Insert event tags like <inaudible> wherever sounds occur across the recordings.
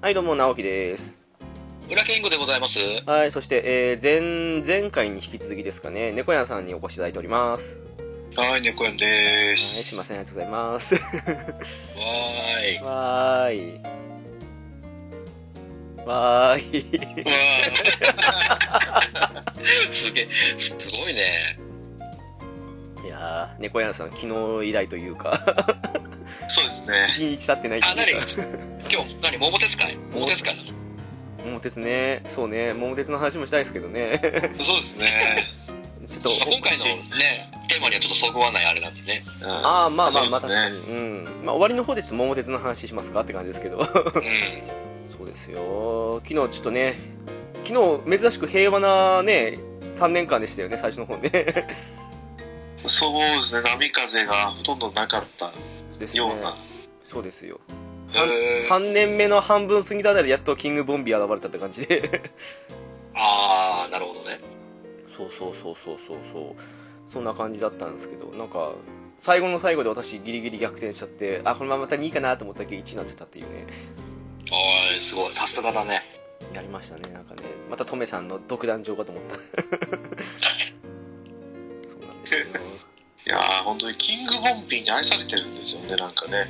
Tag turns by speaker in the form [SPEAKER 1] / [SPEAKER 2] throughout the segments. [SPEAKER 1] はい、どうも、直樹です。
[SPEAKER 2] 裏健吾でございます。よ
[SPEAKER 1] はい、そして、えー、前、前回に引き続きですかね、猫屋さんにお越しいただいております。はい、
[SPEAKER 3] はい、猫やんでー
[SPEAKER 1] す
[SPEAKER 3] す。
[SPEAKER 1] いません、ありがとうございます。
[SPEAKER 2] ーい。
[SPEAKER 1] わーい。わーい。
[SPEAKER 3] わ
[SPEAKER 2] すげえ、すごいね。
[SPEAKER 1] いやー、猫屋さん、昨日以来というか、 <laughs>
[SPEAKER 3] ーそうですね。
[SPEAKER 1] 一日経ってない
[SPEAKER 2] あ、
[SPEAKER 1] って
[SPEAKER 2] 何
[SPEAKER 1] いうか、
[SPEAKER 2] 今日、何桃鉄会桃鉄会なの
[SPEAKER 1] 桃鉄ね、そうね、桃鉄の話もしたいですけどね、 <laughs>
[SPEAKER 3] そうですね。
[SPEAKER 1] ちょっと、
[SPEAKER 2] まあ今回のね、テーマにはちょっとそぐわないあれなんですね。
[SPEAKER 3] うん
[SPEAKER 1] ああ、まあまあまあ、
[SPEAKER 3] そう
[SPEAKER 1] 確
[SPEAKER 3] で
[SPEAKER 1] か
[SPEAKER 3] す
[SPEAKER 1] に。
[SPEAKER 3] ね
[SPEAKER 1] うん。まあ、終わりの方でちょっと桃鉄の話しますかって感じですけど。
[SPEAKER 2] うん。
[SPEAKER 1] そうですよ、昨日ちょっとね、昨日珍しく平和なね、3年間でしたよね、最初の方ね。 <laughs>
[SPEAKER 3] そうですね。波風がほとんどなかった
[SPEAKER 1] です
[SPEAKER 3] よ
[SPEAKER 1] よ
[SPEAKER 3] う
[SPEAKER 1] ね
[SPEAKER 3] な。
[SPEAKER 1] そうですよ
[SPEAKER 2] へ
[SPEAKER 1] 3,
[SPEAKER 2] ー
[SPEAKER 1] 年目の半分過ぎたあたりでやっとキングボンビー現れたって感じで。 <laughs>
[SPEAKER 2] あー、なるほどね。
[SPEAKER 1] そうそうそうそうそうそう。そんな感じだったんですけど、なんか、最後の最後で私ギリギリ逆転しちゃって、あ、このまままた2位かなと思ったけど1位になっちゃったっていうね。
[SPEAKER 2] おーい、すごい。さすがだね。
[SPEAKER 1] やりましたね、なんかね。またトメさんの独壇場かと思った。 <laughs> そうなんですよ。 <laughs>
[SPEAKER 3] いやー、本当にキングボンビーに愛されてるんですよね、なんかね。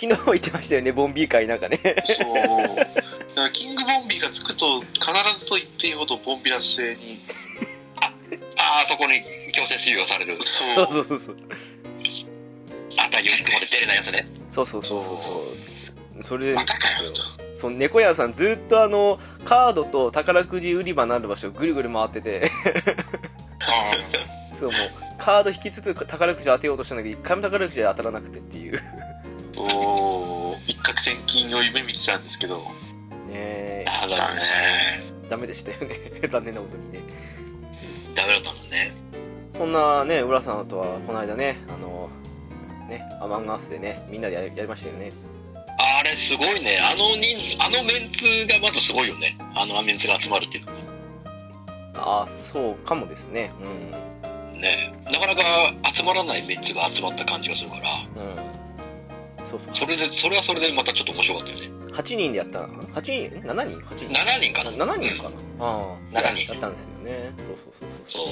[SPEAKER 1] 昨日も言ってましたよね、ボンビー会なんかね。
[SPEAKER 3] そう。だからキングボンビーがつくと、必ずと言っていいほどボンビラス性に。
[SPEAKER 2] あー、そこに強制収容される。
[SPEAKER 1] <laughs>
[SPEAKER 3] そ
[SPEAKER 1] そう
[SPEAKER 3] う。
[SPEAKER 1] そうそうそう
[SPEAKER 2] あんたユニックまで出れないやつね。
[SPEAKER 1] そうそうそうそうそうそれで
[SPEAKER 3] またかよと。
[SPEAKER 1] その猫屋さんずっとあのカードと宝くじ売り場のある場所をぐるぐる回っててそうもうカード引きつつ宝くじ当てようとしたんだけど一回も宝くじは当たらなくてっていうね
[SPEAKER 3] そう。一攫千金を夢見てたんですけど。
[SPEAKER 1] え
[SPEAKER 2] あー、なるほどね。
[SPEAKER 1] ダメでしたよね <laughs> 残念なことにね
[SPEAKER 2] ダメだったんだね。
[SPEAKER 1] そんなね浦さんとはこの間ねあのねアマンガースでねみんなでややりましたよね
[SPEAKER 2] あれすごいね。あの人数、あのメンツがまずすごいよね。あのメンツが集まるっていうの
[SPEAKER 1] あ
[SPEAKER 2] は
[SPEAKER 1] あそうかもですね
[SPEAKER 2] ね。なかなか集まらないメンツが集まった感じがするから、
[SPEAKER 1] うんうんそうそう
[SPEAKER 2] それで、それはそれでまたちょっと面白かったよね。
[SPEAKER 1] 8人でやったのかな8人ん7人8人
[SPEAKER 2] 7人かな。
[SPEAKER 1] 7人かな、ああ
[SPEAKER 2] 7人
[SPEAKER 1] だったんですよねそうそう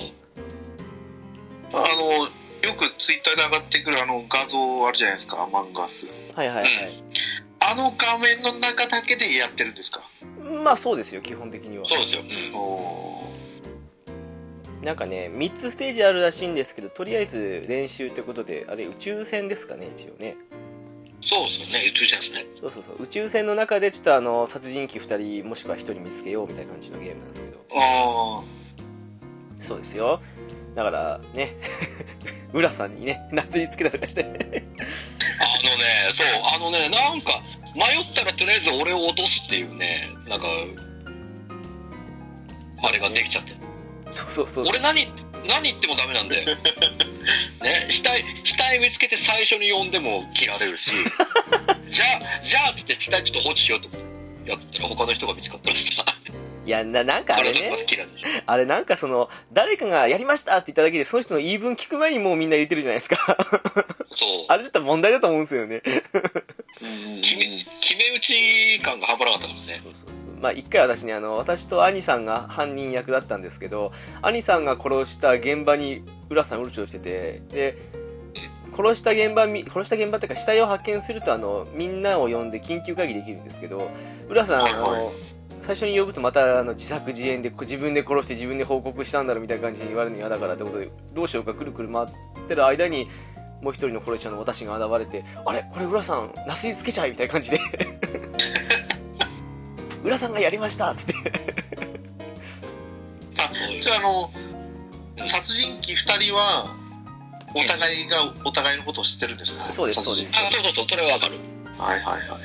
[SPEAKER 1] そう
[SPEAKER 2] そう。
[SPEAKER 3] あの、よくツイッターで上がってくるあの画像あるじゃないですか、アマンガス。
[SPEAKER 1] そうはいはいはい、
[SPEAKER 3] あの画面の中だけでやってるんですか
[SPEAKER 1] まあそうですよ基本的には
[SPEAKER 2] そうですよ。うん。
[SPEAKER 3] お
[SPEAKER 1] なんかね3つステージあるらしいんですけどとりあえず練習ってことであれ宇宙船ですかね一応ね
[SPEAKER 2] そうですよね。宇宙船ですね。
[SPEAKER 1] そうそうそう宇宙船の中でちょっとあの殺人鬼2人もしくは1人見つけようみたいな感じのゲームなんですけど
[SPEAKER 3] あ
[SPEAKER 1] そうですよだからね <laughs> 浦さんにね <laughs> 夏につけたりとかして
[SPEAKER 2] あのね、そう、あのね、なんか、迷ったらとりあえず俺を落とすっていうね、なんか、あれができちゃって。
[SPEAKER 1] <laughs> そうそうそう
[SPEAKER 2] 俺何、何言ってもダメなんだよ。ね、死体、死体見つけて最初に呼んでも切られるし、じゃあ、じゃあっつって死体ちょっと放置しようと思ってやったら他の人が見つかったらさ、
[SPEAKER 1] <laughs> いやななんかあ
[SPEAKER 2] あ
[SPEAKER 1] れ
[SPEAKER 2] れでま
[SPEAKER 1] ね
[SPEAKER 2] ず切られるし。
[SPEAKER 1] あれなんかその誰かがやりましたって言っただけでその人の言い分聞く前にもうみんな言ってるじゃないですか <laughs>
[SPEAKER 2] そう。
[SPEAKER 1] あれちょっと問題だと思うんですよね
[SPEAKER 3] ーうん
[SPEAKER 2] 決め決め打ち感が半端なかったからね。
[SPEAKER 1] そうそうそうまあ、一回私ね、あの、私と兄さんが犯人役だったんですけど、兄さんが殺した現場に浦さんうるちょろしてて、で、殺した現場み、殺した現場っていうか死体を発見すると、あの、みんなを呼んで緊急会議できるんですけど、浦さん、あ
[SPEAKER 3] はい
[SPEAKER 1] の、最初に呼ぶとまたあの自作自演でこう自分で殺して自分で報告したんだろうみたいな感じに言われるの嫌だからってことでどうしようかくるくる回ってる間にもう一人の殺し者の私が現れてあれこれ浦さんなすりつけちゃいみたいな感
[SPEAKER 3] <laughs>
[SPEAKER 1] じで浦さんがやりましたっつって
[SPEAKER 3] じゃああの殺人鬼2人はお互いがお互いのことを知ってるんですか、
[SPEAKER 1] そうです
[SPEAKER 3] 殺人鬼
[SPEAKER 2] あ、そうそうそう、それはわかる。
[SPEAKER 3] はいはいはい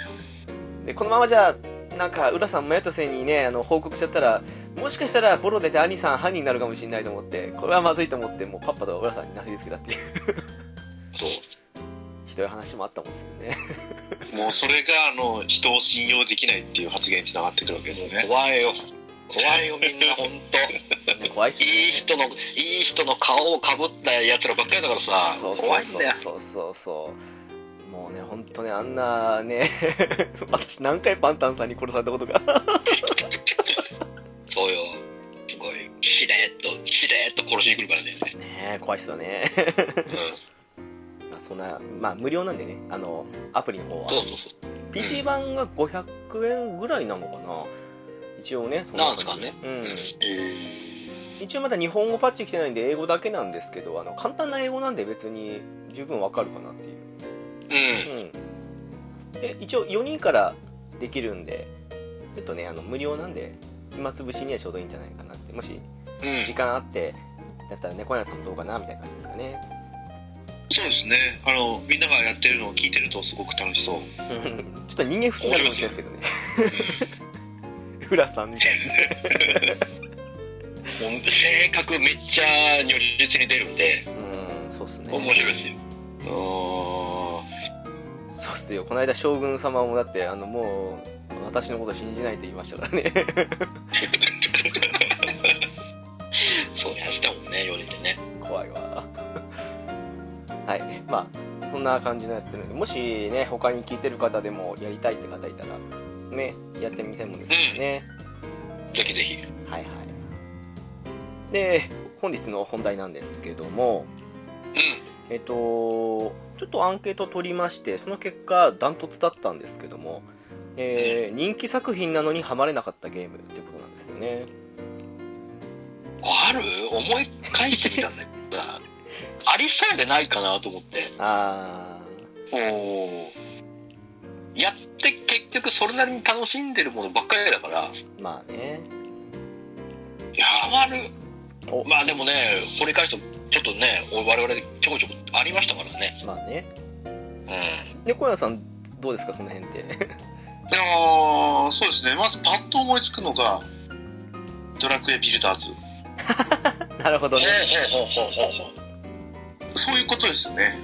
[SPEAKER 1] でこのままじゃなんか浦さんもやとせにねあの報告しちゃったらもしかしたらボロ出て兄さん犯人になるかもしれないと思ってこれはまずいと思ってもうパッパと浦さんになすりつけたっていう <laughs>
[SPEAKER 2] そう。
[SPEAKER 1] ひどい話もあったもんですよね
[SPEAKER 3] もうそれがあの人を信用できないっていう発言につながってくるわけですね
[SPEAKER 2] 怖いよ。怖いよ、みんな、ほんと。
[SPEAKER 1] ね <laughs> 怖いっすね
[SPEAKER 2] いい人の、いい人の顔をかぶったやつらばっかりだからさ、
[SPEAKER 1] そうそう
[SPEAKER 2] 怖いんだよ。
[SPEAKER 1] そうそうそうもうね本当ねあんなね <laughs> 私何回パンタンさんに殺されたことが
[SPEAKER 2] そうよ。すごい、しれっと、しれっと殺しに来るからね。
[SPEAKER 1] <laughs> ねえ怖いっすよね
[SPEAKER 2] うん。
[SPEAKER 1] まあそんなまあ無料なんでねあのアプリの方は
[SPEAKER 2] そうそうそう。
[SPEAKER 1] PC 版が500円ぐらいなのかな一応ねそ
[SPEAKER 2] なん
[SPEAKER 1] 感
[SPEAKER 2] す
[SPEAKER 1] じ
[SPEAKER 2] かね。
[SPEAKER 1] うん
[SPEAKER 3] え
[SPEAKER 1] 一応まだ日本語パッチ来てないんで英語だけなんですけどあの簡単な英語なんで別に十分わかるかなっていう
[SPEAKER 2] うん。
[SPEAKER 1] うん、で一応4人からできるんでちょっとねあの無料なんで暇つぶしにはちょうどいいんじゃないかなってもし
[SPEAKER 2] うん
[SPEAKER 1] 時。間あってだったらね小柳さんもどうかなみたいな感じですかね
[SPEAKER 3] そうですねあのみんながやってるのを聞いてるとすごく楽しそう
[SPEAKER 2] <laughs>
[SPEAKER 1] うんちょっと人間不信になるかもしれないですけどね浦さんみたいな
[SPEAKER 2] もう性格めっちゃ如実に出るんで、
[SPEAKER 1] うんそうっすね
[SPEAKER 2] 面白いですよ。
[SPEAKER 3] あ
[SPEAKER 1] そうっすよこの間将軍様もだってあのもう私のこと信じないと言いましたからね
[SPEAKER 2] そうやってたもんね、4人でね。
[SPEAKER 1] 怖いわ <laughs> はいまあそんな感じのやってるんでもしね他に聞いてる方でもやりたいって方いたらねやってみたいもんですよね、
[SPEAKER 2] ぜひぜひ。
[SPEAKER 1] はいはいで本日の本題なんですけども
[SPEAKER 2] う
[SPEAKER 1] えっとちょっとアンケート取りましてその結果ダントツだったんですけども、えー人気作品なのにハマれなかったゲームってことなんですよね
[SPEAKER 2] ん。ある思い返してみたんだけどさ、ありそうでないかなと思って。
[SPEAKER 1] あ
[SPEAKER 3] ーおー
[SPEAKER 2] やって結局それなりに楽しんでるものばっかりだから、
[SPEAKER 1] ーまあね
[SPEAKER 2] いや、ハマる
[SPEAKER 1] お。
[SPEAKER 2] まあでもね、掘り返すと、ちょっとね、我々ちょこちょこありましたからね。
[SPEAKER 1] まあね
[SPEAKER 2] うん。
[SPEAKER 1] で小谷さんどうですかその辺って
[SPEAKER 3] いやーそうですねまずパッと思いつくのがドラクエビルダーズ
[SPEAKER 1] なるほどね。
[SPEAKER 2] ほうほうほうほうほう。
[SPEAKER 3] そういうことですよね、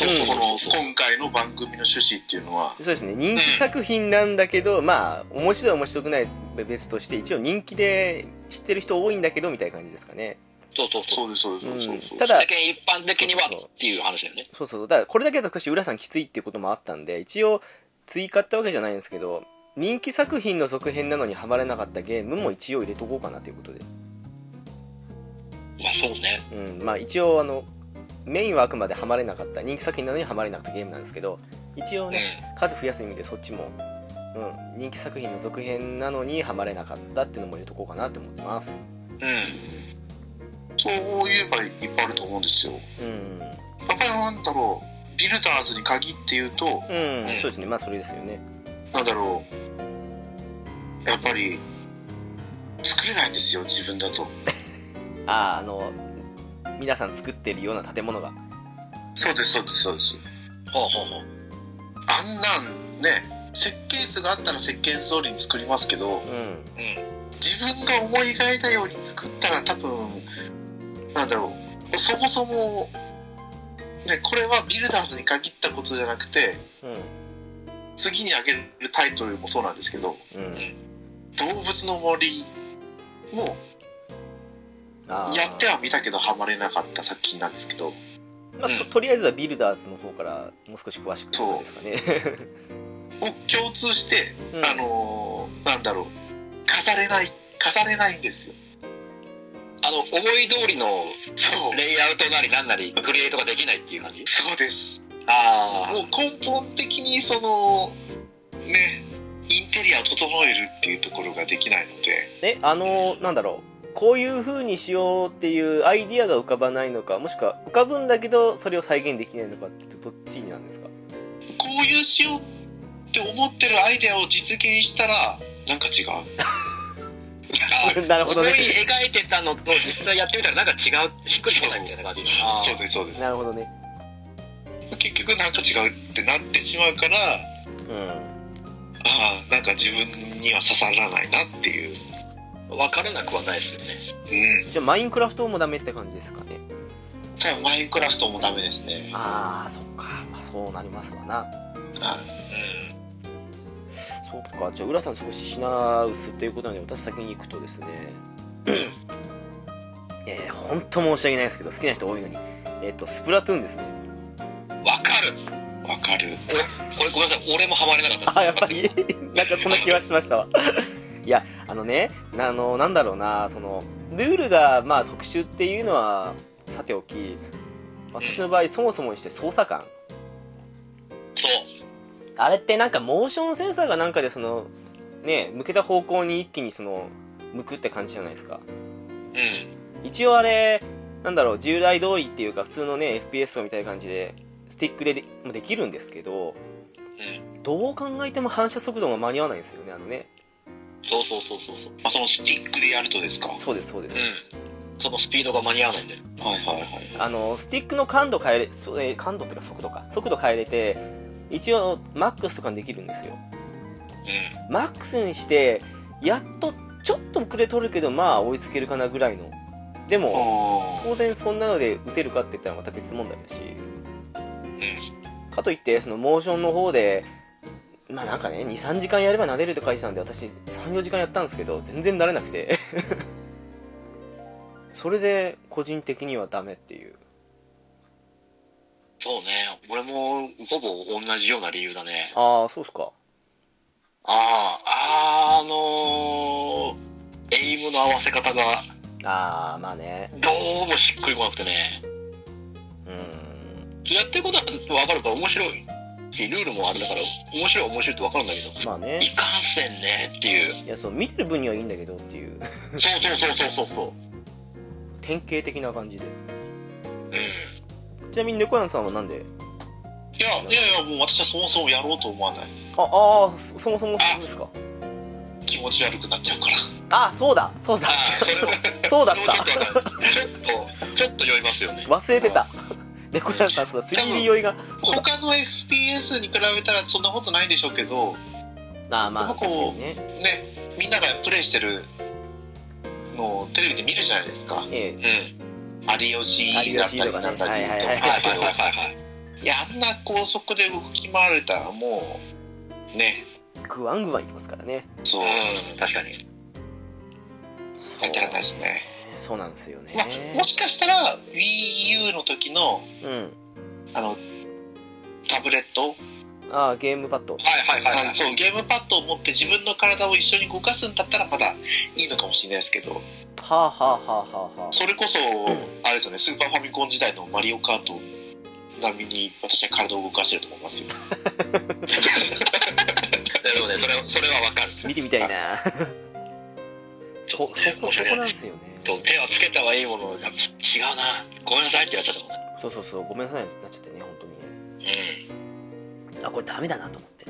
[SPEAKER 1] うん
[SPEAKER 3] この今回の番組の趣旨っていうのは
[SPEAKER 1] そうですね。人気作品なんだけど、まあ、面白い面白くない別として、一応人気で知ってる人多いんだけど、みたいな感じですかね。
[SPEAKER 2] そうそうそう。
[SPEAKER 3] そうですそうですそうです
[SPEAKER 1] う
[SPEAKER 3] そ
[SPEAKER 1] ん
[SPEAKER 3] う
[SPEAKER 1] ただ
[SPEAKER 2] 世間一般的にはっていう話だよね。
[SPEAKER 1] そうそう。だから、これだけだと私、浦さんきついっていうこともあったんで、一応、追加ってわけじゃないんですけど、人気作品の続編なのにハマれなかったゲームも一応入れとこうかなということで。
[SPEAKER 2] まあそうね。
[SPEAKER 1] うん。まあ、一応、あの、メインはあくまでハマれなかった、人気作品なのにハマれなかったゲームなんですけど、一応
[SPEAKER 2] う
[SPEAKER 1] ね、
[SPEAKER 2] ん。
[SPEAKER 1] 数増やす意味でそっちも、うん、人気作品の続編なのにハマれなかったっていうのも入れとこうかなって思ってます
[SPEAKER 3] そういえばいっぱいあると思うんですよ
[SPEAKER 1] うん
[SPEAKER 3] やっぱりなんだろうビルダーズに限って言うと
[SPEAKER 1] うん、
[SPEAKER 2] うん
[SPEAKER 1] そうですねまあそれですよね
[SPEAKER 3] なんだろうやっぱり作れないんですよ自分だと
[SPEAKER 1] あああの皆さん作ってるような建物が
[SPEAKER 3] そうですそうですそうです
[SPEAKER 2] ほうほうほう。
[SPEAKER 3] あんなんね設計図があったら設計図通りに作りますけど
[SPEAKER 1] うん
[SPEAKER 3] 自分が思い描いたように作ったら多分なんだろうそもそも、ね、これはビルダーズに限ったことじゃなくて
[SPEAKER 1] う
[SPEAKER 3] 次に挙げるタイトルもそうなんですけど
[SPEAKER 1] んうん
[SPEAKER 3] 「動物の森」も
[SPEAKER 1] あー
[SPEAKER 3] やってはみたけどハマれなかった作品なんですけど
[SPEAKER 1] まあ、ととりあえずはビルダーズの方からもう少し詳しく
[SPEAKER 3] そう
[SPEAKER 1] ですかね <laughs>
[SPEAKER 3] を共通して、
[SPEAKER 1] うん
[SPEAKER 3] あのーなんだろう飾れない飾れないんですよ
[SPEAKER 2] あの、思い通りの
[SPEAKER 3] そう
[SPEAKER 2] レイアウトなりなんなり、クリエイトができないっていう感じ
[SPEAKER 3] そうです
[SPEAKER 2] あ
[SPEAKER 3] もう根本的にそのねインテリアを整えるっていうところができないので
[SPEAKER 1] えあのなんだろうこういう風にしようっていうアイディアが浮かばないのかもしくは浮かぶんだけどそれを再現できないのかってどっちなんですか
[SPEAKER 3] こういうしようって思ってるアイデアを実現したらなんか違う
[SPEAKER 2] あ
[SPEAKER 1] <laughs> なるほ
[SPEAKER 2] 思
[SPEAKER 1] ど
[SPEAKER 2] い
[SPEAKER 1] ね
[SPEAKER 2] 描いてたのと実際やってみたらなんか違う、しっくりこないみたいな感じ <laughs> あー
[SPEAKER 3] そうですそうで
[SPEAKER 1] <laughs>
[SPEAKER 3] す
[SPEAKER 1] なるほどね
[SPEAKER 3] 結局なんか違うってなってしまうから
[SPEAKER 1] うん
[SPEAKER 3] ああなんか自分には刺さらないなっていう
[SPEAKER 2] わからなくはないですよね。
[SPEAKER 3] うん
[SPEAKER 1] じゃあマインクラフトもダメって感じですかね
[SPEAKER 3] 多分マインクラフトもダメですね
[SPEAKER 1] ああそっかまあそうなりますわな
[SPEAKER 3] はい
[SPEAKER 1] そっかじゃあ浦さん少し品薄ということなので私先に行くとですねえー、本当申し訳ないですけど好きな人多いのにえっ、とスプラトゥーンですね
[SPEAKER 2] うん。わかる
[SPEAKER 3] わかる
[SPEAKER 2] 俺ごめんなさい、俺もハマれなかっ
[SPEAKER 1] <laughs>
[SPEAKER 2] た。
[SPEAKER 1] あ、やっぱり、なんかそんな気はしましたわ。 <laughs> いや、あのね、あの、なんだろうな、その、ルールが、まあ、特殊っていうのは、さておき、私の場合、そもそもにして操作感。
[SPEAKER 2] そう。
[SPEAKER 1] あれってなんか、モーションセンサーがなんかで、その、ね、向けた方向に一気に、その、向くって感じじゃないですか。
[SPEAKER 2] うん。
[SPEAKER 1] 一応あれ、なんだろう、従来通りっていうか、普通のね、FPS みたいな感じで、スティックででもできるんですけど、
[SPEAKER 2] うん。
[SPEAKER 1] どう考えても反射速度が間に合わないんですよね、あのね。
[SPEAKER 2] そうそうそうそうそう。
[SPEAKER 3] あそのスティックでやるとですかはい
[SPEAKER 1] そうです、そうです。
[SPEAKER 2] うん。そのスピードが間に合わないんだよ。
[SPEAKER 3] はいはい
[SPEAKER 1] あのスティックの感度変えれそえー感度っていうか速度か速度変えれて一応マックスとかにできるんですよ
[SPEAKER 2] う
[SPEAKER 1] マックスにしてやっとちょっと遅れとるけどまあ追いつけるかなぐらいのでも
[SPEAKER 3] あ
[SPEAKER 1] 当然そんなので打てるかって言ったらまた別問題だし
[SPEAKER 2] ん。うん。
[SPEAKER 1] かといってそのモーションの方でまあなんかね23時間やれば慣れると書いてたんで私34時間やったんですけど全然慣れなく <laughs> てそれで個人的にはダメっていう
[SPEAKER 2] そうね。俺もほぼ同じような理由だね。
[SPEAKER 1] ああそうっすか
[SPEAKER 2] ああ、あのー、エイムの合わせ方が
[SPEAKER 1] ああまあね
[SPEAKER 2] どうもしっくりこなくてね。
[SPEAKER 1] うん
[SPEAKER 2] やってることはわかるから面白いし、ルールもあれだから、面白いは面白いってわかるんだけど、
[SPEAKER 1] まあね
[SPEAKER 2] いかんせんねっていう。
[SPEAKER 1] いやそう見てる分にはいいんだけどっていう
[SPEAKER 2] そうそうそうそうそうそう。
[SPEAKER 1] 典型的な感じで
[SPEAKER 2] うん。
[SPEAKER 1] ちなみに猫やんさんはなんで
[SPEAKER 3] いやいやいやもう私はそもそもやろうと思わない
[SPEAKER 1] ああーそそもそもそうですか
[SPEAKER 3] 気持ち悪くなっちゃうから
[SPEAKER 1] あそうだそうだ
[SPEAKER 2] ああ、それも、
[SPEAKER 1] そうだっ <laughs>
[SPEAKER 2] ちょったと
[SPEAKER 3] <laughs>
[SPEAKER 2] わかる、ちょっと、ちょっと酔いますよね。
[SPEAKER 1] 忘れてた猫やんさんそうだ 3D 酔いがそうだ
[SPEAKER 3] 他の FPS に比べたらそんなことないんでしょうけど
[SPEAKER 1] あーまあ
[SPEAKER 3] ここ
[SPEAKER 1] 確かにね
[SPEAKER 3] ねみんながプレイしてるのをテレビで見るじゃないですか
[SPEAKER 1] え
[SPEAKER 2] う
[SPEAKER 1] え
[SPEAKER 2] ん。はい
[SPEAKER 3] 有吉だったりなんだり
[SPEAKER 1] 有吉とかねはいはい
[SPEAKER 3] と
[SPEAKER 1] はい
[SPEAKER 3] 思
[SPEAKER 2] はいはい
[SPEAKER 3] うけど
[SPEAKER 2] はいはい。
[SPEAKER 3] いやあんな高速で動き回れたらもうね
[SPEAKER 1] グワングワンいきますからね
[SPEAKER 3] そう
[SPEAKER 2] うん、確かに。
[SPEAKER 1] そ
[SPEAKER 3] やってられないで
[SPEAKER 1] う
[SPEAKER 3] すね、
[SPEAKER 1] そうなんですよね、
[SPEAKER 3] まあ、もしかしたら WiiU の時の
[SPEAKER 1] うん
[SPEAKER 3] あのタブレット、
[SPEAKER 1] ああゲームパッド
[SPEAKER 2] はいはいはい、は
[SPEAKER 3] あ
[SPEAKER 2] い。
[SPEAKER 3] そうゲームパッドを持って自分の体を一緒に動かすんだったらまだいいのかもしれないですけど
[SPEAKER 1] はあはあはあはあはあ
[SPEAKER 3] それこそ、あれですよね、スーパーファミコン時代のマリオカート並みに私は体を動かしてると思いますよ。
[SPEAKER 2] なるほどね。それは、それはわかる。
[SPEAKER 1] 見てみたいな
[SPEAKER 2] ち
[SPEAKER 1] そ
[SPEAKER 2] ょ
[SPEAKER 1] そ
[SPEAKER 2] っ
[SPEAKER 1] こ
[SPEAKER 2] とね
[SPEAKER 1] そこ
[SPEAKER 2] 申し訳
[SPEAKER 1] な
[SPEAKER 2] なんい
[SPEAKER 1] ですよね
[SPEAKER 2] と手はつけたはいいものが、違うな。ごめんなさいってやっちゃったもんね。
[SPEAKER 1] そうそうそうごめんなさいなっちゃってね本当にね
[SPEAKER 2] うん。
[SPEAKER 1] あこれダメだなと思って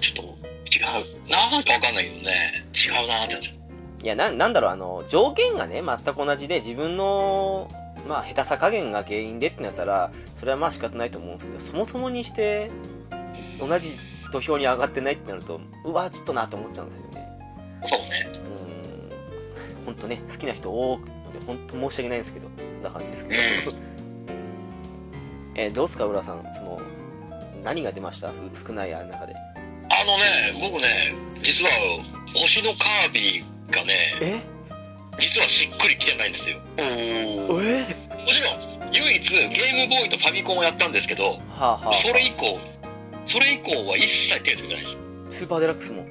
[SPEAKER 2] ちょっと、違う。なんかわかんないけどね。違うなってなっちゃう。
[SPEAKER 1] いやななんだろうあの条件がね全く同じで自分のまあ下手さ加減が原因でってなったらそれはまあ仕方ないと思うんですけどそもそもにして同じ土俵に上がってないってなるとうわちょっとなと思っちゃうんですよね
[SPEAKER 2] そうね。
[SPEAKER 1] うん本当ね好きな人多くので本当申し訳ないんですけどそんな感じですけど、 <laughs> えーどうですか浦さんその何が出ました少ないあの中で
[SPEAKER 2] あのね、僕ね、実は、星のカービィがね、
[SPEAKER 1] え
[SPEAKER 2] 実はしっくりきてないんですよ。
[SPEAKER 3] おー
[SPEAKER 1] え
[SPEAKER 2] もちろん、唯一、ゲームボーイとファミコンをやったんですけど、
[SPEAKER 1] はあはあ
[SPEAKER 2] それ以降、それ以降は一切手つけてないです。
[SPEAKER 1] スーパーデラックスも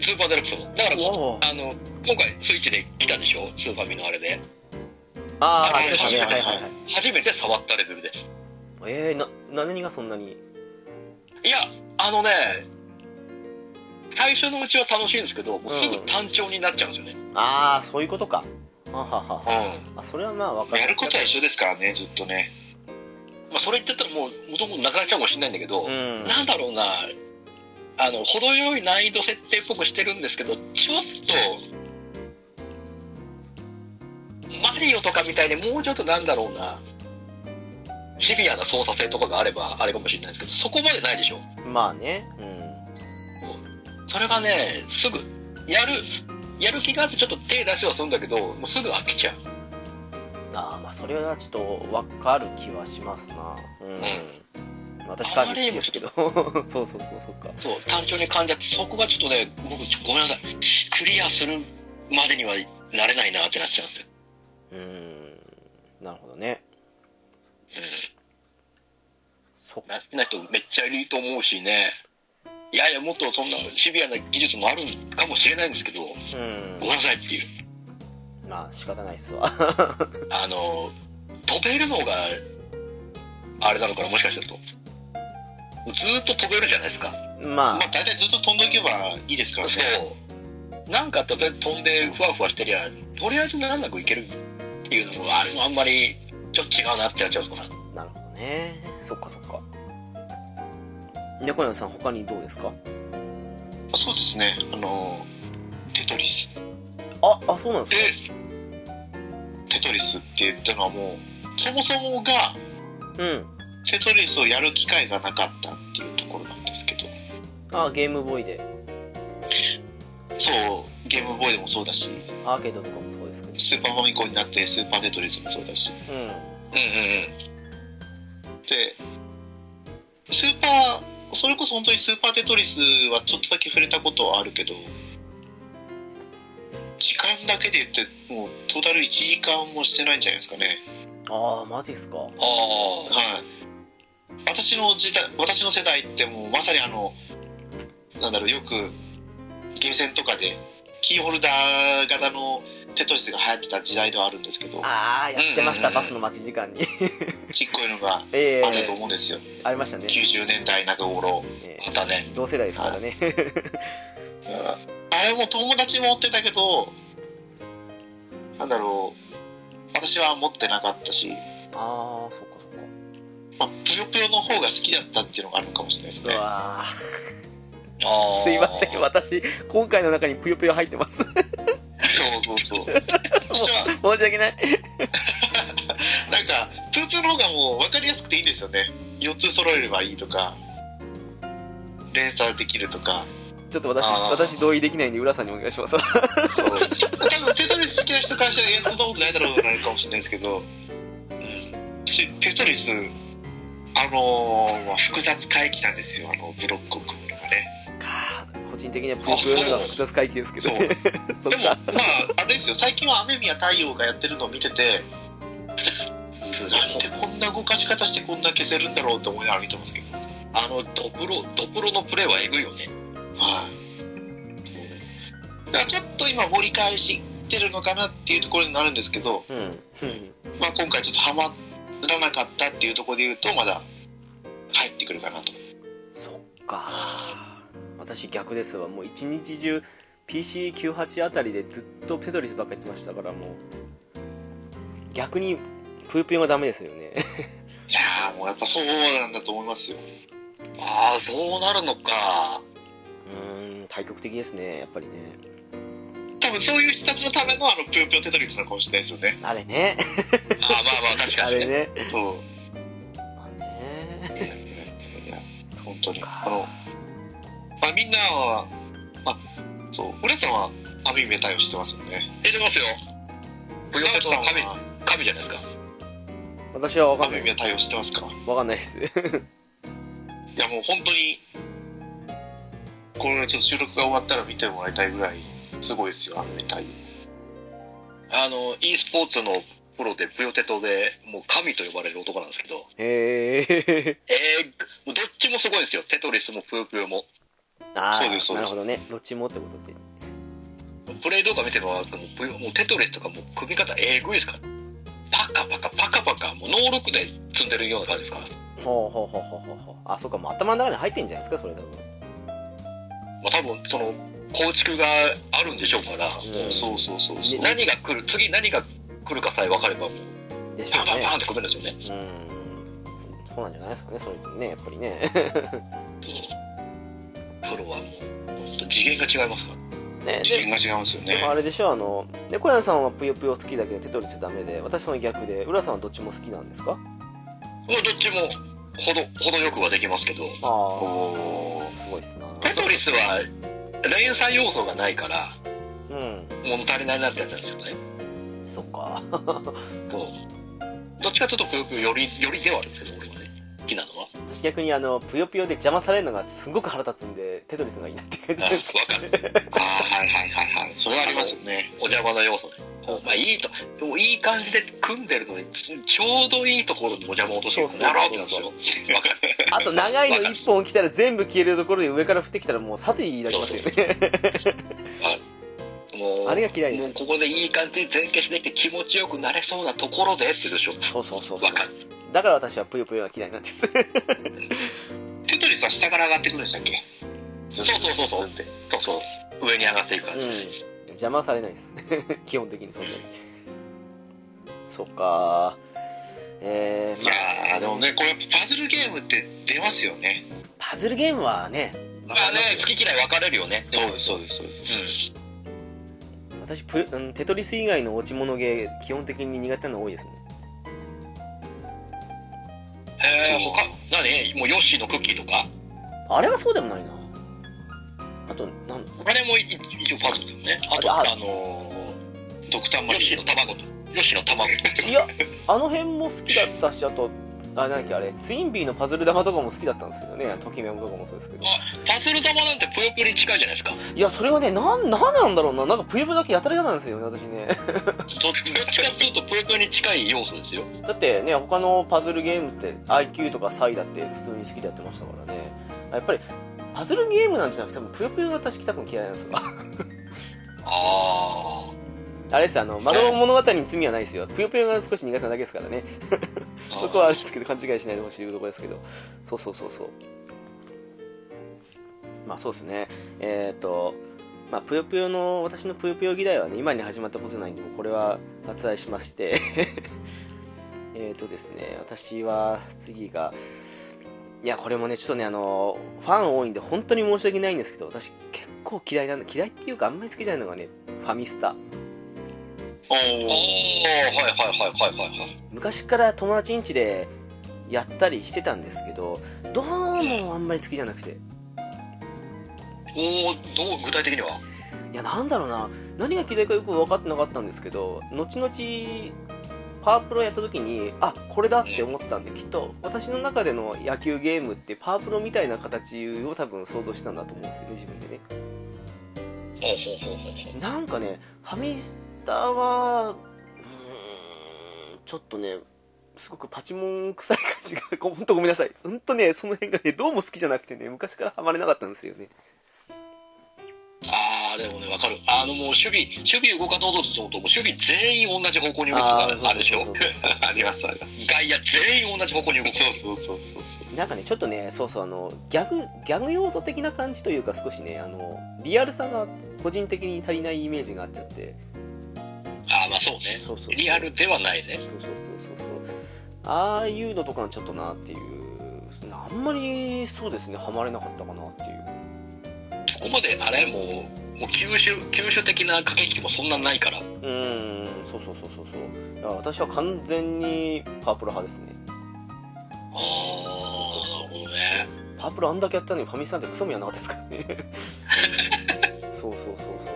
[SPEAKER 2] スーパーデラックスも。だから、
[SPEAKER 1] おー
[SPEAKER 2] あの、今回スイッチで来たでしょスーパーミのあれで。
[SPEAKER 1] ああ、
[SPEAKER 2] あれ
[SPEAKER 1] そうですねはいはいはい。
[SPEAKER 2] 初めて触ったレベルです。
[SPEAKER 1] えー、な、何がそんなに。
[SPEAKER 2] いや、あのね、最初のうちは楽しいんですけど、もうすぐ単調になっちゃうんですよね。
[SPEAKER 1] ああ、そういうことか。ははは。
[SPEAKER 2] う
[SPEAKER 1] あ、それはまあわかる。
[SPEAKER 3] やることは一緒ですからね、ずっとね。
[SPEAKER 2] ん。まあ、それ言ってたらもう、もともとなくなっちゃうかもしれないんだけど、
[SPEAKER 1] うん。
[SPEAKER 2] なんだろうな、あの、程よい難易度設定っぽくしてるんですけど、ちょっと、マリオとかみたいにもうちょっとなんだろうな、シビアな操作性とかがあれば、あれかもしれないですけど、そこまでないでしょ。
[SPEAKER 1] まあね。うん。
[SPEAKER 2] それがね、すぐ、やる、やる気があってちょっと手出しはするんだけど、もうすぐ飽きちゃう。
[SPEAKER 1] ああ、まあそれはちょっとわかる気はしますな。うん。私管理好きですけど。そうそうそう、そっか。
[SPEAKER 2] そう、単調に感じちゃって、そこがちょっとね、僕、ごめんなさい。クリアするまでにはなれないなってなっちゃうんですよ。
[SPEAKER 1] うん。なるほどね。
[SPEAKER 2] うん
[SPEAKER 1] そっか。
[SPEAKER 2] な好きな人めっちゃいると思うしね。いやいや、もっとそんなシビアな技術もあるかもしれないんですけど、
[SPEAKER 1] う
[SPEAKER 2] ごめん
[SPEAKER 1] ん。
[SPEAKER 2] なさいっていう。
[SPEAKER 1] まあ仕方ないっすわ。 <laughs>
[SPEAKER 2] あの、飛べるのが、あれなのかな、もしかすると。ずーっと飛べるじゃないですか。
[SPEAKER 1] ま
[SPEAKER 3] まあ、大体ずっと飛んでいけばいいですからね。
[SPEAKER 2] そう。なんかあったら飛んでふわふわしてりゃ、とりあえず難なくいけるっていうのも、あれもあんまり、ちょっと違うなってやっちゃうのかな。
[SPEAKER 1] あ、なるほどね。そっかそっか。猫屋さん他にどうですか
[SPEAKER 3] そうですね。あの、テトリス。
[SPEAKER 1] あ、あ、そうなんですか
[SPEAKER 2] で、
[SPEAKER 3] テトリスって言ったのはもう、そもそもが、
[SPEAKER 1] うん。
[SPEAKER 3] テトリスをやる機会がなかったっていうところなんですけど、
[SPEAKER 1] あ、ゲームボーイで。
[SPEAKER 3] そう、ゲームボーイでもそうだし、
[SPEAKER 1] アーケードとかもそうですけど。
[SPEAKER 3] スーパーファミコンになってスーパーテトリスもそうだし、
[SPEAKER 1] うん。
[SPEAKER 2] うんうん
[SPEAKER 3] で、スーパー、それこそ本当にスーパーテトリスはちょっとだけ触れたことはあるけど、時間だけで言って、もうトータル1時間もしてないんじゃないですかね。
[SPEAKER 1] ああ、マジっすか。
[SPEAKER 2] うん。ああ。
[SPEAKER 3] はい。私の時代、私の世代ってもうまさにあの、なんだろう、よく、ゲーセンとかで、キーホルダー型のテトリスが流行ってた時代ではあるんですけど、
[SPEAKER 1] ああ、やってまし
[SPEAKER 2] う
[SPEAKER 1] た、
[SPEAKER 2] んうんうん
[SPEAKER 1] バスの待ち時 <laughs> 間に。
[SPEAKER 3] ちっこいのが
[SPEAKER 1] ええ
[SPEAKER 3] あったと思うんですよ。
[SPEAKER 1] ありましたね。
[SPEAKER 3] 90年代中頃。
[SPEAKER 1] え
[SPEAKER 2] またね。
[SPEAKER 1] え同世代ですからね。
[SPEAKER 3] あれも友達も持ってたけど、なんだろう、私は持ってなかったし、
[SPEAKER 1] <laughs> ああ、そっかそっか。
[SPEAKER 3] まあ、ぷよぷよの方が好きだったっていうのがあるのかもしれないです
[SPEAKER 1] う
[SPEAKER 3] ね。
[SPEAKER 1] わ
[SPEAKER 2] あ
[SPEAKER 1] ー
[SPEAKER 2] あ。
[SPEAKER 1] すいません、私、今回の中にぷよぷよ入ってます。 <laughs>
[SPEAKER 3] そうそうそう。 <laughs> 私は
[SPEAKER 1] 申し訳ない。
[SPEAKER 3] なんか、プープーの方がもう分かりやすくていいんですよね。4つ揃えればいいとか、連鎖できるとか、
[SPEAKER 1] ちょっと私、
[SPEAKER 2] あー
[SPEAKER 1] 私同意できないんで、浦さんにお願いし
[SPEAKER 2] <laughs>
[SPEAKER 1] ます。
[SPEAKER 3] そう。多分テトリス好きな人からしたら、いや、そんなことないだろうなるかもしれないですけど、しテトリス、あのー複雑回帰なんですよ、あの、ブロックを組むのがね。
[SPEAKER 1] かー個人的にはぷよぷよの方が複雑回帰ですけどね。 <laughs> そっ
[SPEAKER 3] でも、
[SPEAKER 1] か。
[SPEAKER 3] まあ、あれですよ、最近は雨宮太陽がやってるのを見てて、なんでこんな動かし方してこんな消せるんだろうと思いながら見てますけど。
[SPEAKER 2] あの、ドプロ、ドプロのプレーはえぐいよね。
[SPEAKER 3] はい。だからちょっと今盛り返してるのかなっていうところになるんですけど、
[SPEAKER 1] うん。
[SPEAKER 3] まあ、今回ちょっとハマらなかったっていうところで言うとまだ入ってくるかなと
[SPEAKER 1] そっか。私逆ですわ。もう一日中、PC98 あたりでずっとテトリスばっかやってましたから、もう。逆に、ぷよぷよがダメですよね。
[SPEAKER 3] いやーもうやっぱそうなんだと思いますよ
[SPEAKER 2] ああ、そうなるのか。
[SPEAKER 1] うーん、対極的ですね、やっぱりね。
[SPEAKER 3] 多分そういう人たちのためのあのぷよぷよテトリスなのかもしれないですよね
[SPEAKER 1] あれね。
[SPEAKER 2] ああ、まあまあ、確
[SPEAKER 1] あ
[SPEAKER 2] かに
[SPEAKER 1] れ
[SPEAKER 2] ね。
[SPEAKER 1] ね。
[SPEAKER 3] そう
[SPEAKER 1] あれね。
[SPEAKER 3] いや本当に
[SPEAKER 1] か
[SPEAKER 3] あの、まあ、みんなはあそう浦さんは網目対応してますよね
[SPEAKER 2] 出てますよ。ブヨ
[SPEAKER 3] 直
[SPEAKER 2] ペ
[SPEAKER 3] 樹
[SPEAKER 2] ト
[SPEAKER 3] さん
[SPEAKER 2] は神、
[SPEAKER 3] は
[SPEAKER 2] 神じゃないですか。
[SPEAKER 1] 私はわかんない。
[SPEAKER 3] 網目対応してますか
[SPEAKER 1] わかんないです。
[SPEAKER 3] いやもう本当にこれちょっと収録が終わったら見てもらいたいぐらいすごいですよアニメ対応
[SPEAKER 2] あの、e スポーツのプロで、ブヨテトで、もう神と呼ばれる男なんですけど、
[SPEAKER 1] へえ。
[SPEAKER 2] えー、もうどっちもすごいんですよ。テトリスもプヨプヨも。
[SPEAKER 1] あー
[SPEAKER 3] そうですそう
[SPEAKER 1] な
[SPEAKER 3] です
[SPEAKER 1] るほどね。どっちもってことで。
[SPEAKER 2] プレイ動画見てもらうともうもうテトリスとかもう組み方えぐいですからパカパカパカパカもう能力で積んでるような感じですから
[SPEAKER 1] ほうほうほうほうほうほうあそうかもう頭の中に入ってんじゃないですかそれ多分
[SPEAKER 2] まあ、多分その構築があるんでしょうから、
[SPEAKER 1] うん
[SPEAKER 3] そうそうそうそう
[SPEAKER 1] ね
[SPEAKER 2] 何が来る次何が来るかさえ分かればもう
[SPEAKER 1] でしょ
[SPEAKER 2] パンパ
[SPEAKER 1] う
[SPEAKER 2] ンパ
[SPEAKER 1] ね
[SPEAKER 2] ンって組めるんですよね、
[SPEAKER 1] うんそうなんじゃないですかねそれねやっぱりね <laughs>
[SPEAKER 2] プロはもう本当次元が違いますから
[SPEAKER 1] ね
[SPEAKER 3] 次元が違うんですよ
[SPEAKER 1] でもあ
[SPEAKER 3] ね
[SPEAKER 1] れでしょあの猫屋さんはぷよぷよ好きだけどテトリスダメで私その逆で浦さんはどっちも好きなんですか
[SPEAKER 2] もうどっちもほどほどよくはできますけど
[SPEAKER 1] あ
[SPEAKER 3] お
[SPEAKER 1] あすごいっすな
[SPEAKER 2] テトリスは連鎖要素がないから
[SPEAKER 1] うん
[SPEAKER 2] 物足りないなってやつなんですよね
[SPEAKER 1] そっか
[SPEAKER 2] そうどっちかというとぷよぷよよりよりではあるんですけど俺はね好きなのは
[SPEAKER 1] 私逆にあのぷよぷよで邪魔されるのがすごく腹立つんでテトリスのがいいなって感
[SPEAKER 2] あ
[SPEAKER 1] じ
[SPEAKER 2] 分
[SPEAKER 1] です
[SPEAKER 2] かる
[SPEAKER 3] あーはいはいはいはいそれはありますよね
[SPEAKER 2] お邪魔な要素で
[SPEAKER 1] そうそう
[SPEAKER 2] まあいいとでもいい感じで組んでるのにちちょうどいいところでお邪魔落としてる
[SPEAKER 1] そうそう
[SPEAKER 2] なるほどなんですよわかる
[SPEAKER 1] あと長いの1本来たら全部消えるところで上から降ってきたらもう殺意になりますよね
[SPEAKER 2] もう
[SPEAKER 1] あれが嫌いです
[SPEAKER 2] もうここでいい感じに前傾してきて気持ちよくなれそうなところでってでしょ
[SPEAKER 1] そうそうそうそ
[SPEAKER 2] わ
[SPEAKER 1] う
[SPEAKER 2] かる
[SPEAKER 1] だから私はぷよぷよが嫌いなんです
[SPEAKER 3] テトリスは下から上がってくるんでしたっけそう
[SPEAKER 2] そうそうそう
[SPEAKER 3] って
[SPEAKER 2] そうそう上に上がっていくから、
[SPEAKER 1] うん邪魔されないです <laughs> 基本的にそんなにそっかえー、
[SPEAKER 3] い
[SPEAKER 1] ま
[SPEAKER 3] や
[SPEAKER 1] あ
[SPEAKER 3] ーでもねこれやっぱパズルゲームって出ますよね
[SPEAKER 1] パズルゲームはね
[SPEAKER 2] まあね好き嫌い分かれるよね
[SPEAKER 3] そうですそうですそうです
[SPEAKER 2] う
[SPEAKER 1] 私プ、うん、テトリス以外の落ち物ゲー基本的に苦手なの多いですね
[SPEAKER 2] んえー、他何もうヨッシーのクッキーとか
[SPEAKER 1] あれはそうでもないなあとなん
[SPEAKER 2] これも一一応パズルだよねあと
[SPEAKER 1] あ
[SPEAKER 2] あ
[SPEAKER 1] あ
[SPEAKER 2] の
[SPEAKER 3] ドクター
[SPEAKER 2] ー、
[SPEAKER 3] マ
[SPEAKER 2] ヨッ
[SPEAKER 3] リ
[SPEAKER 2] シー
[SPEAKER 3] ー
[SPEAKER 2] の卵とヨッシーの卵と
[SPEAKER 1] いやあの辺も好きだったしあとあなんだっけあれツインビーのパズル玉とかも好きだったんですけどねときめもとかもそうですけど
[SPEAKER 2] パズル玉なんてぷよぷよに近いじゃないですか
[SPEAKER 1] いやそれはねなんなんなんだろうななんかぷよぷよだけやたら嫌なんですよね私ね
[SPEAKER 2] どっちかっていうとぷよぷよに近い要素ですよ
[SPEAKER 1] だってね他のパズルゲームって IQ とかサイだって普通に好きでやってましたからねやっぱりパズルゲームなんじゃなくて多分ぷよぷよが私多分嫌いなんですよ <laughs>
[SPEAKER 2] あ
[SPEAKER 1] あれですあの窓物語に罪はないですよぷよぷよが少し苦手なだけですからね
[SPEAKER 2] あ
[SPEAKER 1] そこはあれですけど、勘違いしないでほしいところですけど、そうそうそうそう。まあそうですね、えっ、と、まあ、ぷよぷよの、私のぷよぷよ議題はね、今に始まったことじゃないんで、もうこれは割愛しまして、 <laughs> えっとですね、私は次が、いや、これもね、ちょっとね、あの、ファン多いんで、本当に申し訳ないんですけど、私、結構嫌いなんだ、嫌いっていうか、あんまり好きじゃないのがね、ファミスタ。
[SPEAKER 3] お
[SPEAKER 2] おーは
[SPEAKER 3] ー
[SPEAKER 2] いはいはいはいはいはい
[SPEAKER 1] 昔から友達ん家でやったりしてたんですけどどうもあんまり好きじゃなくて
[SPEAKER 2] おおどう具体的にはい
[SPEAKER 1] やなんだろうな何が嫌いかよく分かってなかったんですけど後々パワープロやった時にあこれだって思ったんできっと私の中での野球ゲームってパワープロみたいな形を多分想像したんだと思うんですよね自分でね
[SPEAKER 2] ほうほうほうほう
[SPEAKER 1] なんかねファミスタはうーんちょっとねすごくパチモン臭い感じがごほんとごめんなさいほんとねその辺がねどうも好きじゃなくてね昔からハマれなかったんですよね
[SPEAKER 2] ああでもねわかるあのもう守備守備動かそうとするともう守備全員同じ方向に動くとか
[SPEAKER 1] ーそうそうそうそう
[SPEAKER 2] <laughs> あるでしょ
[SPEAKER 3] ありますあります
[SPEAKER 2] 外野全員同じ方向に動く
[SPEAKER 3] そうそうそうそうそう
[SPEAKER 1] なんかねちょっとねそうそうあのギャグギャグ要素的な感じというか少しねあのリアルさが個人的に足りないイメージがあっちゃって
[SPEAKER 2] ああまあそうね
[SPEAKER 1] そうそう
[SPEAKER 2] リアルではないね
[SPEAKER 1] そうそうそうそうそうああいうのとかちょっとなっていうあんまりそうですねハマれなかったかなっていう
[SPEAKER 2] そこまであれもうもう吸収吸収的な駆け引きもそんなないから
[SPEAKER 1] うーんそうそうそうそうそうだから私は完全にパープル派ですね
[SPEAKER 2] ああなるほどね
[SPEAKER 1] パープルあんだけやったのにファミスタなんてクソみはなかったですから
[SPEAKER 2] <laughs>
[SPEAKER 1] ねそうそうそうそうそ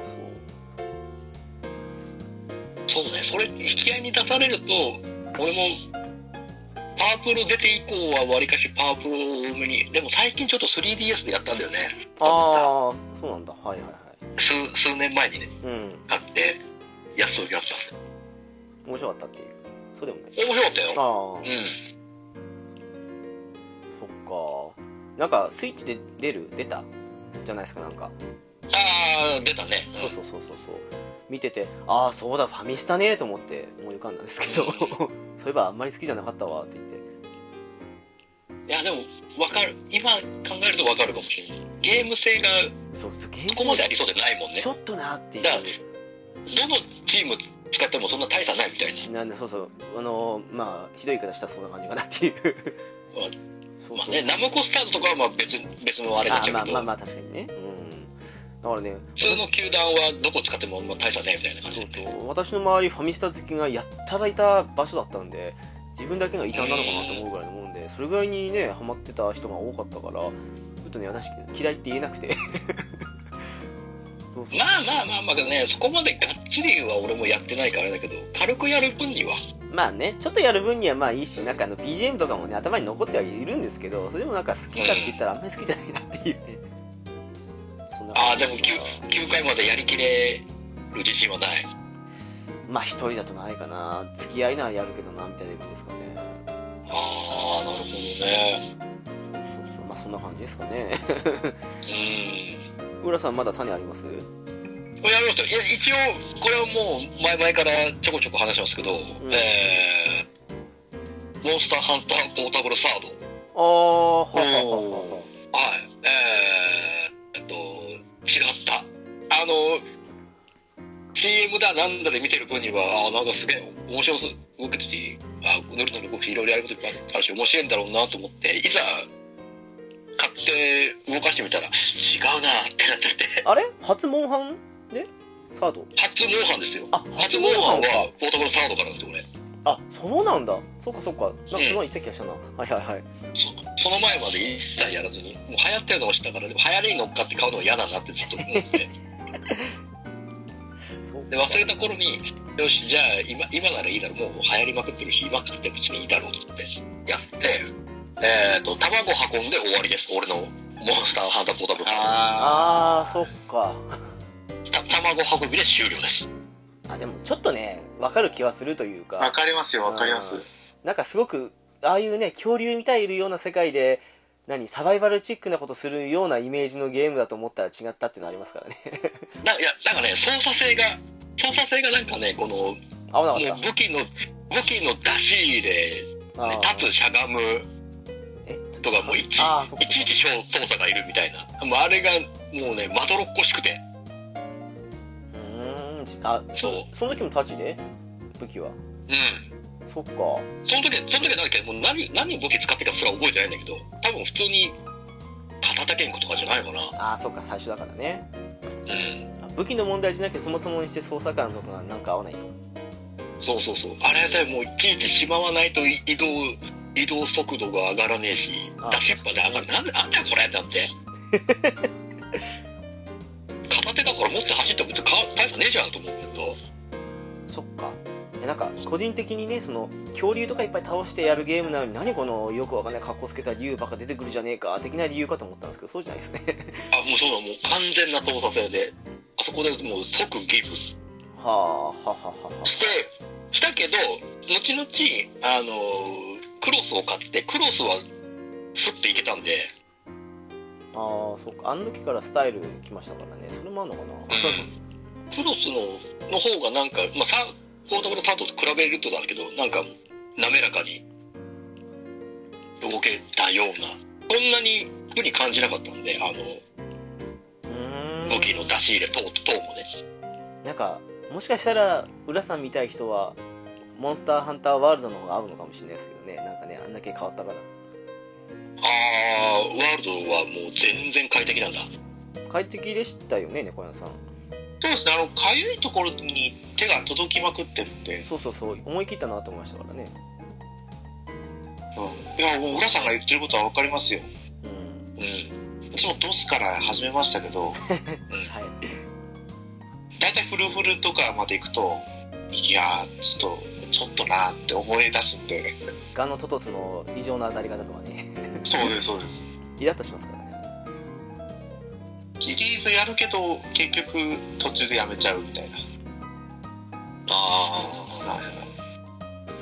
[SPEAKER 2] そうねそれ引き合いに出されると俺もパープル出て以降はわりかしパープルを多めにでも最近ちょっと 3DS でやったんだよね
[SPEAKER 1] うああそうなんだはいはいはい
[SPEAKER 2] 数数年前にね
[SPEAKER 1] うん
[SPEAKER 2] 買ってやつをやったんですよ
[SPEAKER 1] 面白かったっていうそうでもない
[SPEAKER 2] 面白かったよ
[SPEAKER 1] ああ
[SPEAKER 2] うん
[SPEAKER 1] そっかなんかスイッチで出る出たじゃないですかなんか
[SPEAKER 2] あああ、出たね。
[SPEAKER 1] そうそうそうそうそう見ててああそうだファミスタねーと思って思い浮かんだん
[SPEAKER 2] <laughs>
[SPEAKER 1] ですけどそういえばあんまり好きじゃなかったわって言って
[SPEAKER 2] いや、でも、わかる。今考えるとわかるかもしれない。ゲーム性が
[SPEAKER 1] そうそうゲーム
[SPEAKER 2] そこまでありそうでないもんね
[SPEAKER 1] ち。ょっとなーってい
[SPEAKER 2] だか
[SPEAKER 1] う
[SPEAKER 2] どのチーム使ってもそんな大差ないみたいな。
[SPEAKER 1] なんでそうそうあのーまあひどい言い方したらそんな感じかなっていうそう
[SPEAKER 2] まあ
[SPEAKER 1] そう
[SPEAKER 2] ね、ナムコスターズとかはまあ別別のあれだ
[SPEAKER 1] あー
[SPEAKER 2] けど、
[SPEAKER 1] まあまあまあ確かにねうんだからね
[SPEAKER 2] 普通の球団はどこ使ってもまあ大差ないみたいな
[SPEAKER 1] そ
[SPEAKER 2] 感
[SPEAKER 1] う
[SPEAKER 2] じで。
[SPEAKER 1] そう私の周りファミスタ好きがやったらいた場所だったんで自分だけが異端なのかなと思うぐらいのもんでそれぐらいにねハマってた人が多かったからちょっとね私嫌いって言えなくて <laughs> そうそう
[SPEAKER 2] まあまあまあまあね、そこまでがっつりは俺もやってないからあれだけど、軽くやる分には。
[SPEAKER 1] まあねちょっとやる分にはまあいいしなんかあの BGM とかもね頭に残ってはいるんですけどそれでもなんか好きかって言ったらあんまり好きじゃないなっていうねそんな
[SPEAKER 2] あ
[SPEAKER 1] 感
[SPEAKER 2] あ、で
[SPEAKER 1] じ
[SPEAKER 2] も
[SPEAKER 1] す
[SPEAKER 2] 9, 9回までやりきれる自信はない。
[SPEAKER 1] まあ一人だとないかな付き合いならやるけどなみたいな意味ですかね
[SPEAKER 2] ああ、なるほどね。
[SPEAKER 1] そうそうそうまあそんな感じですかね <laughs>
[SPEAKER 2] うん。
[SPEAKER 1] 浦さんまだ種あります
[SPEAKER 2] これやりましたよ。いや、一応、これはもう前々からちょこちょこ話してますけど、
[SPEAKER 1] ん
[SPEAKER 2] えー、モンスターハンターポータブルサード。
[SPEAKER 1] ああ、はあ、はあ、は
[SPEAKER 2] はい。えー、えっと、違った。あの、CM だなんだで見てる分には、あなんかすげえ面白そう、動けてて、あぬるぬる動きいろいろやることいっぱいあるし、面白いんだろうなと思って、いざ、買って動かしてみたら、違うなってなってて、
[SPEAKER 1] あ。あれ初モンハンでサード
[SPEAKER 2] 初モンハンですよ。
[SPEAKER 1] あ、
[SPEAKER 2] 初モンハン
[SPEAKER 1] か
[SPEAKER 2] は、ポータブルサードからなんですよ、俺。
[SPEAKER 1] あ、そうなんだ。そっかそっか。なんかすごい言ってた気がしたな。はいはいはい。
[SPEAKER 2] そその前まで一切やらずに、もう流行ってるのを知ったから、でも流行りに乗っかって買うのは嫌だなってずっと思ってて。
[SPEAKER 1] そう
[SPEAKER 2] で忘れた頃によしじゃあ今今ならいいだろうもう流行りまくってるし今食って別にいいだろうと思ってやってえっ、と卵運んで終わりです俺のモンスターハンターポータブルた
[SPEAKER 1] ああ、そっか。
[SPEAKER 2] 卵運びで終了です
[SPEAKER 1] あ、でもちょっとね、わかる気はするという
[SPEAKER 3] わ
[SPEAKER 1] か、
[SPEAKER 3] かりますよわかります
[SPEAKER 1] うんなんかすごく、ああいうね、恐竜みたいいるような世界で、何、サバイバルチックなことするようなイメージのゲームだと思ったら違ったっていうのありますから
[SPEAKER 2] <laughs>
[SPEAKER 1] ね。
[SPEAKER 2] ないやなんかね操作性が操作性がなんかねこのもう
[SPEAKER 1] 合わなかっ
[SPEAKER 2] 武器の武器の出し入れ、
[SPEAKER 1] た。あー
[SPEAKER 2] 立つしゃがむ
[SPEAKER 1] え
[SPEAKER 2] とかもういち
[SPEAKER 1] あーそっか
[SPEAKER 2] いちいち操作がいるみたいなもうあれがもうねまどろっこしくて
[SPEAKER 1] うーん、あ、
[SPEAKER 2] そう
[SPEAKER 1] その時も立ちで武器は。
[SPEAKER 2] うん
[SPEAKER 1] そっか。
[SPEAKER 2] その時、その時はなんだっけど、もう何、何を武器使ってたかすら覚えてないんだけど、多分普通に、片手剣子とかじゃないかな。
[SPEAKER 1] ああ、そっか、最初だからね。
[SPEAKER 2] うん。
[SPEAKER 1] 武器の問題じゃなくてそもそもにして捜査官とかがなんか合わないと
[SPEAKER 2] そうそうそう。あれだよ、もういちいちしまわないと移動、移動速度が上がらねえし
[SPEAKER 1] あ、
[SPEAKER 2] 出しっぱで上がる。なんで、なんだよこれだ <laughs> って。片手だから持って走っても別に変わ大差ねえじゃんと思うけど。
[SPEAKER 1] そっかいやなんか個人的にねその恐竜とかいっぱい倒してやるゲームなのに何このよくわかんない格好つけた竜ばっか出てくるじゃねえか的な理由かと思ったんですけどそうじゃないですね
[SPEAKER 2] あ、もうそうだ、もう完全な操作性で、あそこでもう即ギブ
[SPEAKER 1] <laughs> はあはあはあはあ
[SPEAKER 2] して、したけど、後々、あのークロスを買って、クロスはスッていけたんで、
[SPEAKER 1] あーそっかあの時からスタイル来ましたからねそれもあんのかな
[SPEAKER 2] クロスのの方がなんか、まあ、サポータブルパートと比べるとだけど、なんか、滑らかに動けたような、こんなに苦に感じなかったんで、あの、
[SPEAKER 1] うーん
[SPEAKER 2] 武器の出し入れ等々もね。
[SPEAKER 1] なんかもしかしたら浦さん見たい人はモンスターハンターワールドの方が合うのかもしれないですけどねなんかねあんだけ変わったから
[SPEAKER 2] あー、ワールドはもう全然快適なんだ。
[SPEAKER 1] 快適でしたよね猫屋さん
[SPEAKER 3] そうですねあのかゆいところに手が届きまくってるんで、
[SPEAKER 1] そうそうそう思い切ったなと思いましたからね
[SPEAKER 3] いやもう浦さんが言ってることはわかりますよ
[SPEAKER 1] うん
[SPEAKER 2] うん。うん。
[SPEAKER 3] 私もドスから始めましたけど
[SPEAKER 1] はい
[SPEAKER 3] 大体フルフルとかまで行くといやーちょっとちょっとなーって思い出すんで
[SPEAKER 1] ガのトトスの異常な当たり方とかね <laughs>
[SPEAKER 3] そうですそうです
[SPEAKER 1] イラッとしますからね
[SPEAKER 3] シリーズやるけど結局途中でやめちゃうみたいな
[SPEAKER 2] あー。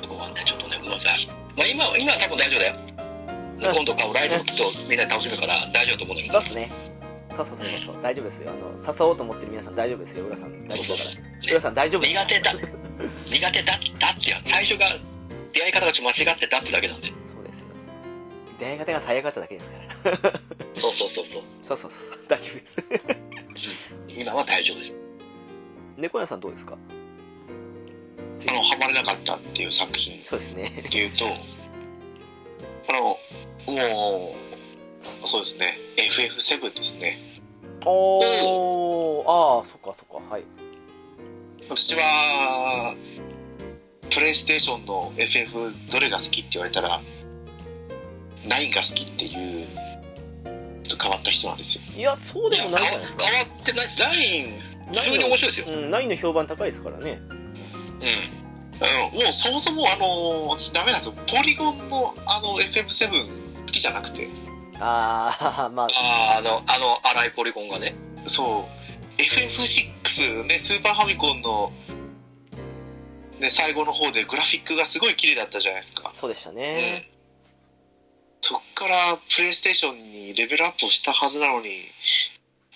[SPEAKER 2] そこはね、ちょっとね、ごめんなさい。まあ、今は、今は多分大丈夫だよ。
[SPEAKER 1] うん
[SPEAKER 2] 今度買うライドをきっとみんなで楽しむから大丈夫だと思うんだけ
[SPEAKER 1] そ
[SPEAKER 2] ど
[SPEAKER 1] うっ。すねそうそうそうそう大丈夫ですよあの誘おうと思ってる皆さん大丈夫ですよ浦さん大丈夫だから
[SPEAKER 2] そ
[SPEAKER 1] 浦
[SPEAKER 2] う
[SPEAKER 1] さん大丈夫です
[SPEAKER 2] 苦手だ苦手だだってや最初が出会い方がちょっと間違ってたってだけなんで
[SPEAKER 1] そうですよ出会い方が最悪だっただけですから
[SPEAKER 2] そうそうそうそ
[SPEAKER 1] そう
[SPEAKER 2] う
[SPEAKER 1] そうそ
[SPEAKER 2] <laughs>
[SPEAKER 1] うそう大丈夫です
[SPEAKER 2] 今は大丈夫です
[SPEAKER 1] <laughs> 猫屋さんどうですか
[SPEAKER 3] あのハマれなかったっていう作品
[SPEAKER 1] そうですね
[SPEAKER 3] っていうとあのもうそうですね FF7 ですね
[SPEAKER 1] おーああそっかそっかはい
[SPEAKER 3] 私はプレイステーションの FF どれが好きって言われたら9が好きっていうちょっと変わった人なんですよ
[SPEAKER 1] いやそうでもないんじゃないですか
[SPEAKER 2] 変わってないですライン普通に面白いですよ
[SPEAKER 1] うん、ナインの評判高いですからね。
[SPEAKER 2] うん
[SPEAKER 3] あのもうそもそもあの私ダメなんですよポリゴンのあの FF7 好きじゃなくて
[SPEAKER 1] ああ、 <laughs> まあ、
[SPEAKER 2] あああのあの荒いポリゴンがね
[SPEAKER 3] そう FF6 ねスーパーファミコンの、ね、最後の方でグラフィックがすごい綺麗だったじゃないですか
[SPEAKER 1] そうでしたね。
[SPEAKER 3] そっからプレイステーションにレベルアップをしたはずなのに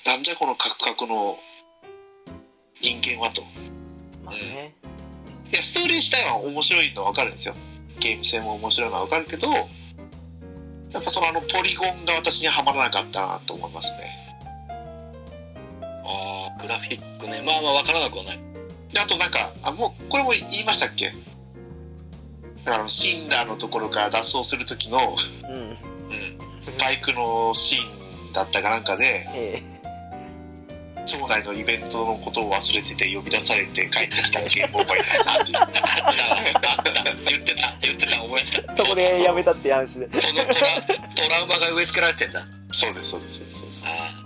[SPEAKER 3] なんじゃこのカクカクの人間はと
[SPEAKER 1] まあね。
[SPEAKER 3] いやストーリー自体は面白いのは分かるんですよゲーム性も面白いのは分かるけどやっぱそのあのポリゴンが私にはまらなかったなと思いますね
[SPEAKER 2] ああグラフィックねまあまあ分からなくはない
[SPEAKER 3] であとなんかあもうこれも言いましたっけだからシンダーのところから脱走する時の
[SPEAKER 1] うん。
[SPEAKER 2] うん
[SPEAKER 3] バイクのシーンだったかなんかで
[SPEAKER 1] え
[SPEAKER 3] 町内のイベントのことを忘れてて呼び出されて帰ってきた
[SPEAKER 2] <laughs>
[SPEAKER 3] ゲームオーバーになるっていう
[SPEAKER 2] あったあった言ってた言ってた思い出
[SPEAKER 1] <laughs>
[SPEAKER 2] し
[SPEAKER 1] えそこでやめたって話で。
[SPEAKER 2] たそのトラトラウマが植え付けられてんだ
[SPEAKER 3] そうですそうですそうです
[SPEAKER 2] あ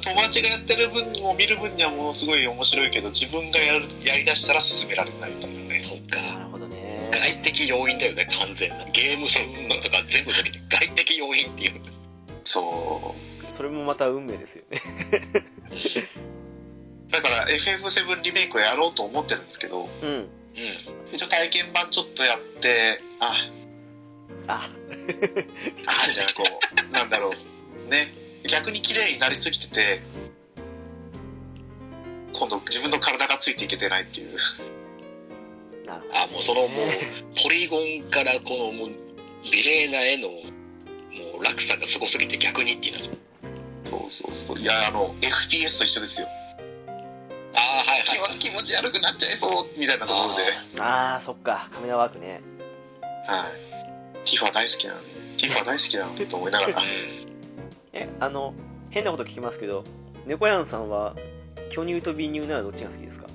[SPEAKER 3] 友達がやってる分にも見る分にはものすごい面白いけど自分がやるやりだしたら進められないみたいな
[SPEAKER 2] あそ
[SPEAKER 3] ね
[SPEAKER 2] っか
[SPEAKER 1] なるほどね。
[SPEAKER 2] 外的要因だよね完全なゲーム性云々とか全部抜けて外的要因っていう
[SPEAKER 3] そ
[SPEAKER 1] それもまた運命ですよね。
[SPEAKER 3] うだから FM7 リメイクをやろうと思ってるんですけど
[SPEAKER 1] うん。
[SPEAKER 2] うん
[SPEAKER 3] 一応体験版ちょっとやってあ
[SPEAKER 1] あ、
[SPEAKER 3] あみたいなこう <laughs> なんだろうね逆に綺麗になりすぎてて今度自分の体がついていけてないっていう
[SPEAKER 1] なるほど、
[SPEAKER 2] あもうそのもう
[SPEAKER 1] ね
[SPEAKER 2] ポリゴンからこのもう美麗な絵のもう落差がすごすぎて逆にっていうの
[SPEAKER 3] そうそうそういやあの FPS と一緒ですよ
[SPEAKER 2] ああはいは
[SPEAKER 3] 気
[SPEAKER 2] い
[SPEAKER 3] 持ち気持ち悪くなっちゃいそうみたいなところで
[SPEAKER 1] ああ、そっか。カメラワークね。
[SPEAKER 3] はい。ティファ大好きなのに、ティファ大好きなのにと思いなが
[SPEAKER 2] <laughs>
[SPEAKER 3] ら。
[SPEAKER 1] え、あの、変なこと聞きますけど、猫やんさんは、巨乳と美乳ならどっちが好きですか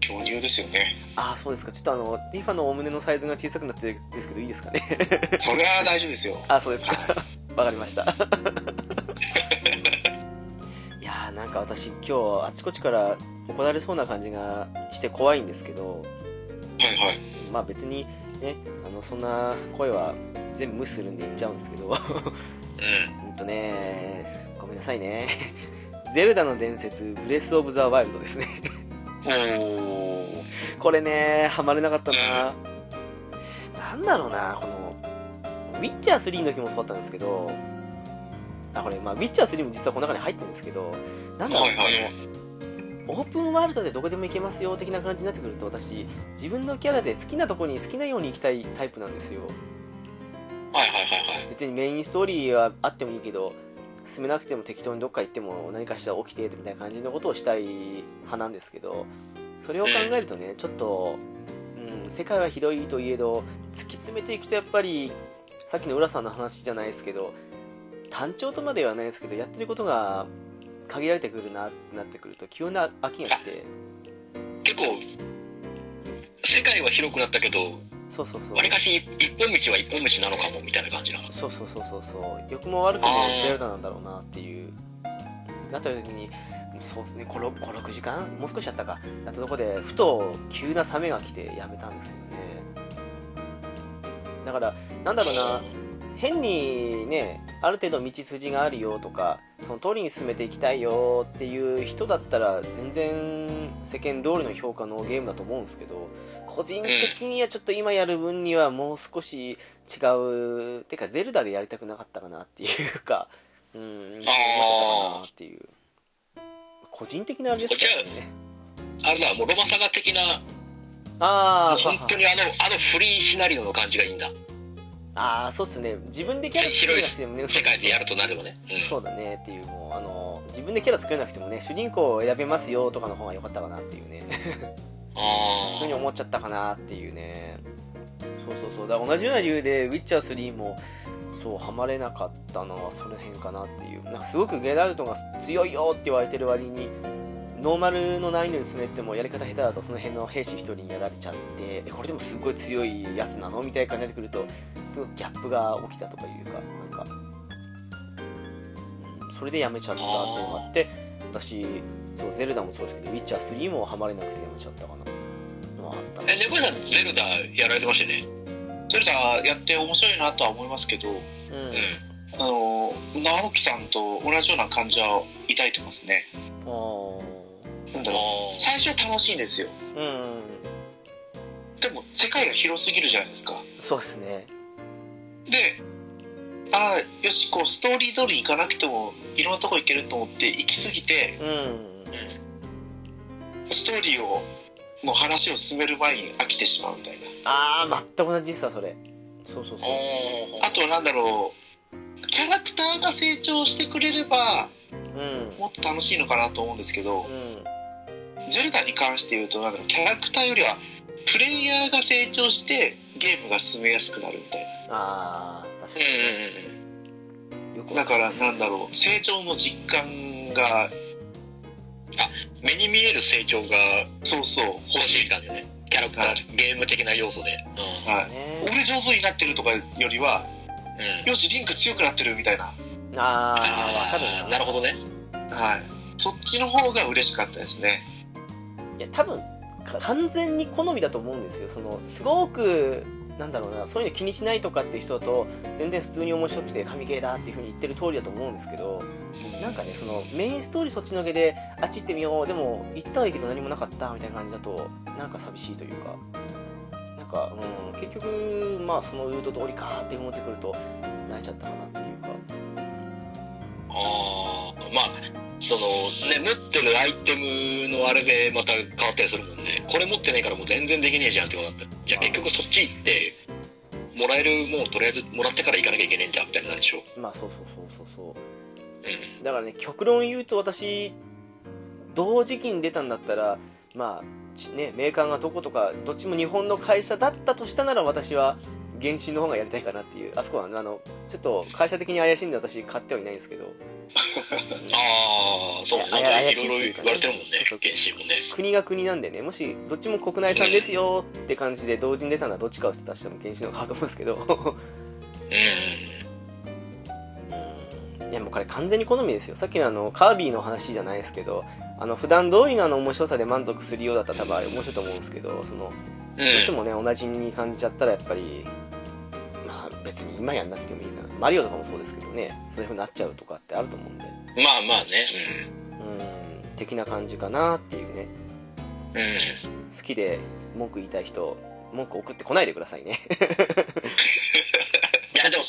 [SPEAKER 3] 巨乳ですよね。
[SPEAKER 1] ああ、そうですか。ちょっとあの、ティファのお胸のサイズが小さくなってるんですけど、いいですかね。
[SPEAKER 3] それは大丈夫ですよ。
[SPEAKER 1] あそうです
[SPEAKER 3] は
[SPEAKER 1] かわかりましたいやーなんか私今日あちこちから怒られそうな感じがして怖いんですけど
[SPEAKER 3] はいはい。
[SPEAKER 1] まあ別にねあのそんな声は全部無視するんで言っちゃうんですけど <laughs> う
[SPEAKER 2] うん
[SPEAKER 1] とねごめんなさいね <laughs> ゼルダの伝説ブレス・オブ・ザ・ワイルドですね <laughs>
[SPEAKER 3] おー。
[SPEAKER 1] これねハマれなかったななんだろうなこのウィッチャー3の時もそうだったんですけどあこれ、まあ、ウィッチャー3も実はこの中に入ってるんですけどなんだろう、
[SPEAKER 3] はいはい
[SPEAKER 1] あのオープンワールドでどこでも行けますよ的な感じになってくると私自分のキャラで好きなとこに好きなように行きたいタイプなんですよ
[SPEAKER 3] はいはいはいはい。
[SPEAKER 1] 別にメインストーリーはあってもいいけど進めなくても適当にどっか行っても何かしら起きてみたいな感じのことをしたい派なんですけどそれを考えるとね、ちょっと、うん、世界はひどいといえど突き詰めていくとやっぱりさっきの浦さんの話じゃないですけど単調とまではないですけどやってることが限られてくるなってなってくると急な飽きが来て
[SPEAKER 2] 結構世界は広くなったけど
[SPEAKER 1] そうそうそう
[SPEAKER 2] わりかし一本道は一本道なのかもみたいな感じなの
[SPEAKER 1] そうそうそうそうそう欲も悪くもゼルダなんだろうなっていうなった時にそうですね56時間もう少しやったかやったとこでふと急な冷めが来てやめたんですよねだからなんだろうな変にねある程度道筋があるよとかその通りに進めていきたいよっていう人だったら全然世間通りの評価のゲームだと思うんですけど個人的にはちょっと今やる分にはもう少し違うてかゼルダでやりたくなかったかなっていうかうん、思っちゃった
[SPEAKER 2] あー
[SPEAKER 1] かなっていう。個人的なあれですからね。
[SPEAKER 2] あれだ、もうロマサガ的な、
[SPEAKER 1] あーは
[SPEAKER 2] 本当にあの、あのフリーシナリオの感じがいいんだ。
[SPEAKER 1] はあー、そうっすね。自分でキャラ作らなくてもね、
[SPEAKER 2] 世界でやるとなればね。うん。
[SPEAKER 1] そうだねっていう、もう、あの、自分でキャラ作らなくてもね、主人公を選べますよとかの方が良かったかなっていうね。そういうふうに
[SPEAKER 2] あ
[SPEAKER 1] 思っちゃったかなっていうねそうそうそうだから同じような理由で「ウィッチャー3」もそうハマれなかったのはその辺かなっていうなんかすごくゲラルトが強いよって言われてる割にノーマルの難易度に進めてもやり方下手だとその辺の兵士1人にやられちゃってえこれでもすごい強いやつなのみたいな感じになってくるとすごくギャップが起きたとかいうかなんかうんそれでやめちゃったっていうのがあって私そうゼルダもそうですけどウィッチャー3もハマれなくてやめちゃったかなのはあった
[SPEAKER 2] ー。
[SPEAKER 1] な
[SPEAKER 2] え、猫ちゃん、ゼルダやられてましたよね。
[SPEAKER 3] それとはやって面白いなとは思いますけど
[SPEAKER 1] うん
[SPEAKER 2] うん。
[SPEAKER 3] あの直樹さんと同じような感じは抱いてますね
[SPEAKER 1] あー
[SPEAKER 3] なん
[SPEAKER 2] あ
[SPEAKER 3] だろう最初は楽しいんですよ
[SPEAKER 1] うん
[SPEAKER 3] でも世界が広すぎるじゃないですか
[SPEAKER 1] そうですね
[SPEAKER 3] でああよしこうストーリー通り行かなくてもいろんなとこ行けると思って行き過ぎて
[SPEAKER 1] うん
[SPEAKER 3] ストーリーをの話を進める前に飽きてしまうみたいな
[SPEAKER 1] ああ全く同じですわそれそうそうそう
[SPEAKER 2] ー
[SPEAKER 3] あとなんだろうキャラクターが成長してくれれば
[SPEAKER 1] うん
[SPEAKER 3] もっと楽しいのかなと思うんですけど
[SPEAKER 1] うん
[SPEAKER 3] ゼルダに関して言うとなんだろうキャラクターよりはプレイヤーが成長してゲームが進めやすくなるみたい
[SPEAKER 1] ああ確か
[SPEAKER 2] うんうん
[SPEAKER 1] によく
[SPEAKER 3] なだ
[SPEAKER 1] わ
[SPEAKER 3] から
[SPEAKER 1] ります
[SPEAKER 3] なんだろう成長の実感が
[SPEAKER 2] うん。目に見える成長が
[SPEAKER 3] そうそう欲
[SPEAKER 2] 欲し
[SPEAKER 3] し
[SPEAKER 2] い
[SPEAKER 3] い、
[SPEAKER 2] 感じね。キャラクター、ゲーム的な要素で。う
[SPEAKER 3] はい、
[SPEAKER 1] ね
[SPEAKER 3] 俺上手になってるとかよりは
[SPEAKER 2] ん。うん。
[SPEAKER 3] よしリンク強くなってるみたいな、
[SPEAKER 1] ああわかるな
[SPEAKER 2] なるほどね。
[SPEAKER 3] はい、そっちの方が嬉しかったですね
[SPEAKER 1] いや多分か完全に好みだと思うんですよそのすごくなんだろうなそういうの気にしないとかっていう人だと全然普通に面白くて神ゲーだっていうふうに言ってる通りだと思うんですけどなんかねそのメインストーリーそっちのけであっち行ってみようでも行ったはいいけど何もなかったみたいな感じだとなんか寂しいというかなんか、うん、結局まあそのルート通りかーって思ってくると泣いちゃったかなっていうか
[SPEAKER 2] ああ、まあ、その、ね、持ってるアイテムのあれでまた変わったりするもんね。これ持ってないからもう全然できねえじゃんってことだった。じゃあ結局そっち行って、もらえるもうとりあえずもらってから行かなきゃいけねえんじゃんみたいになるでしょ。
[SPEAKER 1] まあそうそうそうそうそう
[SPEAKER 2] うん。
[SPEAKER 1] だからね極論言うと私同時期に出たんだったらまあちねメーカーがどことかどっちも日本の会社だったとしたなら私は原神の方がやりたいかなっていうあそこはねあのちょっと会社的に怪しいんで私買ってはいないんですけどうん
[SPEAKER 2] ああ、そう、なんかいろいろ言われてるもんね、
[SPEAKER 1] そうそう
[SPEAKER 2] 原神もね。
[SPEAKER 1] 国が国なんでねもしどっちも国内産ですよって感じで同時に出たのはどっちかを出しても原神の方が買うと思うんですけど <laughs>
[SPEAKER 2] うん。
[SPEAKER 1] いやもうこれ完全に好みですよさっきのあのカービィの話じゃないですけどあの普段通りのあの面白さで満足するようだったら多分あれ面白いと思うんですけどその
[SPEAKER 2] う
[SPEAKER 1] どうして
[SPEAKER 2] ん。
[SPEAKER 1] もね同じに感じちゃったらやっぱりまあ別に今やんなくてもいいかなマリオとかもそうですけどねそういう風になっちゃうとかってあると思うんで
[SPEAKER 2] まあまあね。
[SPEAKER 1] うん的な感じかなっていうね
[SPEAKER 2] うん。うん。
[SPEAKER 1] 好きで文句言いたい人文句送ってこないでくださいね
[SPEAKER 2] いや、でも、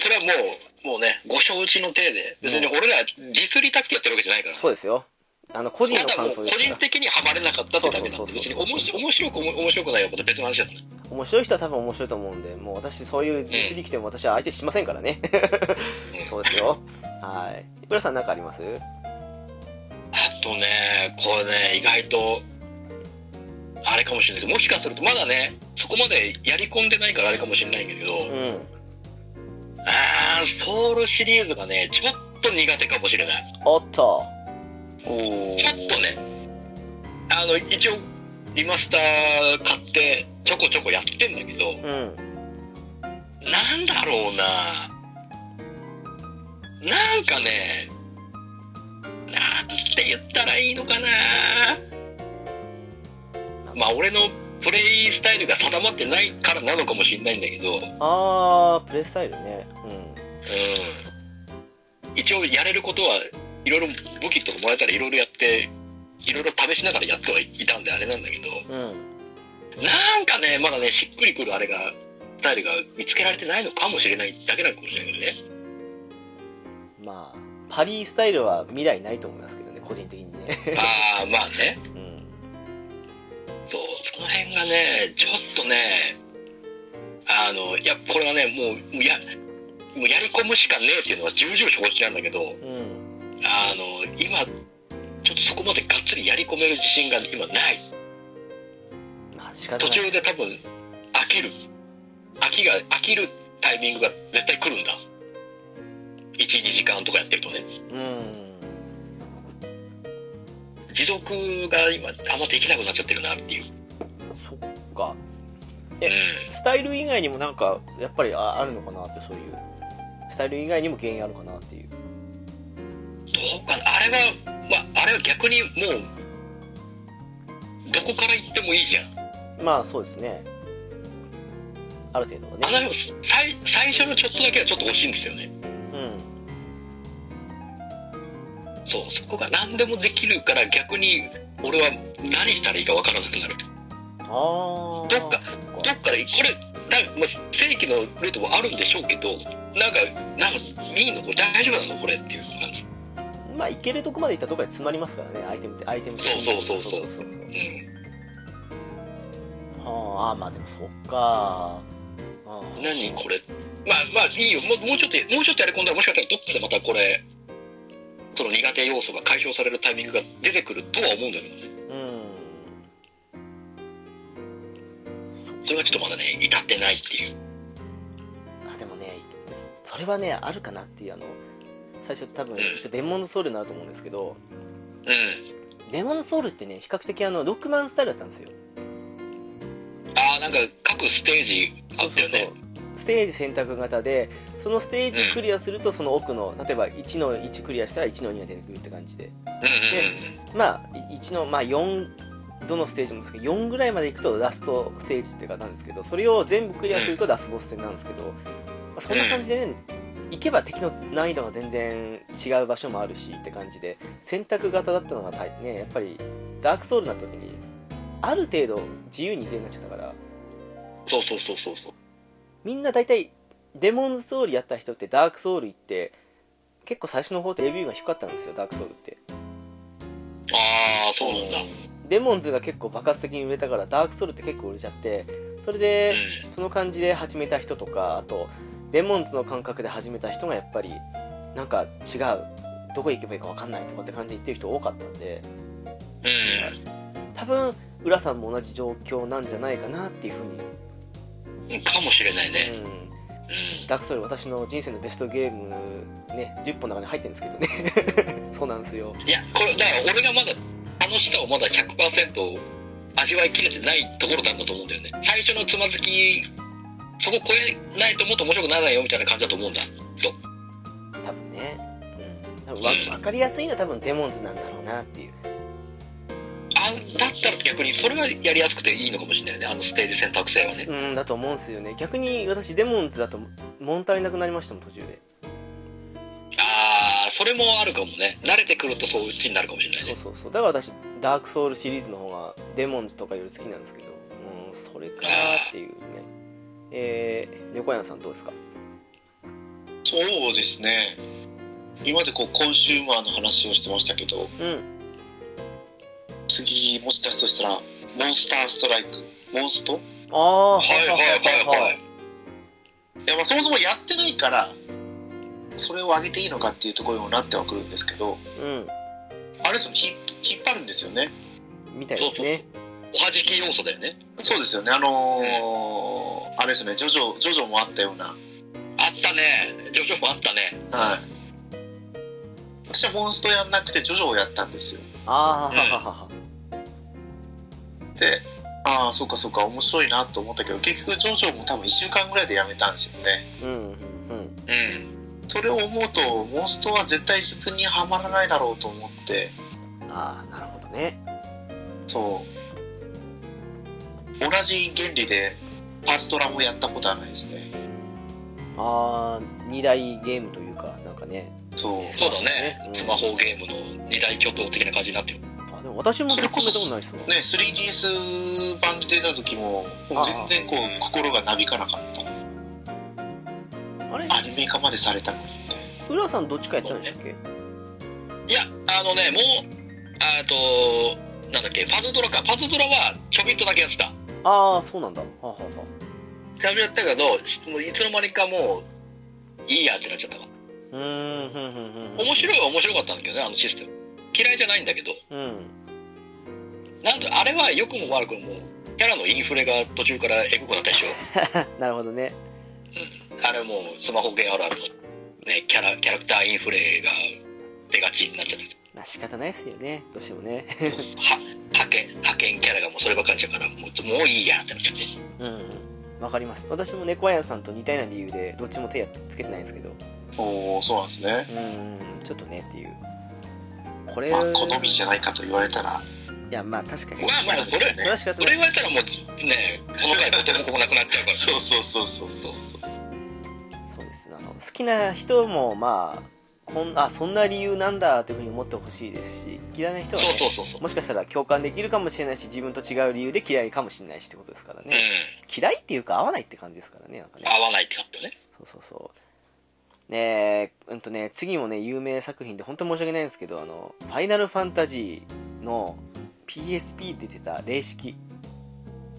[SPEAKER 2] それは、それはもう、もうね、ご承知の体で、別に俺らディスりたくてやってるわけじゃないから。
[SPEAKER 1] そうですよあの個人の
[SPEAKER 2] ただ
[SPEAKER 1] 感
[SPEAKER 2] もう
[SPEAKER 1] 想
[SPEAKER 2] 個
[SPEAKER 1] ですから
[SPEAKER 2] 人的にはまれなかったってだけなんで、別に面白面白くも面白くないよ、また別の話だった。
[SPEAKER 1] 面白い人は多分面白いと思うんで、もう私、そういうディスり来ても私は相手しませんからね。そうですよ。はい。浦さん、何かあります
[SPEAKER 2] あとね、これね、意外と、あれかもしれないけど、もしかするとまだね、そこまでやり込んでないからあれかもしれないんだけど、
[SPEAKER 1] うん。
[SPEAKER 2] あー、ソウルシリーズがね、ちょっと苦手かもしれない。
[SPEAKER 1] おっと。
[SPEAKER 3] おお
[SPEAKER 2] ちょっとね、あの、一応、リマスター買って、ちょこちょこやってんだけど、
[SPEAKER 1] うん。
[SPEAKER 2] なんだろうななんかね、なんて言ったらいいのかなまあ俺のプレイスタイルが定まってないからなのかもしれないんだけど、
[SPEAKER 1] あー、プレイスタイルね。
[SPEAKER 2] うん。一応やれることはいろいろ武器とかもらえたらいろいろやって、いろいろ試しながらやってはいたんであれなんだけど、
[SPEAKER 1] うん。うん。
[SPEAKER 2] なんかね、まだね、しっくりくるあれが、スタイルが見つけられてないのかもしれないだけなのかもしれないけどね。
[SPEAKER 1] うまあ、パリスタイルは未来ないと思いますけどね、個人的にね。 <laughs>
[SPEAKER 2] ああ、まあね。
[SPEAKER 1] うん。
[SPEAKER 2] そう、その辺がね、ちょっとね、あの、いや、これはね、もう、もうや、もうやり込むしかねえっていうのは重々承知なんだけど、
[SPEAKER 1] うん。
[SPEAKER 2] あの、今、ちょっとそこまでがっつりやり込める自信が今ない。
[SPEAKER 1] まあ、仕方
[SPEAKER 2] 途
[SPEAKER 1] ない
[SPEAKER 2] 中で多分、飽きる。飽きが、飽きるタイミングが絶対来るんだ。1、2時間とかやってるとね。
[SPEAKER 1] うん。
[SPEAKER 2] 持続が今、あんまできなくなっちゃってるなっていう。
[SPEAKER 1] そっか。え
[SPEAKER 2] うん。
[SPEAKER 1] スタイル以外にもなんか、やっぱりああるのかなって、そういう。スタイル以外にも原因あるかなっていう。
[SPEAKER 2] どうかなあれは、まあ、あれは逆にもう、どこから行ってもいいじゃん。
[SPEAKER 1] まあ、そうですね。ある程度は
[SPEAKER 2] あ
[SPEAKER 1] ね。
[SPEAKER 2] のでも最、最初のちょっとだけはちょっと惜しいんですよね。
[SPEAKER 1] うん。
[SPEAKER 2] そう、そこが何でもできるから逆に、俺は何したらいいか分からなくなる。
[SPEAKER 1] ああ。
[SPEAKER 2] どっか
[SPEAKER 1] そっ
[SPEAKER 2] だ
[SPEAKER 1] か。
[SPEAKER 2] から、これ、だまあ、正規のルートもあるんでしょうけど、なんか、なんか、いいのこれ大丈夫なのこれっていう感じ。
[SPEAKER 1] まあ、いけるとこまで行ったとこで詰まりますからね、アイテムって、アイテム的に
[SPEAKER 2] そうそうそうそ
[SPEAKER 1] そう
[SPEAKER 2] う
[SPEAKER 1] そうそう
[SPEAKER 2] う
[SPEAKER 1] はああ、まあでもそっか。あ
[SPEAKER 2] ん。
[SPEAKER 1] ー
[SPEAKER 2] 何これ。まあ、まあ、いいよ。もうもうちょっと、もうちょっとやり込んだら、もしかしたらどっかでまたこれ、その苦手要素が解消されるタイミングが出てくるとは思うんだけどね。
[SPEAKER 1] うん。
[SPEAKER 2] それがちょっとまだね、至ってないっていう。
[SPEAKER 1] あ、でもね、それはね、あるかなっていう、あの、最初多分、ちょデモンズソウルになると思うんですけど、
[SPEAKER 2] うん。
[SPEAKER 1] デモンズソウルってね、比較的あの、ロックマンスタイルだったんですよ。
[SPEAKER 2] ああ、なんか、各ステージあったよね。
[SPEAKER 1] ステージ選択型で、そのステージクリアすると、その奥の、例えば1の1クリアしたら1の2が出てくるって感じで。
[SPEAKER 2] う
[SPEAKER 1] まあ、1の、まあ、4、どのステージもですけど、4ぐらいまで行くとラストステージっていうかなんですけど、それを全部クリアするとラスボス戦なんですけど、まあそんな感じでね、行けば敵の難易度が全然違う場所もあるしって感じで、選択型だったのが大、ね、やっぱり、ダークソウルな時に、ある程度自由に行けるようになっちゃったから、
[SPEAKER 2] ん。そうそうそうそうそう。
[SPEAKER 1] みんな大体、デモンズソウルやった人ってダークソウル行って、結構最初の方ってレビューが低かったんですよ、ダークソウルって。
[SPEAKER 2] ああ、そうなんだ。
[SPEAKER 1] デモンズが結構爆発的に売れたからダークソウルって結構売れちゃってそれ
[SPEAKER 2] う
[SPEAKER 1] で
[SPEAKER 2] ん。
[SPEAKER 1] その感じで始めた人とかあとデモンズの感覚で始めた人がやっぱりなんか違うどこ行けばいいか分かんないとかって感じで言ってる人多かったんで多分浦さんも同じ状況なんじゃないかなっていうふうに、
[SPEAKER 2] うん。かもしれないね。
[SPEAKER 1] う
[SPEAKER 2] うん
[SPEAKER 1] ん、。ダークソウル私の人生のベストゲームね10本の中に入ってるんですけどね <laughs> そうなんですよ
[SPEAKER 2] いや、これ、だから俺がまだ、楽しさをまだ100%味わいきれてないところなんだと思うんだよね。最初のつまずき、そこ超えないともっと面白くならないよみたいな感じだと思うんだ。
[SPEAKER 1] 多分ね、うん、多分わ分かりやすいのは多分デモンズなんだろうなっていう
[SPEAKER 2] あだったら逆に、それはやりやすくていいのかもしれないよね。あのステージ選択制はね。
[SPEAKER 1] うんだと思うんですよね逆に私デモンズだと物足りなくなりましたもん途中で
[SPEAKER 2] ああ、それもあるかもね。慣れてくるとそううちになるかもしれない
[SPEAKER 1] そう
[SPEAKER 2] ね。
[SPEAKER 1] そうそうだから私ダークソウルシリーズの方がデモンズとかより好きなんですけどうんそれかなっていうねえー、猫屋さんどうですか
[SPEAKER 3] そうですね今までこうコンシューマーの話をしてましたけど
[SPEAKER 1] うん
[SPEAKER 3] 次もし出すとしたらモンスターストライクモンスト
[SPEAKER 1] ああ
[SPEAKER 2] はいはいはいはい。
[SPEAKER 3] いやまあそもそもやってないからそれを上げていいのかっていうところにもなってはくるんですけど
[SPEAKER 1] う
[SPEAKER 3] あれですよねひ引っ張るんですよね
[SPEAKER 1] んみたいですね
[SPEAKER 2] おはじき要素だよね。
[SPEAKER 3] そうですよねあのーあれですよねジョジョジョジョもあったような
[SPEAKER 2] あったね。ジョジョもあったね。
[SPEAKER 3] はい私はモンストやんなくてジョジョをやったんですよ
[SPEAKER 1] ああーはははは
[SPEAKER 3] でああそうかそうか面白いなと思ったけど結局ジョジョも多分1週間ぐらいでやめたんですよね
[SPEAKER 1] うんうんうん
[SPEAKER 2] うん。
[SPEAKER 3] それを思うとモンストは絶対自分にはまらないだろうと思って
[SPEAKER 1] ああなるほどね
[SPEAKER 3] そう同じ原理でパーストラもやったことはないですね
[SPEAKER 1] ああ二大ゲームというかなんかね
[SPEAKER 3] そう
[SPEAKER 2] そうだね。
[SPEAKER 1] うん
[SPEAKER 2] スマホゲームの二大巨頭的な感じになってる。
[SPEAKER 1] あでも私も
[SPEAKER 3] それこそ
[SPEAKER 1] めたことないですわ
[SPEAKER 3] ね 3DS 版で出た時ももう全然こう心がなびかなかった
[SPEAKER 1] あれ
[SPEAKER 3] アニメ化までされたのに
[SPEAKER 1] 浦さんどっちかやったんでしたっけ
[SPEAKER 2] いや、あのね、もう、あと、なんだっけ、パズドラか。パズドラはちょびっとだけやってた。
[SPEAKER 1] ああそうなんだはあはあは
[SPEAKER 2] ちょびっとやったけど、しもういつの間にかもう、いいやってなっちゃったわ。
[SPEAKER 1] あうーんふんふんふんふん
[SPEAKER 2] 面白いは面白かったんだけどね、あのシステム。嫌いじゃないんだけど、
[SPEAKER 1] うん
[SPEAKER 2] なんと、あれは良くも悪くも、キャラのインフレが途中からエグくなったで <laughs> しょ。
[SPEAKER 1] <laughs> なるほどね
[SPEAKER 2] あれもうスマホゲーあるあるの、ね、キャラ、キャラクターインフレが出がちになっちゃってて。
[SPEAKER 1] まあ仕方ないですよねどうしてもね
[SPEAKER 2] は派遣、派遣キャラがもうそればっかりだから、もうもういいやってなっちゃって。
[SPEAKER 1] うんわかります私も猫やんさんと似たような理由でどっちも手やつけてないんですけど
[SPEAKER 3] おおそうなんです
[SPEAKER 1] う
[SPEAKER 3] ね、
[SPEAKER 1] んちょっとねっていうこれ
[SPEAKER 3] まあ、好みじゃないかと言われたら
[SPEAKER 1] いやまあ確かに
[SPEAKER 2] まあまあ、それ、
[SPEAKER 1] それは仕方
[SPEAKER 2] そ
[SPEAKER 1] な
[SPEAKER 2] れ
[SPEAKER 1] い
[SPEAKER 2] 言われたらもうね、この回とてもここなくなっちゃうから。
[SPEAKER 3] そうそうそうそうそうそう
[SPEAKER 1] そうですあの好きな人もまあこんあそんな理由なんだというふうに思ってほしいですし嫌いな人は、
[SPEAKER 2] そう
[SPEAKER 1] ね、
[SPEAKER 2] そうそうそう。
[SPEAKER 1] もしかしたら共感できるかもしれないし自分と違う理由で嫌いかもしれないしってことですから
[SPEAKER 2] うん
[SPEAKER 1] ね、。嫌いっていうか合わないって感じですからねなんかね
[SPEAKER 2] 合わないってなったよね。
[SPEAKER 1] そうそうそうねえうんとね次もね有名作品で本当申し訳ないんですけど「あのファイナルファンタジー」の PSP で出てた霊式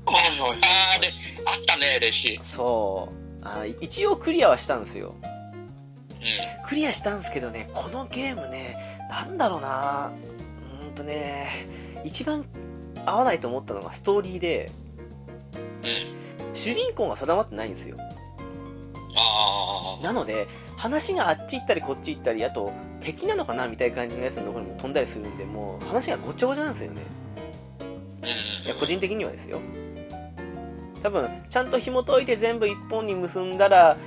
[SPEAKER 3] はいはい
[SPEAKER 2] ああ、で、あったね、レシ
[SPEAKER 1] そうあい一応クリアはしたんですよ
[SPEAKER 2] うん。
[SPEAKER 1] クリアしたんですけどねこのゲームねなんだろうなうーんとね一番合わないと思ったのがストーリーで
[SPEAKER 2] うん。
[SPEAKER 1] 主人公が定まってないんですよ
[SPEAKER 2] ああ。
[SPEAKER 1] なので話があっち行ったりこっち行ったりあと敵なのかなみたいな感じのやつのところにも飛んだりするんでもう話がごちゃごちゃなんですよね
[SPEAKER 2] うん。
[SPEAKER 1] いや個人的にはですよ多分ちゃんと紐解いて全部一本に結んだら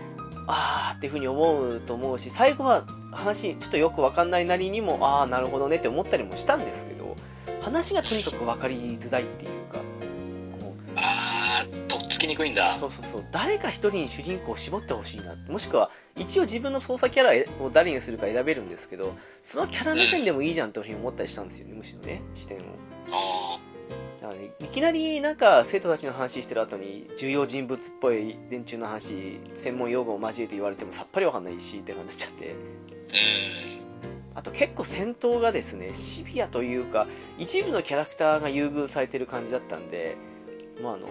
[SPEAKER 1] あーっていうふうに思うと思うし最後は話ちょっとよくわかんないなりにもああなるほどねって思ったりもしたんですけど話がとにかく分かりづらいっていうかこう
[SPEAKER 2] ああ、とっつきにくいんだ。
[SPEAKER 1] そうそうそう誰か一人に主人公を絞ってほしいなもしくは一応自分の操作キャラを誰にするか選べるんですけどそのキャラ目線でもいいじゃんっていうふうに思ったりしたんですよねむしろね視点を
[SPEAKER 2] あ
[SPEAKER 1] だからねいきなりなんか生徒たちの話してる後に重要人物っぽい連中の話専門用語を交えて言われてもさっぱりわかんないしって感じになっちゃって
[SPEAKER 2] あ。うん。
[SPEAKER 1] あと結構戦闘がですねシビアというか一部のキャラクターが優遇されてる感じだったんで、まあ、あの
[SPEAKER 2] あ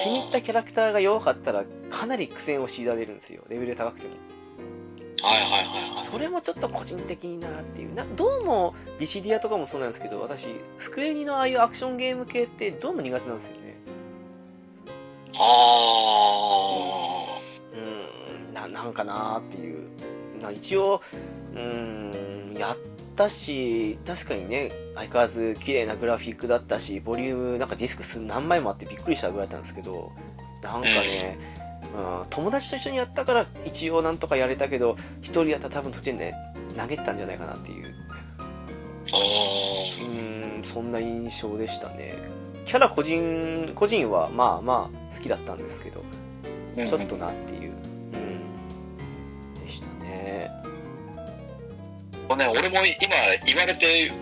[SPEAKER 2] あ。
[SPEAKER 1] 気に入ったキャラクターが弱かったらかなり苦戦を強いられるんですよレベル高くても
[SPEAKER 2] はいはいはいはい。
[SPEAKER 1] それもちょっと個人的になっていうなどうもディシディアとかもそうなんですけど私スクエニのああいうアクションゲーム系ってどうも苦手なんですよねう
[SPEAKER 2] ああ。
[SPEAKER 1] ーんななんかなーっていうな一応うーんやったし確かにね相変わらず綺麗なグラフィックだったしボリュームなんかディスク数何枚もあってびっくりしたぐらいだったんですけどなんかね、うん、友達と一緒にやったから一応なんとかやれたけど一人やったら多分途中で、ね、投げてたんじゃないかなっていう
[SPEAKER 2] あ
[SPEAKER 1] う
[SPEAKER 2] あ。
[SPEAKER 1] ーんそんな印象でしたねキャラ個人個人はまあまあ好きだったんですけどちょっとなっていう、うん、でしたね。
[SPEAKER 2] もうね、俺も今言われて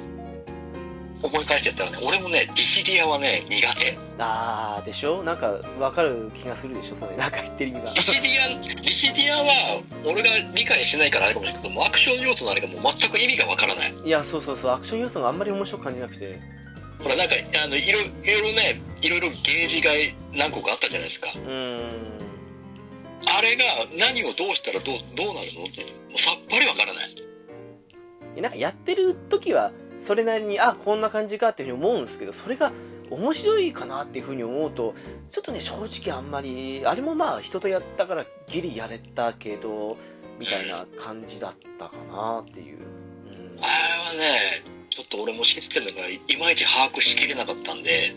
[SPEAKER 2] 思い返してやったらね、俺もね、ディシディアはね、苦手。
[SPEAKER 1] あー、でしょなんか、わかる気がするでしょそれ。なんか言ってる意味が
[SPEAKER 2] リ。シディア、リシディアは、俺が理解してないからあれかもしれないけど、もうアクション要素のあれがもう全く意味がわからない。
[SPEAKER 1] <laughs> いや、そうそうそう。アクション要素があんまり面白く感じなくて。
[SPEAKER 2] ほら、なんか、あの、いろいろね、いろいろゲージが何個かあったじゃないですか。
[SPEAKER 1] うーん。
[SPEAKER 2] あれが何をどうしたらどう、どうなるのって、もうさっぱりわからない。
[SPEAKER 1] えなんかやってる時は、それなりに、あ、こんな感じかっていうふうに思うんですけど、それが面白いかなっていうふうに思うと、ちょっとね、正直あんまり、あれもまあ人とやったからギリやれたけど、みたいな感じだったかなっていう。うん
[SPEAKER 2] あれはね、ちょっと俺もシステムがいまいち把握しきれなかったんで、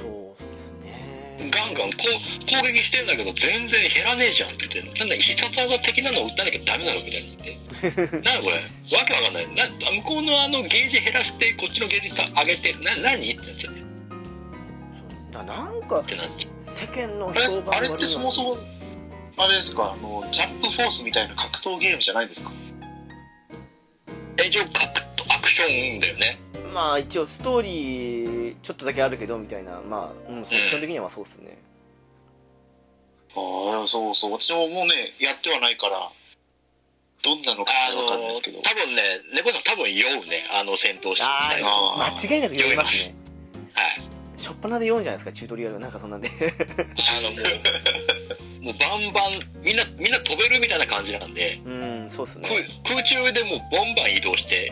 [SPEAKER 1] そうですね。
[SPEAKER 2] ガンガンこう攻撃してんだけど全然減らねえじゃんって言って、なんだ必殺技的なのを打たなきゃダメなのみたいになって。なにこれわけわかんない。な向こうのあのゲージ減らして、こっちのゲージ上げて、な、何ってなっちゃって。っ
[SPEAKER 1] そうななんか、
[SPEAKER 2] てなっちゃう
[SPEAKER 1] 世間の
[SPEAKER 3] あれ
[SPEAKER 1] 評判
[SPEAKER 3] あれ
[SPEAKER 1] 悪い
[SPEAKER 3] っ
[SPEAKER 1] な
[SPEAKER 3] てそもそもあれですかあのジャンプフォースみたいな格闘ゲームじゃないですか
[SPEAKER 2] え、一応格闘アクションだよね。
[SPEAKER 1] まあ一応ストーリーちょっとだけあるけどみたいなまあ、うん、そう基本的にはそうっすね
[SPEAKER 3] ああそうそう私ももうねやってはないからどんなのか
[SPEAKER 2] あ
[SPEAKER 3] わかんない
[SPEAKER 2] の
[SPEAKER 3] ですけど。
[SPEAKER 2] 多分ね猫さん多分酔うねあの戦闘して
[SPEAKER 1] あ
[SPEAKER 2] はい
[SPEAKER 3] あ
[SPEAKER 1] ー間違いなく酔いますね
[SPEAKER 2] あ
[SPEAKER 1] しょっぱなで酔うんじゃないですかチュートリアルなんかそんなんで <laughs>
[SPEAKER 2] のもうもうバンバンみんなみんな飛べるみたいな感じなんで
[SPEAKER 1] うんそうっすね
[SPEAKER 2] 空空中でもうバンバン移動して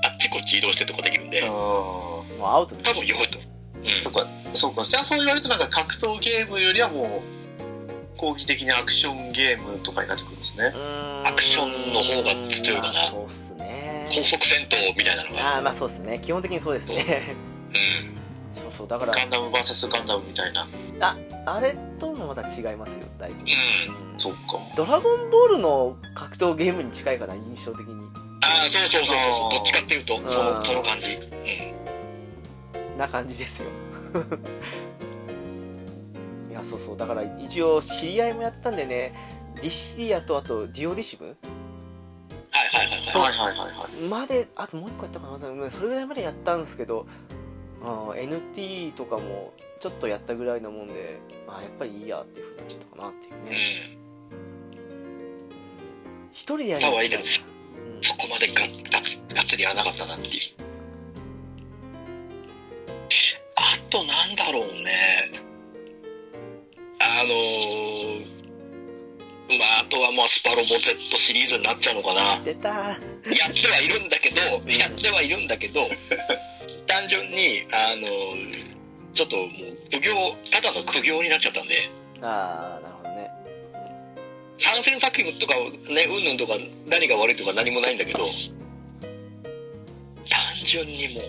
[SPEAKER 2] あっちこっち移動してとかできるんで
[SPEAKER 3] あ
[SPEAKER 1] もうアウトです
[SPEAKER 2] 多分酔うと
[SPEAKER 3] ーそうか、そうか。じゃあそう言われるとなんか格闘ゲームよりはもう、講義的にアクションゲームとかになってくるんですね。
[SPEAKER 1] ア
[SPEAKER 2] アクションの方が強いかな
[SPEAKER 1] そうっすね
[SPEAKER 2] 高速戦闘みたいなのが
[SPEAKER 1] ああまあそうっすね基本的にそうですね
[SPEAKER 2] うん
[SPEAKER 1] そうそうだから
[SPEAKER 3] ガンダム VS ガンダムみたいな。
[SPEAKER 1] あれともまた違いますよだいぶ、
[SPEAKER 2] うん
[SPEAKER 1] うん
[SPEAKER 3] そうか。
[SPEAKER 1] ドラゴンボールの格闘ゲームに近いかな印象的に
[SPEAKER 2] ああそうそうそう
[SPEAKER 3] あー
[SPEAKER 2] どっちかっていうと
[SPEAKER 1] あ
[SPEAKER 2] その
[SPEAKER 1] ー
[SPEAKER 2] その感じ
[SPEAKER 1] な感じですよ <laughs> いやそうそうだから一応知り合いもやってたんでねディシリアとあとディオディシム
[SPEAKER 2] はいはいはいはい
[SPEAKER 3] はいはいはいはい。
[SPEAKER 1] まであともう一個やったかなうんそれぐらいまでやったんですけどあー NT とかもちょっとやったぐらいなもんで、まあ、やっぱりいいやっていうふうになっちゃったかなっていうね
[SPEAKER 2] うん
[SPEAKER 1] 一人でやるのは違う
[SPEAKER 2] まあ割とそこまでガッガッガッツリやらなかったなっていうあとなんだろうねあのーまああとはもうスパロボ Z シリーズになっちゃうのかな
[SPEAKER 1] うん出たー
[SPEAKER 2] やってはいるんだけど、やってはいるんだけ <laughs> ど、単純に、あの、ちょっともう、苦行、ただの苦行になっちゃったんで、
[SPEAKER 1] ああなるほどね
[SPEAKER 2] 参戦作品とか、ね、うんぬんとか、何が悪いとか何もないんだけど、単純にも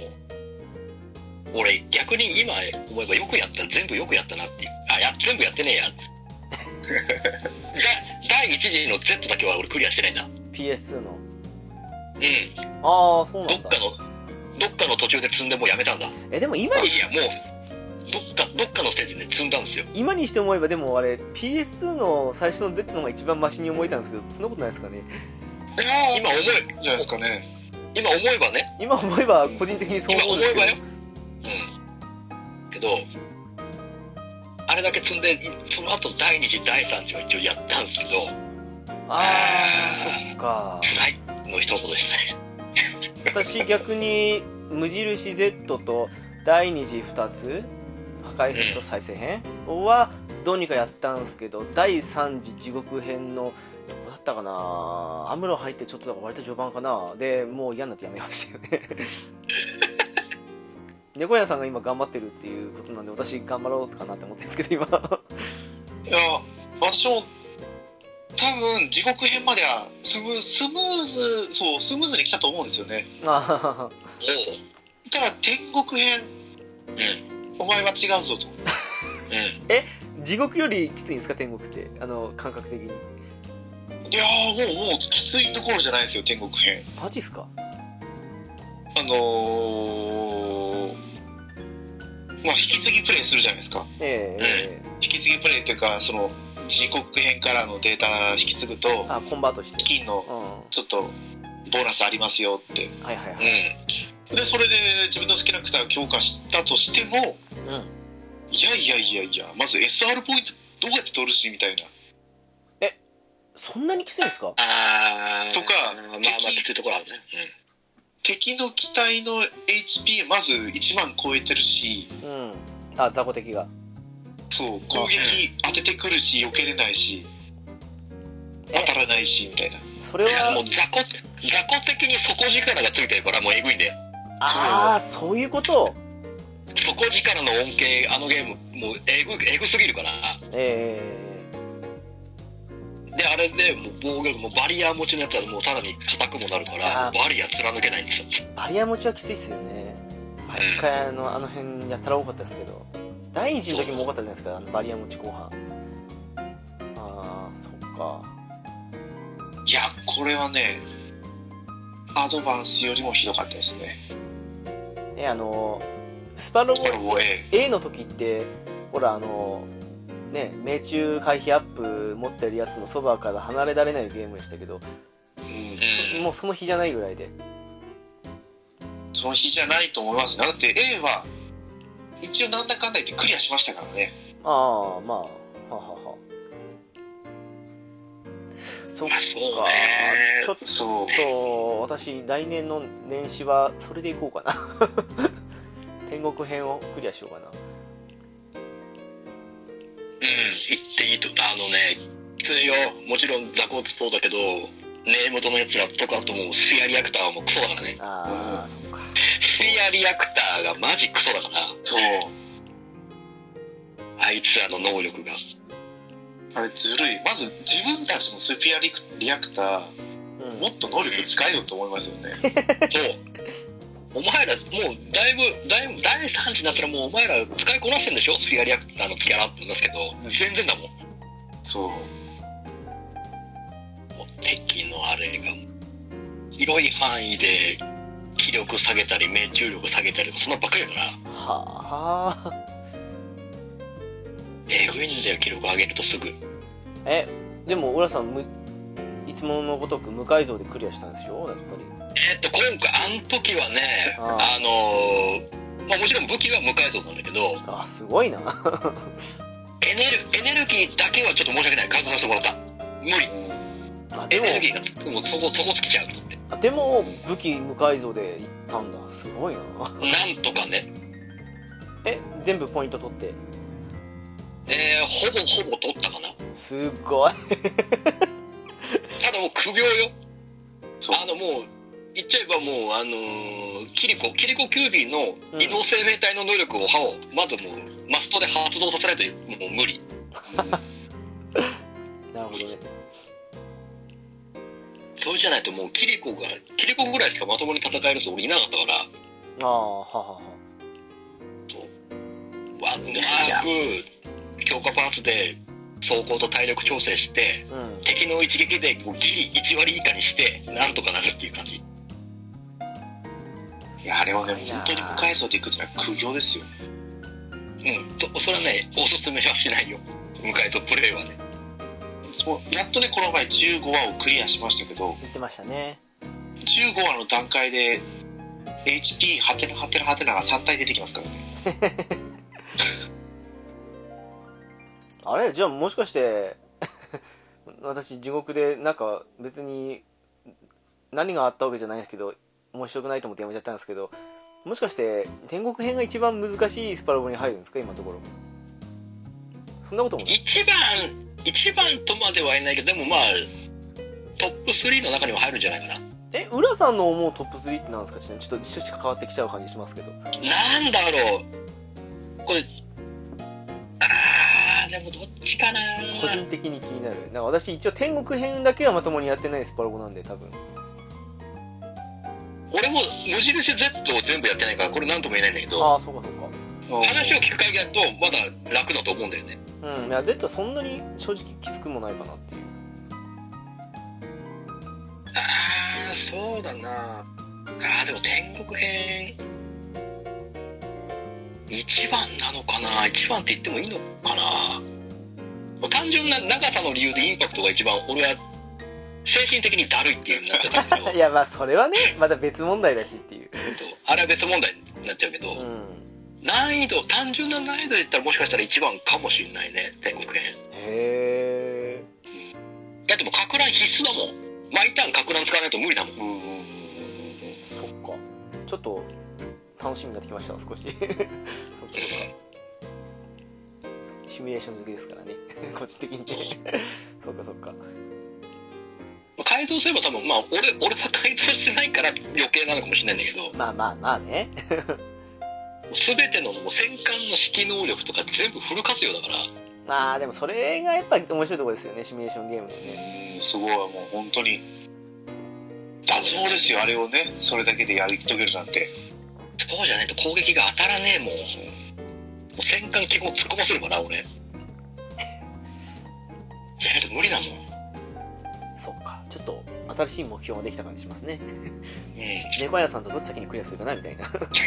[SPEAKER 2] う、俺、逆に今思えばよくやった、全部よくやったなっていう。あ、や、全部やって <laughs> ねえや。だ第1次の Z だけは俺クリアしてないんだ。
[SPEAKER 1] PS2 の
[SPEAKER 2] うん。
[SPEAKER 1] ああそう
[SPEAKER 2] ど
[SPEAKER 1] な
[SPEAKER 2] っ
[SPEAKER 1] んだ
[SPEAKER 2] かの、どっかの途中で積んでもうやめたんだ。い
[SPEAKER 1] えでも今に
[SPEAKER 2] や、もう、どっか、どっかのステージで積んだんですよ。
[SPEAKER 1] 今にして思えばでもあれ PS2 の最初の Z の方が一番マシに思えたんですけどそんなことないですかね
[SPEAKER 3] いや
[SPEAKER 2] 今思え、
[SPEAKER 3] ー、じゃないですかね。
[SPEAKER 2] 今思えばね、
[SPEAKER 1] 今思えば個人的にそう
[SPEAKER 2] 今
[SPEAKER 1] 思うん
[SPEAKER 2] 思
[SPEAKER 1] です
[SPEAKER 2] え
[SPEAKER 1] け
[SPEAKER 2] ば
[SPEAKER 1] ど
[SPEAKER 2] よ。うん。けど、あれだけ積んで、いその後第2次、第3次は一応やったんですけど、
[SPEAKER 1] ああそっか
[SPEAKER 2] 辛いの一言でしたね。
[SPEAKER 1] 私逆に無印 Z と第二次2つ破壊編と再生編はどうにかやったんですけど第三次地獄編のどこだったかなアムロ入ってちょっとだから割と序盤かなでもう嫌になってやめましたよね猫屋さんが今頑張ってるっていうことなんで私頑張ろうかなって思ってるんですけど今
[SPEAKER 3] いや、私も、多分、地獄編まではスムーズ、スムーズ、そう、スムーズに来たと思うんですよね。
[SPEAKER 1] あー
[SPEAKER 3] ただ、天国編、
[SPEAKER 2] おう。うん。
[SPEAKER 3] お前は違うぞと。
[SPEAKER 2] うん。
[SPEAKER 1] 地獄よりきついんですか天国ってあの感覚的に
[SPEAKER 3] いやー、もう、もう、きついところじゃないですよ、天国編。
[SPEAKER 1] マジっすか
[SPEAKER 3] あのー、まあ、引き継ぎプレイするじゃないですか。
[SPEAKER 1] ええ
[SPEAKER 3] 引き継ぎプレイというか、その、地獄編からのデータ引き継ぐと、
[SPEAKER 1] あコンバートして
[SPEAKER 3] 金の
[SPEAKER 1] うん
[SPEAKER 3] ちょっと、ボーナスありますよって。
[SPEAKER 1] はいはいは
[SPEAKER 2] う
[SPEAKER 1] い、
[SPEAKER 2] ん。
[SPEAKER 3] でそれで自分の好きなキャラクターを強化したとしても、
[SPEAKER 1] うん
[SPEAKER 3] いやいやいやいやまず SR ポイントどうやって取るしみたいな
[SPEAKER 1] そんなにきついんですか
[SPEAKER 2] あー
[SPEAKER 3] とか
[SPEAKER 2] まあまあ、きついところあるね。
[SPEAKER 3] 敵の機体の HP まず1万超えてるし
[SPEAKER 1] うんあ雑魚敵が
[SPEAKER 3] そう攻撃当ててくるし避けれないし
[SPEAKER 1] え
[SPEAKER 3] 当たらないしみたいな
[SPEAKER 1] それ
[SPEAKER 2] うん。いや、も
[SPEAKER 1] は
[SPEAKER 2] う雑魚、雑魚的に底力がついてるからもうエグいんだよ。
[SPEAKER 1] ああそういうこと
[SPEAKER 2] 底力の恩恵、あのゲーム、もうエグ、エグすぎるから。
[SPEAKER 1] ええ
[SPEAKER 2] で、あれで、もう防御力、もうバリア持ちのやつはもうただに硬くもなるから、
[SPEAKER 1] あー
[SPEAKER 2] もうバリア貫けないんですよ。
[SPEAKER 1] バリア持ちはきついっすよね毎回あのあの辺やったら多かったですけど第一の時も多かったじゃないですかあのバリア持ち後半ああそっか
[SPEAKER 3] いやこれはねアドバンスよりもひどかったですね
[SPEAKER 1] えあのスパロボ
[SPEAKER 3] これも A
[SPEAKER 1] A の時ってほらあのね命中回避アップ持ってるやつのそばから離れられないゲームでしたけど、
[SPEAKER 3] うん
[SPEAKER 2] うん。
[SPEAKER 1] もうその日じゃないぐらいで
[SPEAKER 3] その日じゃないと思いますねだって A は一応なんだかんだ言ってクリアしましたからね
[SPEAKER 1] ああまあはあはあはあそっ
[SPEAKER 2] ま
[SPEAKER 1] か
[SPEAKER 2] あそうね
[SPEAKER 1] ちょっ
[SPEAKER 3] そう
[SPEAKER 1] と私来年の年始はそれでいこうかな <laughs> 天国編をクリアしようかな
[SPEAKER 2] うん、行っていいと、あのね、通常、もちろんザコーツそうだけど、根元のやつらとかあともうスフィアリアクターはもうクソだからね。
[SPEAKER 1] ああそっか
[SPEAKER 2] スフィアリアクターがマジクソだから、
[SPEAKER 3] そう
[SPEAKER 2] あいつらの能力が。
[SPEAKER 3] あれずるいまず自分たちのスピアリクリアクター
[SPEAKER 1] うん
[SPEAKER 3] もっと能力使えよと思いますよね <laughs>
[SPEAKER 2] そう。お前ら、もう、だいぶ、だいぶ、第3次になったらもうお前ら使いこなしてんでしょスフィアリアクターのキャラって言うんですけど、全然だもん。
[SPEAKER 3] そう
[SPEAKER 2] もう敵のあれが、広い範囲で、気力下げたり、命中力下げたり、そんなばっかりだから。
[SPEAKER 1] はあ
[SPEAKER 2] えぐいんだよ、記録上げるとすぐ。
[SPEAKER 1] えでも浦さんむいつものごとく無改造でクリアしたんですよ同じ2
[SPEAKER 2] えーっと、今回、あの時はね、
[SPEAKER 1] あ
[SPEAKER 2] あのーまあ、もちろん武器は無改造なんだけど、
[SPEAKER 1] 人あすご <laughs> いな
[SPEAKER 2] エネル、エネルギーだけはちょっと申し訳ない。改造させてもらった。無理。
[SPEAKER 1] あ
[SPEAKER 2] エ
[SPEAKER 1] でも
[SPEAKER 2] ネルギーが、もうそこ、そこ尽きちゃうと思って。
[SPEAKER 1] あでも武器無改造でいったんだすごいな
[SPEAKER 2] なんとかね、
[SPEAKER 1] え全部ポイント取って
[SPEAKER 2] えー、ほぼほぼ取ったかな。
[SPEAKER 1] すごい
[SPEAKER 2] ただもう苦行よ。
[SPEAKER 3] そう
[SPEAKER 2] あの、もう、言っちゃえばもう、あのーキリコ、キリコキュービーの移動生命体の能力を、歯を、まずもう、マストで発動させないと、もう無理。
[SPEAKER 1] <laughs> なるほどね
[SPEAKER 2] それじゃないともうキリコが、キリコぐらいしかまともに戦える人俺いなかったから、
[SPEAKER 1] ああはあはあは
[SPEAKER 2] わうまく強化パーツで走行と体力調整して、
[SPEAKER 1] あうん
[SPEAKER 2] 敵の一撃でこうギリ1割以下にして、なんとかなるっていう感じ。
[SPEAKER 3] いやあれはね
[SPEAKER 1] いや
[SPEAKER 3] 本当に無改造でいくってのは苦行ですよ
[SPEAKER 2] うん、とそれはね、おすすめはしないよ。迎えとプレイはね。
[SPEAKER 3] そうやっとねこの前15話をクリアしましたけど
[SPEAKER 1] 言ってましたね
[SPEAKER 3] 15話の段階で HP ハテナハテナハテナが3体出てきますからね
[SPEAKER 1] あれじゃあもしかして <laughs> 私地獄でなんか別に何があったわけじゃないんですけど面白くないと思ってやめちゃったんですけどもしかして天国編が一番難しいスパロボに入るんですか今のところそんなこともない
[SPEAKER 2] 一番、一番とまでは言えないけど、でもまあ、トップ3の中には入るんじゃないかな。
[SPEAKER 1] え浦さんの思うトップ3って何ですかちなみにちょっと趣旨が変わってきちゃう感じしますけど
[SPEAKER 2] なんだろう。これ、あー、でもどっちかな
[SPEAKER 1] 個人的に気になるなんか私一応天国編だけはまともにやってないスパロボなんで多分
[SPEAKER 2] 俺も無印 Z を全部やってないからこれ何とも言えないんだけど
[SPEAKER 1] ああそうかそうか
[SPEAKER 2] 話を聞く限りだとまだ楽だと思うんだよね
[SPEAKER 1] うんいや Z はそんなに正直きつくもないかなっていう
[SPEAKER 2] ああそうだなあーでも天国編一番なのかな一番って言ってもいいのかな単純な長さの理由でインパクトが一番俺は精神的にだるいっていうのになっちゃったんだ
[SPEAKER 1] い
[SPEAKER 2] けど
[SPEAKER 1] やまあそれはねまた別問題だしっていう
[SPEAKER 2] あれは別問題になっちゃうけど、
[SPEAKER 1] うん
[SPEAKER 2] 難易度単純な難易度で言ったらもしかしたら一番かもしれないね天国編
[SPEAKER 1] へえ
[SPEAKER 2] だってもう、かく乱必須だもん。毎ターンかく乱使わないと無理だもん。
[SPEAKER 3] うんうんうんうん
[SPEAKER 1] そっかちょっと楽しみになってきました <laughs> 少しそっかそっかシミュレーション好きですから <laughs> ね個人的にねそっかそっか
[SPEAKER 2] 改造すれば多分、まあ、俺、俺は改造してないから余計なのかもしれないんだけど、
[SPEAKER 1] まあまあまあね
[SPEAKER 2] すべてのもう戦艦の指揮能力とか全部フル活用だから、
[SPEAKER 1] まあでもそれがやっぱ面白いところですよねシミュレーションゲームのね
[SPEAKER 3] うんうんすごいもう本当に脱毛ですよあれをねそれだけでやり遂げるなんて
[SPEAKER 2] そうじゃないと攻撃が当たらねえもん。もう戦艦基本突っ込ませるから、俺。じゃないと無理だもん。
[SPEAKER 1] そっかちょっと新しい目標ができた感じしますね
[SPEAKER 2] うん。い
[SPEAKER 1] ネバヤさんとどっち先にクリアするかなみたいな
[SPEAKER 2] や、わかんない。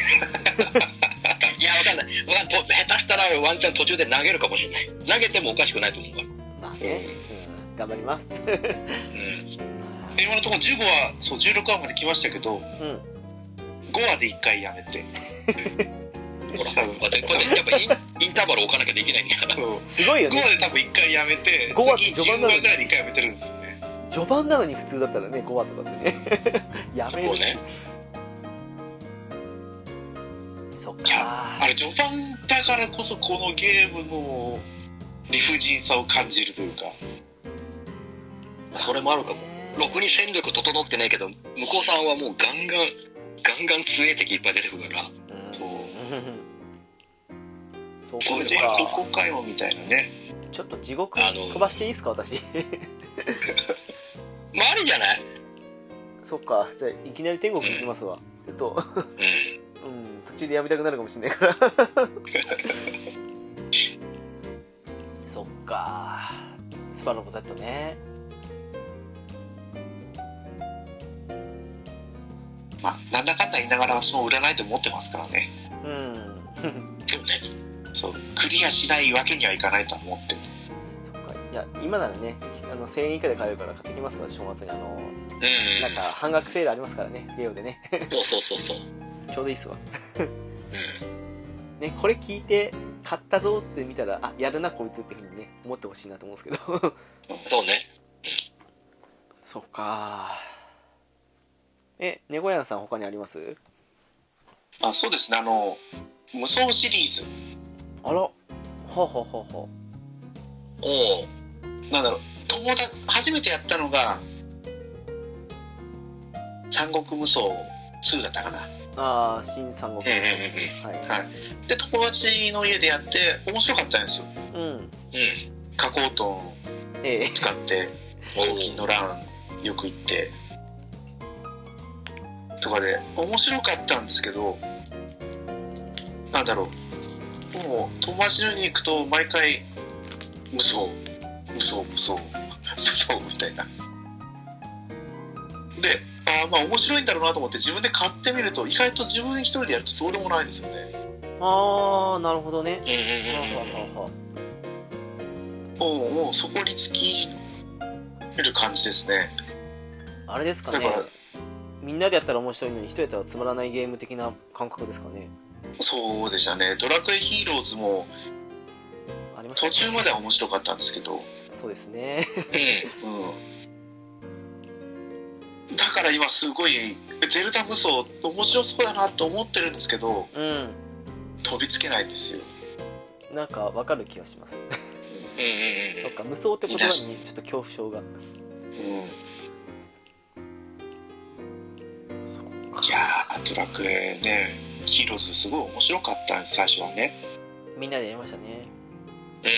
[SPEAKER 2] わかんないと下手したらワンチャン途中で投げるかもしれない。投げてもおかしくないと思うから。
[SPEAKER 1] まあね、うん、頑張ります
[SPEAKER 2] うん。
[SPEAKER 3] で今のところ15話そう16話まで来ましたけど
[SPEAKER 1] うん
[SPEAKER 3] 5話で1回や
[SPEAKER 1] <laughs>
[SPEAKER 3] めて
[SPEAKER 2] ほら、こうやって、こうやってやっぱインインターバル置かなきゃできないんだから。
[SPEAKER 3] 5
[SPEAKER 1] すごいよ
[SPEAKER 3] 話
[SPEAKER 1] ね
[SPEAKER 3] で多分1回やめて
[SPEAKER 1] 5話って
[SPEAKER 3] 次
[SPEAKER 1] 序盤
[SPEAKER 3] 15
[SPEAKER 1] なの
[SPEAKER 3] 話
[SPEAKER 1] に
[SPEAKER 3] ぐらいで1回やめてるんですよね
[SPEAKER 1] 序盤なのに普通だったらね、5話とかってね。 <laughs> やめ
[SPEAKER 2] そう
[SPEAKER 1] る。
[SPEAKER 2] ね。
[SPEAKER 1] そっ
[SPEAKER 3] い
[SPEAKER 1] か
[SPEAKER 3] あ。れ序盤だからこそこのゲームの理不尽さを感じるというか
[SPEAKER 2] それもあるかも。ろくに戦力整ってないけど、向こうさんはもうガンガン、ガンガン強え敵いっぱい出てくるから、
[SPEAKER 1] うん
[SPEAKER 3] そう
[SPEAKER 1] そう
[SPEAKER 3] こ
[SPEAKER 1] か
[SPEAKER 3] れでここかよみたいなね
[SPEAKER 1] ちょっと地獄
[SPEAKER 2] あの
[SPEAKER 1] 飛ばしていいですか、私。 <laughs>
[SPEAKER 2] まあありじゃない
[SPEAKER 1] そっか、じゃあ、いきなり天国行きますわ。ちょっと、
[SPEAKER 2] う
[SPEAKER 1] うん、
[SPEAKER 2] ん。
[SPEAKER 1] 途中でやめたくなるかもしれない
[SPEAKER 2] <laughs>
[SPEAKER 1] から。そっか。スパロボ Z ね。
[SPEAKER 3] まあなんだかんだ言いながら私も売らないと思ってますからね
[SPEAKER 1] うん。
[SPEAKER 2] そうね。
[SPEAKER 3] そうクリアしないわけにはいかないとは思ってる
[SPEAKER 1] そっか。いや、今ならね、あの、1000円以下で買えるから買ってきますわ、正月に。あの、
[SPEAKER 2] うん。
[SPEAKER 1] なんか、半額セールありますからね、レオでね。
[SPEAKER 2] そうそうそうそ
[SPEAKER 1] <laughs>
[SPEAKER 2] う。
[SPEAKER 1] ちょうどいいっすわ。
[SPEAKER 2] うん。
[SPEAKER 1] ね、これ聞いて、買ったぞって見たら、あ、やるな、こいつっていうふうにね、思ってほしいなと思うんですけ
[SPEAKER 2] <laughs>
[SPEAKER 1] ど。
[SPEAKER 2] そうね。
[SPEAKER 1] そっかえ、ネゴヤンさん他にあります
[SPEAKER 3] あそうですねあの無双シリーズ
[SPEAKER 1] あら。ほうほうほうほ
[SPEAKER 2] おう。
[SPEAKER 3] なんだろう友達初めてやったのが三国無双2だったかな
[SPEAKER 1] う。ああ、新三国
[SPEAKER 2] うんうんうん
[SPEAKER 1] は
[SPEAKER 3] で友達の家でやって面白かったんですよ
[SPEAKER 1] い。うん。
[SPEAKER 2] うん。
[SPEAKER 3] 加工トンを
[SPEAKER 1] ええ。
[SPEAKER 3] 使って
[SPEAKER 2] お
[SPEAKER 3] 大きいのランよく行ってとかで面白かったんですけどなんだろうもう友達の家に行くと毎回無双無双無 <laughs> 双無双みたいなであーまあ面白いんだろうなと思って自分で買ってみると意外と自分一人でやるとそうでもないんですよね
[SPEAKER 1] ああ、なるほどね。
[SPEAKER 2] うんうん
[SPEAKER 1] はは
[SPEAKER 2] うんうん。
[SPEAKER 1] はは
[SPEAKER 3] もうもうそこに尽きる感じですね
[SPEAKER 1] あれですかね
[SPEAKER 3] だから。
[SPEAKER 1] みんなでやったら面白いのに、一人やったらつまらないゲーム的な感覚ですかね。
[SPEAKER 3] そうでしたね「ドラクエヒーローズ」も
[SPEAKER 1] ありました
[SPEAKER 3] 途
[SPEAKER 1] ね
[SPEAKER 3] 中までは面白かったんですけど、
[SPEAKER 1] そうですね。
[SPEAKER 3] うん、だから今すごい「ゼルダ無双」面白そうだなと思ってるんですけど
[SPEAKER 1] うん。
[SPEAKER 3] 飛びつけないんですよ
[SPEAKER 1] なんか、わかる気がします。
[SPEAKER 2] うんうんうん
[SPEAKER 1] そっか、無双って言葉にちょっと恐怖症が。
[SPEAKER 3] うん
[SPEAKER 1] そっ
[SPEAKER 3] い
[SPEAKER 1] か。
[SPEAKER 3] やードラクエねヒーローズすごい面白かったんです最初はね
[SPEAKER 1] みんなでやりましたね。
[SPEAKER 2] う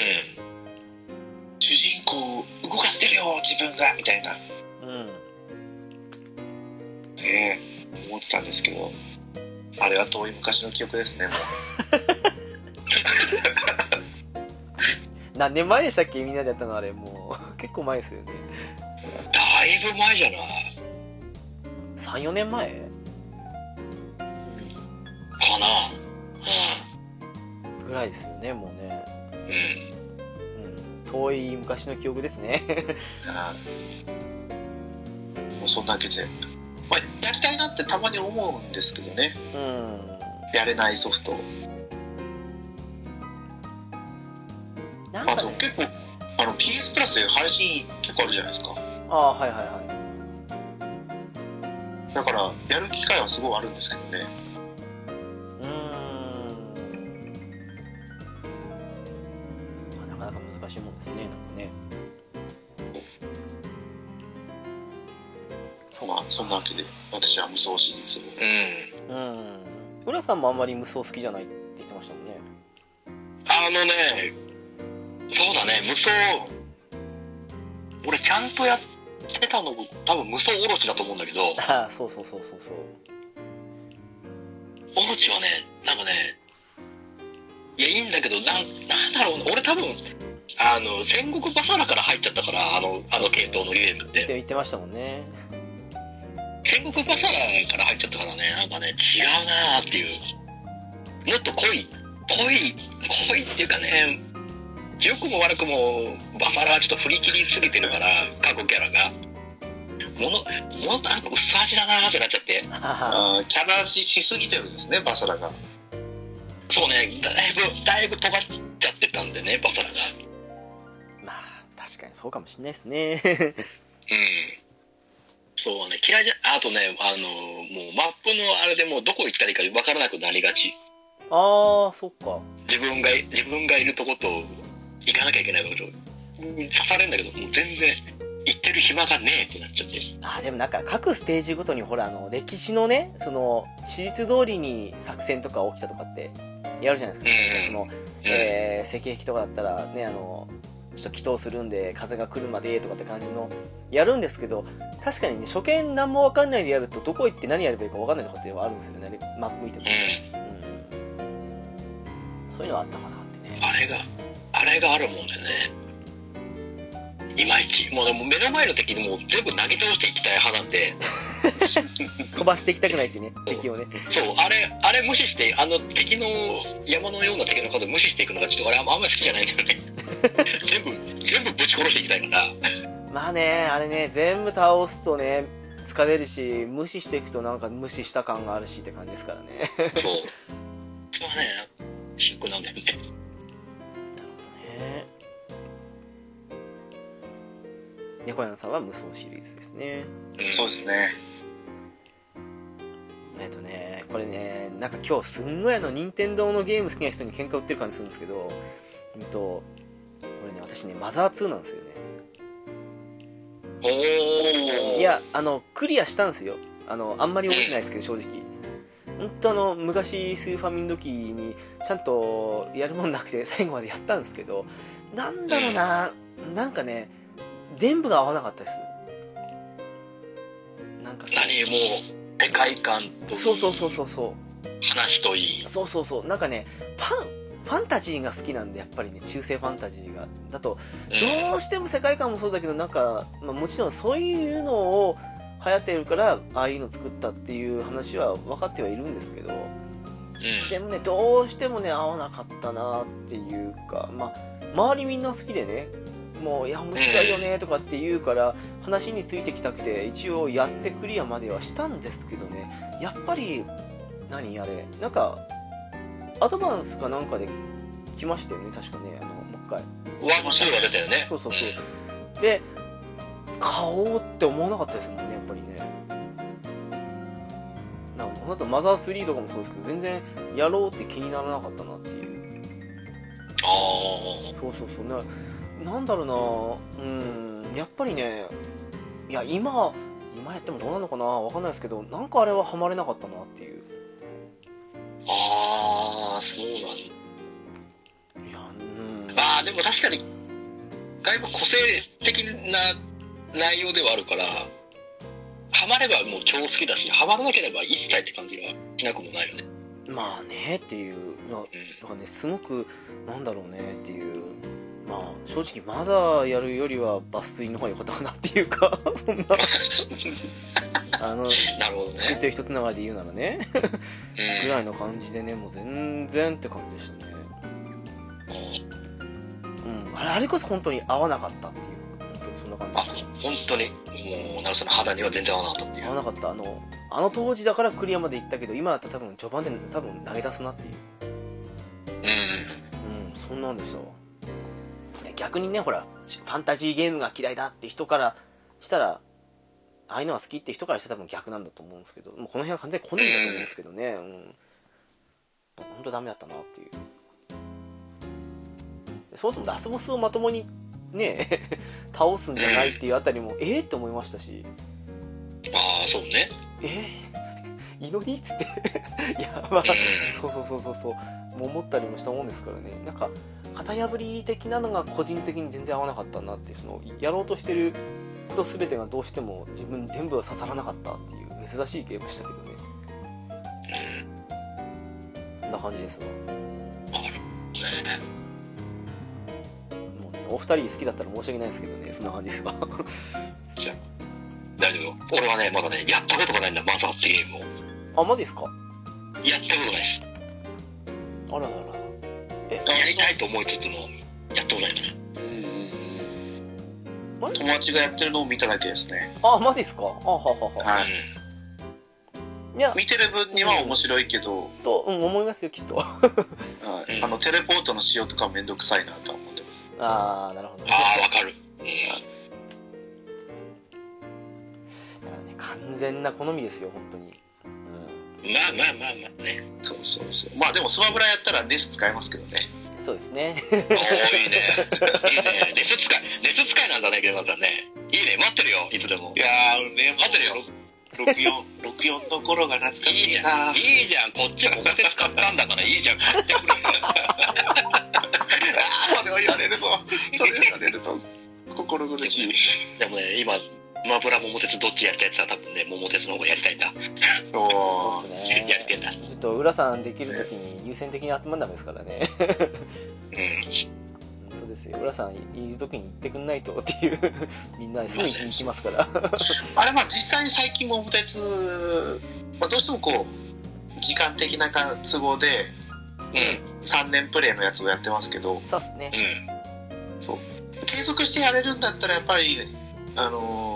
[SPEAKER 3] 主人公を動かしてるよ自分がみたいな
[SPEAKER 1] うん。
[SPEAKER 3] ね思ってたんですけどあれは遠い昔の記憶ですねもう
[SPEAKER 1] 何年前でしたっけみんなでやったのあれもう <laughs> 結構前ですよね
[SPEAKER 2] ん。だいぶ前じゃない
[SPEAKER 1] 34年前
[SPEAKER 2] かな。
[SPEAKER 1] ぐらいですよねもうね
[SPEAKER 2] うん。うん。
[SPEAKER 1] うん遠い昔の記憶ですね <laughs>
[SPEAKER 3] はいもうそんだけで、まあ、やりたいなってたまに思うんですけどね
[SPEAKER 1] うん
[SPEAKER 3] やれないソフト
[SPEAKER 1] なん
[SPEAKER 3] あ
[SPEAKER 1] か
[SPEAKER 3] と
[SPEAKER 1] ね
[SPEAKER 3] 結構あの PS プラスで配信結構あるじゃないですか
[SPEAKER 1] ああはいはいはい
[SPEAKER 3] だからやる機会はすごいあるんですけどね
[SPEAKER 1] うーんなかなか難しいもんですねなんかねそう
[SPEAKER 3] まあそんなわけで私は無双シリーズを
[SPEAKER 2] うん。
[SPEAKER 1] うん浦さんもあんまり無双好きじゃないって言ってましたもんね
[SPEAKER 2] あのね、そうだね、無双、俺ちゃんとやってたの、多分無双オロチだと思うんだけど、
[SPEAKER 1] <laughs> ああそうそうそうそうそう
[SPEAKER 2] オロチはね、多分ね、いや、いいんだけど、なん、なんだろうね、俺多分、あの、戦国バサラから入っちゃったから、あの、あの系統のゲームっ
[SPEAKER 1] って
[SPEAKER 2] て。
[SPEAKER 1] 言ってましたもんね
[SPEAKER 2] 戦国バサラから入っちゃったからね、なんかね、違うなーっていう。もっと濃い、濃い、濃いっていうかね、良くも悪くも、バサラはちょっと振り切りすぎてるから、過去キャラが。もの、ものなんか薄味だなーってなっち
[SPEAKER 1] <laughs>
[SPEAKER 2] ゃって。
[SPEAKER 1] あはは
[SPEAKER 3] あーキャラししすぎてるんですねバサラが
[SPEAKER 2] そうね、だいぶ、だいぶ尖っちゃってたんでね、バサラが。
[SPEAKER 1] まあ確かにそうかもしれないですね <laughs>
[SPEAKER 2] うん。そうね、嫌いじゃ、あとね、あの、もうマップのあれでもうどこ行ったらいいか分からなくなりがち。
[SPEAKER 1] ああ、そっか。
[SPEAKER 2] 自分が、自分がいるとこと行かなきゃいけない場所、刺されるんだけど、もう全然行ってる暇がねえってなっちゃって。
[SPEAKER 1] あーでもなんか各ステージごとにほらあの歴史のねその史実通りに作戦とか起きたとかってやるじゃないですか、
[SPEAKER 2] うん
[SPEAKER 1] その、えー、石壁とかだったらねあのちょっと祈祷するんで風が来るまでとかって感じのやるんですけど確かにね初見何も分かんないでやるとどこ行って何やればいいか分かんないとかっていうのはあるんですよねマップ見ても、う
[SPEAKER 2] う
[SPEAKER 1] ん、そういうのはあったかなってね
[SPEAKER 2] ん。あれが、あれがあるもんでね。いまいち。もうでも目の前の敵にもう全部投げ倒していきたい派なんで、
[SPEAKER 1] <laughs> 飛ばしていきたくないってね敵をね
[SPEAKER 2] そう、あれ、あれ無視して、あの敵の山のような敵の数を無視していくのがちょっと俺あんまり好きじゃないんだよ
[SPEAKER 1] <laughs>
[SPEAKER 2] ね。全部、全部ぶち殺していきたいから。
[SPEAKER 1] まあね、あれね、全部倒すとね、疲れるし、無視していくとなんか無視した感があるしって感じですからね。なる
[SPEAKER 2] そう。それはね、シンクなんだよね。
[SPEAKER 1] ほど <laughs> ね。猫山さんは無双シリーズですね。
[SPEAKER 2] うん
[SPEAKER 3] そうですね
[SPEAKER 1] えっとね、これね、なんか今日すんごいあの、任天堂のゲーム好きな人に喧嘩売ってる感じするんですけど、うんと、これね、私ね、マザー2なんですよね。
[SPEAKER 2] おー。
[SPEAKER 1] い、や、あの、クリアしたんですよ。あの、あんまり覚えてないですけど、正直。本当あの、昔、スーファミの時に、ちゃんとやるもんなくて、最後までやったんですけど、なんだろうな、なんかね、全部が合わなかったです。なんかその
[SPEAKER 2] 何もう、世界観といい、
[SPEAKER 1] そうそうそうそうそう。
[SPEAKER 2] 話といい。
[SPEAKER 1] そうそうそうなんかねパンファンタジーが好きなんでやっぱりね中世ファンタジーがだと
[SPEAKER 2] うん
[SPEAKER 1] どうしても世界観もそうだけどなんか、まあ、もちろんそういうのを流行ってるからああいうの作ったっていう話は分かってはいるんですけど
[SPEAKER 2] うん
[SPEAKER 1] でもねどうしてもね合わなかったなっていうかまあ周りみんな好きでねもういや面白いよねとかって言うから話についてきたくて一応やってクリアまではしたんですけどねやっぱり何あれなんかアドバンスかなんかで来ましたよね確かねあのもう一回
[SPEAKER 2] ワン、ツーが出たよね。
[SPEAKER 1] そうそうそうで買おうって思わなかったですもんねやっぱりねなんかこの後マザー3とかもそうですけど全然やろうって気にならなかったなっていう
[SPEAKER 2] ああ
[SPEAKER 1] そうそうそうななんだろうなうんやっぱりねいや今今やってもどうなのかなわかんないですけどなんかあれはハマれなかったなっていう
[SPEAKER 2] ー。ああ、そうな
[SPEAKER 1] い
[SPEAKER 2] んだ。
[SPEAKER 1] やうん
[SPEAKER 2] まあでも確かに、だいぶ個性的な内容ではあるから、ハマればもう超好きだし、ハマらなければ一切って感じがしなくもないよね。
[SPEAKER 1] まあねっていうななん
[SPEAKER 2] うん。
[SPEAKER 1] かね、すごく、なんだろうねっていう、まあ、正直、マザーやるよりは抜粋の方が良かったかなっていうか、 <laughs> そ
[SPEAKER 2] <laughs>
[SPEAKER 1] んな、あの、
[SPEAKER 2] なるほど
[SPEAKER 1] 作っ
[SPEAKER 2] ね。
[SPEAKER 1] てる一つながりで言うならね、ぐ
[SPEAKER 2] う
[SPEAKER 1] らいの感じでね、もう全然って感じでしたね。
[SPEAKER 2] ん。
[SPEAKER 1] うん、あれあれこそ本当に合わなかったっていう、本当にそんな感じ
[SPEAKER 2] あ
[SPEAKER 1] でし、
[SPEAKER 2] 本当に、もう、なんかその肌には全然合わなかったってい
[SPEAKER 1] た。合
[SPEAKER 2] う。
[SPEAKER 1] わなかった、あの、あの当時だからクリアまで行ったけど、今だったら多分序盤で多分投げ出すなっていう。う
[SPEAKER 2] うん。
[SPEAKER 1] ん、そんなんでしたわいや逆にねほらファンタジーゲームが嫌いだって人からしたらああいうのが好きって人からしたら多分逆なんだと思うんですけどもうこの辺は完全に好みだと思うんですけどねうん本当ダメだったなっていうそもそもラスボスをまともにね <laughs> 倒すんじゃないっていうあたりもええって思いましたし
[SPEAKER 2] ああ、そうね。
[SPEAKER 1] ええ祈りっつって <laughs> いやまあ
[SPEAKER 2] う
[SPEAKER 1] そうそうそうそうそうもう思ったりもしたもんですからねなんか型破り的なのが個人的に全然合わなかったなっていうそのやろうとしてること全てがどうしても自分に全部は刺さらなかったっていう珍しいゲームでしたけどね
[SPEAKER 2] ん。
[SPEAKER 1] こんな感じですわ
[SPEAKER 2] うん。ある。ね。
[SPEAKER 1] もう、ね、お二人好きだったら申し訳ないですけどねそんな感じですわ
[SPEAKER 2] 大丈夫。俺はね、まだね、やったことがないんだ、マザーってゲームを。
[SPEAKER 1] あマジですか
[SPEAKER 2] やったことないです。
[SPEAKER 1] あらららえ
[SPEAKER 2] やりたいと思いつつも、やったことないんだね。
[SPEAKER 1] あれ
[SPEAKER 3] 友達がやってるのを見ただけですね
[SPEAKER 1] あマジですかあはははは
[SPEAKER 3] はい
[SPEAKER 1] いや
[SPEAKER 3] 見てる分には面白いけど、
[SPEAKER 1] と、うん、思いますよきっとあ
[SPEAKER 3] はいあのテレポートの使用とかめんどくさいなとは思ってます
[SPEAKER 1] あなるほど
[SPEAKER 2] ああ、わかる。うん。
[SPEAKER 1] 完全な好みですよ本当に、
[SPEAKER 2] まあまあまあまあね。
[SPEAKER 3] そうそうそうまあでもスマブラやったらネス使えますけどね
[SPEAKER 1] うん、そうですね
[SPEAKER 2] おー、いいね。いいね。熱使い、熱使いなんだね、ゲルマさんね。いいね、待ってるよ、いつでも。
[SPEAKER 3] いやーね
[SPEAKER 2] 待ってるよ
[SPEAKER 3] <laughs> よ6464の頃が懐
[SPEAKER 2] い
[SPEAKER 3] か
[SPEAKER 2] い
[SPEAKER 3] しい
[SPEAKER 2] じゃ、
[SPEAKER 3] なん
[SPEAKER 2] いいじゃん、こっちはお金使ったんだから、いいじ
[SPEAKER 3] <laughs>
[SPEAKER 2] ゃん、買ってくれ。
[SPEAKER 3] それを言われる <laughs> とそれを言われると心苦 <laughs> しい
[SPEAKER 2] でもね、今、スマブラ桃鉄どっちやりたいって言ったら多分ね、桃鉄の方がやりたいんだ。
[SPEAKER 1] そう
[SPEAKER 3] お
[SPEAKER 1] で
[SPEAKER 3] ー
[SPEAKER 1] す
[SPEAKER 2] やりたい
[SPEAKER 1] ね
[SPEAKER 2] んだ。
[SPEAKER 1] ちょっと浦さんできる時に優先的に集まんダメですからね
[SPEAKER 2] うん。
[SPEAKER 1] 本当ですよ浦さんいる時に行ってくんないとっていう <laughs> みんなすぐ行きますから
[SPEAKER 3] あれまあ実際に最近桃鉄、まあ、どうしてもこう時間的なか都合で
[SPEAKER 2] うん。
[SPEAKER 3] 3年プレイのやつをやってますけど
[SPEAKER 1] さすね
[SPEAKER 2] うん。
[SPEAKER 3] 継続してやれるんだったらやっぱり、あのー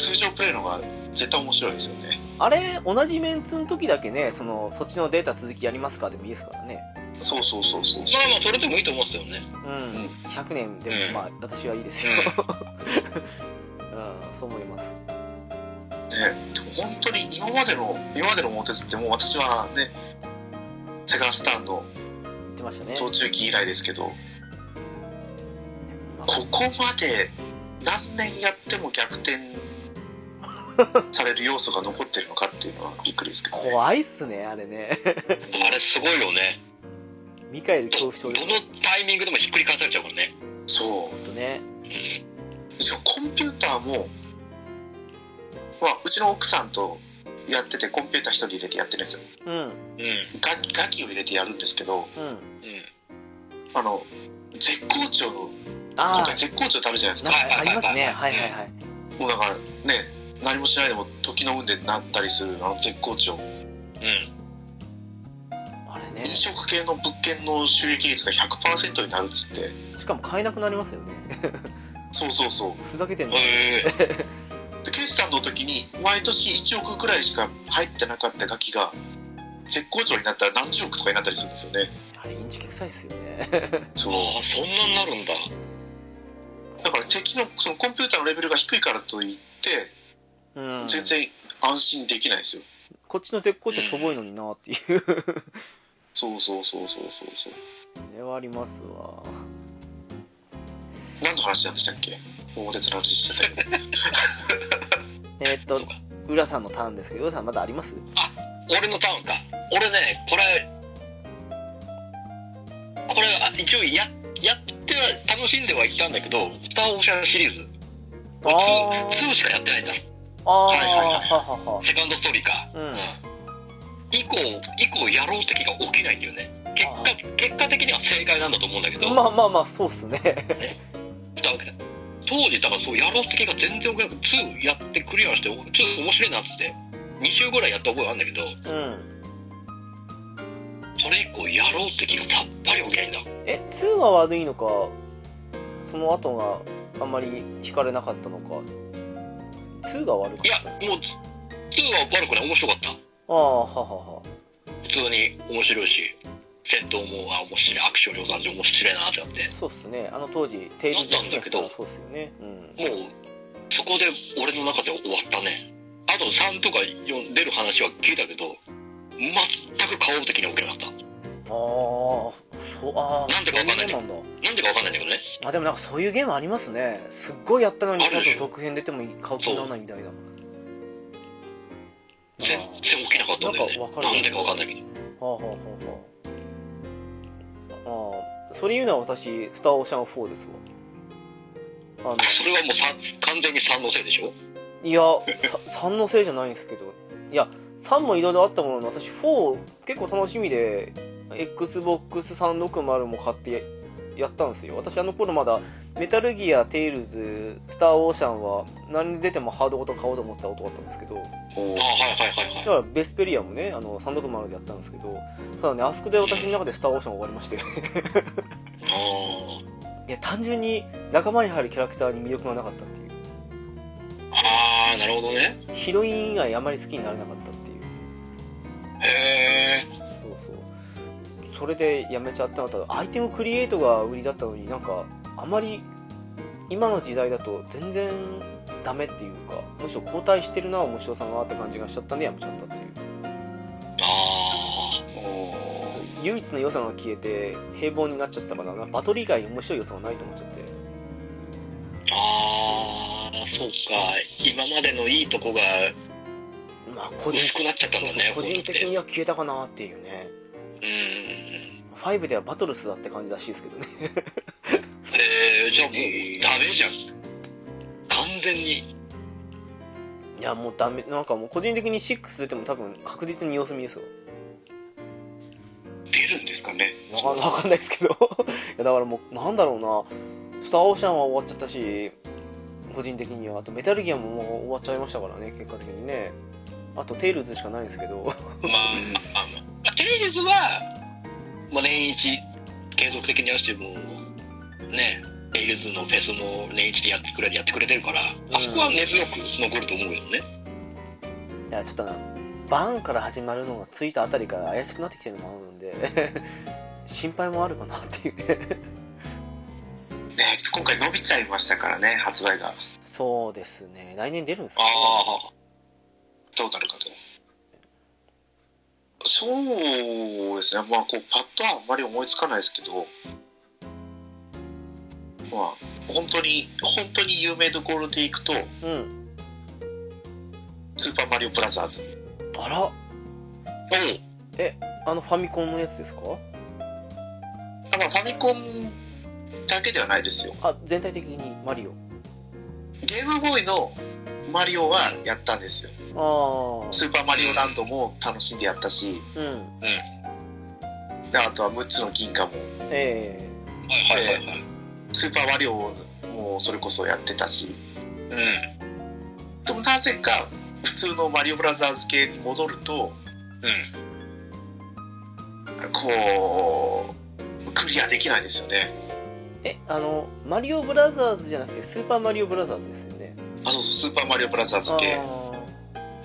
[SPEAKER 3] 通常プレイの方が絶対面白いですよね
[SPEAKER 1] あれ同じメンツの時だけねそのそっちのデータ続きやりますかでもいいですからね
[SPEAKER 3] そうそうそうそう
[SPEAKER 2] それはまあ、それでもいいと思うんですよね。
[SPEAKER 1] うん
[SPEAKER 3] ん
[SPEAKER 1] 100年で
[SPEAKER 2] うん
[SPEAKER 1] もまあ私はいいですよ <laughs> うんそう思います
[SPEAKER 3] ね、本当に今までの今までの桃鉄ってもう私はねセガスターンの
[SPEAKER 1] 言ってましたね
[SPEAKER 3] 途中期以来ですけど
[SPEAKER 1] まあ
[SPEAKER 3] ここまで何年やっても逆転される要素が残ってるのかっていうのはびっくりですけど、ね、
[SPEAKER 1] 怖いっすねあれね <laughs>
[SPEAKER 2] あれすごいよね。
[SPEAKER 1] ミカエル恐
[SPEAKER 2] ど
[SPEAKER 1] 怖症で
[SPEAKER 2] どの
[SPEAKER 1] す
[SPEAKER 2] タイミングでもひっくり返されちゃうもんね。
[SPEAKER 3] そ
[SPEAKER 1] ほんとね
[SPEAKER 3] うしかもコンピューターも、まあ、うちの奥さんとやっててコンピューター一人入れてやってるんですよ
[SPEAKER 1] うん
[SPEAKER 2] うん。うん。
[SPEAKER 3] ガガキを入れてやるんですけど
[SPEAKER 1] うん
[SPEAKER 3] あの絶好調の今
[SPEAKER 1] あ
[SPEAKER 3] 回
[SPEAKER 1] あ
[SPEAKER 3] 絶好調ってあるじゃないです
[SPEAKER 1] な
[SPEAKER 3] か
[SPEAKER 1] んかありますね
[SPEAKER 2] は
[SPEAKER 1] はいい
[SPEAKER 2] は
[SPEAKER 1] はいいはい
[SPEAKER 3] もうだからね何もしないでも時の運でなったりするあの絶好調
[SPEAKER 2] うん。
[SPEAKER 1] あれね
[SPEAKER 3] 飲食系の物件の収益率が100%になるっつって
[SPEAKER 1] しかも買えなくなりますよね
[SPEAKER 3] そうそうそう
[SPEAKER 1] ふざけてんの
[SPEAKER 2] ええ
[SPEAKER 3] で決算の時に毎年1億くらいしか入ってなかったガキが絶好調になったら何十億とかになったりするんですよね
[SPEAKER 1] あれインチキ臭いっすよね
[SPEAKER 3] そ
[SPEAKER 2] あ
[SPEAKER 3] う
[SPEAKER 2] あ、そんなになるんだ。
[SPEAKER 3] だから敵のそのコンピューターのレベルが低いからといって
[SPEAKER 1] うん
[SPEAKER 3] 全然安心できないですよ、
[SPEAKER 1] こっちの絶好調しょぼいのになっていう <laughs>
[SPEAKER 3] そうそうそうそうそうそう
[SPEAKER 1] それはありますわ
[SPEAKER 3] 何の話なんでしたっけ大鉄の話してたよ
[SPEAKER 1] えーっと
[SPEAKER 2] そうか
[SPEAKER 1] 浦さんのターンですけど浦さんまだあります
[SPEAKER 2] 俺のターンか俺ねこれこれあ一応ややっては楽しんではいったんだけど「スター・オーシャン」シリーズ
[SPEAKER 1] あー
[SPEAKER 2] 2, 2しかやってないんだ
[SPEAKER 1] ああは
[SPEAKER 3] はいはいはい
[SPEAKER 1] はは
[SPEAKER 2] セカンドストーリーか
[SPEAKER 1] うん
[SPEAKER 2] 以降以降やろうって気が起きないんだよね結
[SPEAKER 1] あ
[SPEAKER 2] 果結果的には正解なんだと思うんだけど
[SPEAKER 1] まあまあまあそうっすね
[SPEAKER 2] だわけだ当時だからそうやろうって気が全然起きなくて2やってクリアして2面白いなっつって2週ぐらいやった覚えあるんだけど
[SPEAKER 1] うん
[SPEAKER 2] それ以降やろうって気がさっぱり起きないんだ
[SPEAKER 1] え2は悪いのかその後があんまり惹かれなかったのか2が悪か
[SPEAKER 2] いや
[SPEAKER 1] っ、たんです
[SPEAKER 2] もう、2は悪くない、面白かった。
[SPEAKER 1] ああははは
[SPEAKER 2] 普通に面白いし、戦闘も、あ、面白い、アクション量産上面白いなってなって、
[SPEAKER 1] そうっすねあの当時テイルズ好きな人はそうっすよねうん
[SPEAKER 2] もう、そこで俺の中で終わったね。あと3とか4出る話は聞いたけど、全く顔的には起きなかった。
[SPEAKER 1] ああそうああ
[SPEAKER 2] なんでかわかんないけど
[SPEAKER 1] そううもんだ
[SPEAKER 2] なんでかわかんないんだけどね。
[SPEAKER 1] あでもなんかそういうゲームありますねすっごいやったのに
[SPEAKER 2] あ
[SPEAKER 1] 多
[SPEAKER 2] るでし
[SPEAKER 1] 分
[SPEAKER 2] ょ
[SPEAKER 1] 続編出ても買う気にならないみたいな
[SPEAKER 2] 全然起きなかったんだよね。
[SPEAKER 1] な
[SPEAKER 2] なん
[SPEAKER 1] かわかる
[SPEAKER 2] んでかわかんないけど。
[SPEAKER 1] はあはあはあはあああそれ言うのは私「スター・オーシャン4」ですわあの
[SPEAKER 2] あそれはもうさ完全に3のせいでしょ
[SPEAKER 1] いやさ3のせいじゃないんですけどいや3もいろいろあったものの私4結構楽しみで XBOX360 も買ってやったんですよ私あの頃まだメタルギア、テイルズ、スター・オーシャンは何に出てもハードごと買おうと思ってた男だったんですけど
[SPEAKER 3] お
[SPEAKER 2] あ
[SPEAKER 3] ー
[SPEAKER 2] はいはいはいはい
[SPEAKER 1] だ。からベスペリアもね、あの360でやったんですけど、ただね、あそこで私の中でスター・オーシャン終わりま <laughs> したよね。いや、単純に仲間に入るキャラクターに魅力がなかったっていう。
[SPEAKER 2] あーあー、なるほどね。
[SPEAKER 1] ヒロイン以外あまり好きになれなかったっていう。
[SPEAKER 2] へえ。
[SPEAKER 1] そうそう。それでやめちゃったのと、アイテムクリエイトが売りだったのになんか、あまり今の時代だと全然ダメっていうかむしろ後退してるな面白さがって感じがしちゃったんでやめちゃったっていう
[SPEAKER 2] あー
[SPEAKER 3] お
[SPEAKER 1] 唯一の良さが消えて平凡になっちゃったからなバトル以外に面白い良さがないと思っちゃって
[SPEAKER 2] あーそうか今までのいいとこが
[SPEAKER 1] まあ個人
[SPEAKER 2] 薄くなっちゃったんだね
[SPEAKER 1] 個人的
[SPEAKER 2] こ
[SPEAKER 1] には消えたかなっていうね
[SPEAKER 2] ういうのって
[SPEAKER 1] 5ではバトルスだって感じらしいですけどね
[SPEAKER 2] うんえー、じゃあもうダメじゃん完全に
[SPEAKER 1] いやもうダメなんかもう個人的に6出ても多分確実に様子見ですよ
[SPEAKER 3] 出るんですかね
[SPEAKER 1] なかなかわかんないですけどいやだからもうなんだろうな「スター・オーシャン」は終わっちゃったし個人的にはあと「メタルギア」ももう終わっちゃいましたからね結果的にねあと「テイルズ」しかないんですけど
[SPEAKER 2] まああのテレビズは、まあ、年一継続的にやらせてもねエイルズのフェスも年一でやってくれやってくれてるからあそこは根強く残ると思うよね
[SPEAKER 1] いやちょっとなバーンから始まるのがついたあたりから怪しくなってきてるのもあるんで <laughs> 心配もあるかなっていうね
[SPEAKER 3] ねちょっと今回伸びちゃいましたからね発売が
[SPEAKER 1] そうですね来年出るんですか、ね、
[SPEAKER 3] ああどうなるかとそうですねまあこうパッとはあんまり思いつかないですけどまあ本当に本当に有名どころでいくと
[SPEAKER 1] うん
[SPEAKER 3] 「スーパーマリオブラザーズ
[SPEAKER 1] あら
[SPEAKER 2] うん
[SPEAKER 1] あのファミコンのやつですか」
[SPEAKER 3] あまあファミコンだけではないですよ
[SPEAKER 1] あ全体的にマリオ
[SPEAKER 3] ゲームボーイのマリオはやったんですよ
[SPEAKER 1] あ
[SPEAKER 3] スーパーマリオランドも楽しんでやったし
[SPEAKER 1] あうん
[SPEAKER 3] であとは6つの銀貨も
[SPEAKER 1] ええ
[SPEAKER 2] はいはいはいはい
[SPEAKER 3] スーパーマリオもそれこそやってたしでもなぜか普通のマリオブラザーズ系に戻ると
[SPEAKER 2] うんうん
[SPEAKER 3] こうクリアできないですよね
[SPEAKER 1] えあのマリオブラザーズじゃなくてスーパーマリオブラザーズですよね
[SPEAKER 3] あそうそうスーパーマリオブラザーズ系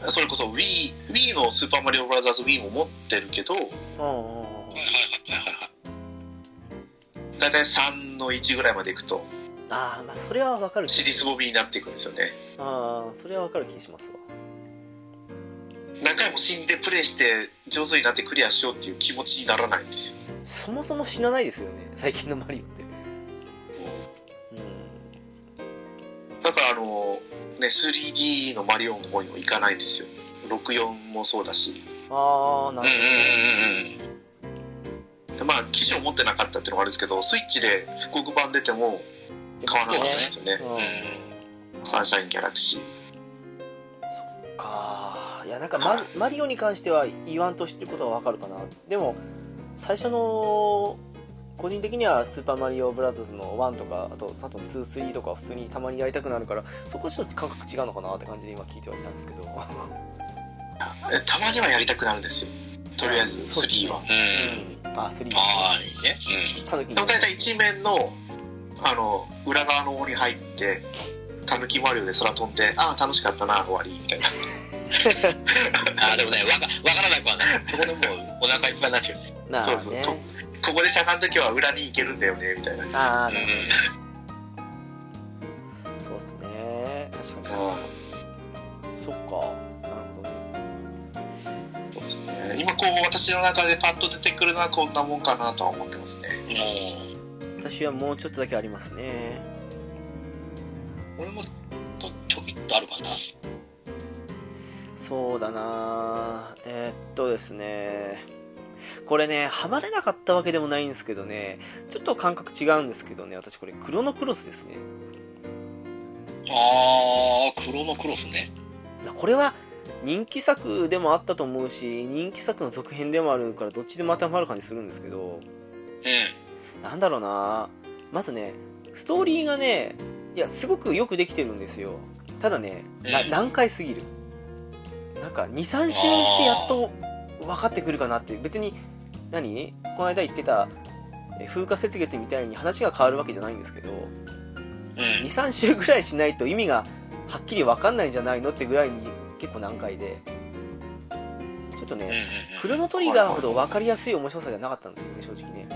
[SPEAKER 1] あ
[SPEAKER 3] それこそ WiiWii のスーパーマリオブラザーズ Wii も持ってるけど
[SPEAKER 1] ああ
[SPEAKER 3] だいたい3の1ぐらいまでいくと
[SPEAKER 1] ああまあそれはわかる
[SPEAKER 3] シリーズボビーになっていくんですよね
[SPEAKER 1] ああそれはわかる気しますわ
[SPEAKER 3] 何回も死んでプレイして上手になってクリアしようっていう気持ちにならないんですよ
[SPEAKER 1] そもそも死なないですよね最近のマリオって
[SPEAKER 3] だからあのね 3D のマリオの方にも行かないんですよ64もそうだし
[SPEAKER 1] うんああな
[SPEAKER 2] うんうん
[SPEAKER 1] るほ
[SPEAKER 2] うんうん
[SPEAKER 3] まあ機種を持ってなかったっていうのもあるんですけどスイッチで復刻版出ても買わなかったんですよね
[SPEAKER 1] ど、うん
[SPEAKER 3] サンシャインギャラクシー
[SPEAKER 1] そっかいやなんかママリオに関しては言わんとしてることはわかるかなでも最初の個人的には「スーパーマリオブラザーズ」の1とかあとあと23とか普通にたまにやりたくなるからそこはちょっと感覚違うのかなって感じで今聞いてはいたんですけど
[SPEAKER 3] えたまにはやりたくなるんですよとりあえず
[SPEAKER 1] そうですね
[SPEAKER 3] 3は
[SPEAKER 2] うん
[SPEAKER 1] あ3
[SPEAKER 2] まあいいね
[SPEAKER 1] タヌキ
[SPEAKER 3] でも大体一面のあの裏側の方に入ってたぬきマリオで空飛んでああ楽しかったな終わりみたいな
[SPEAKER 2] うんあーでもねわかわからなくはないそこでもうお腹いっぱいになっちゃうね
[SPEAKER 1] なあ
[SPEAKER 3] そうそう
[SPEAKER 1] ね
[SPEAKER 3] こここでしゃがんだ時は裏に行けるんだよねみたいな
[SPEAKER 1] ああ
[SPEAKER 2] うん
[SPEAKER 1] なるほどそうっすね確かにそっかなるほどね
[SPEAKER 3] えー今こう私の中でパッと出てくるのはこんなもんかなとは思ってます <laughs> ね
[SPEAKER 2] も
[SPEAKER 1] 私はもうちょっとだけありますね
[SPEAKER 2] う俺もとちょびっとあるかな
[SPEAKER 1] そうだなえーっとですねこれねハマれなかったわけでもないんですけどねちょっと感覚違うんですけどね私これクロノクロスですね
[SPEAKER 2] ああクロノクロスね
[SPEAKER 1] まあこれは人気作でもあったと思うし人気作の続編でもあるからどっちでも当てはまる感じするんですけど
[SPEAKER 2] うん
[SPEAKER 1] なんだろうなまずねストーリーがねいやすごくよくできてるんですよただね、な
[SPEAKER 2] うん
[SPEAKER 1] 難解すぎるなんか23周してやっと分かってくるかなって別に何この間言ってたえ風化雪月みたいに話が変わるわけじゃないんですけど
[SPEAKER 2] うん
[SPEAKER 1] 23週ぐらいしないと意味がはっきり分かんないんじゃないのってぐらいに結構難解でちょっとね、クロノトリガーほど分かりやすい面白さじゃなかったんですよね、正直ね。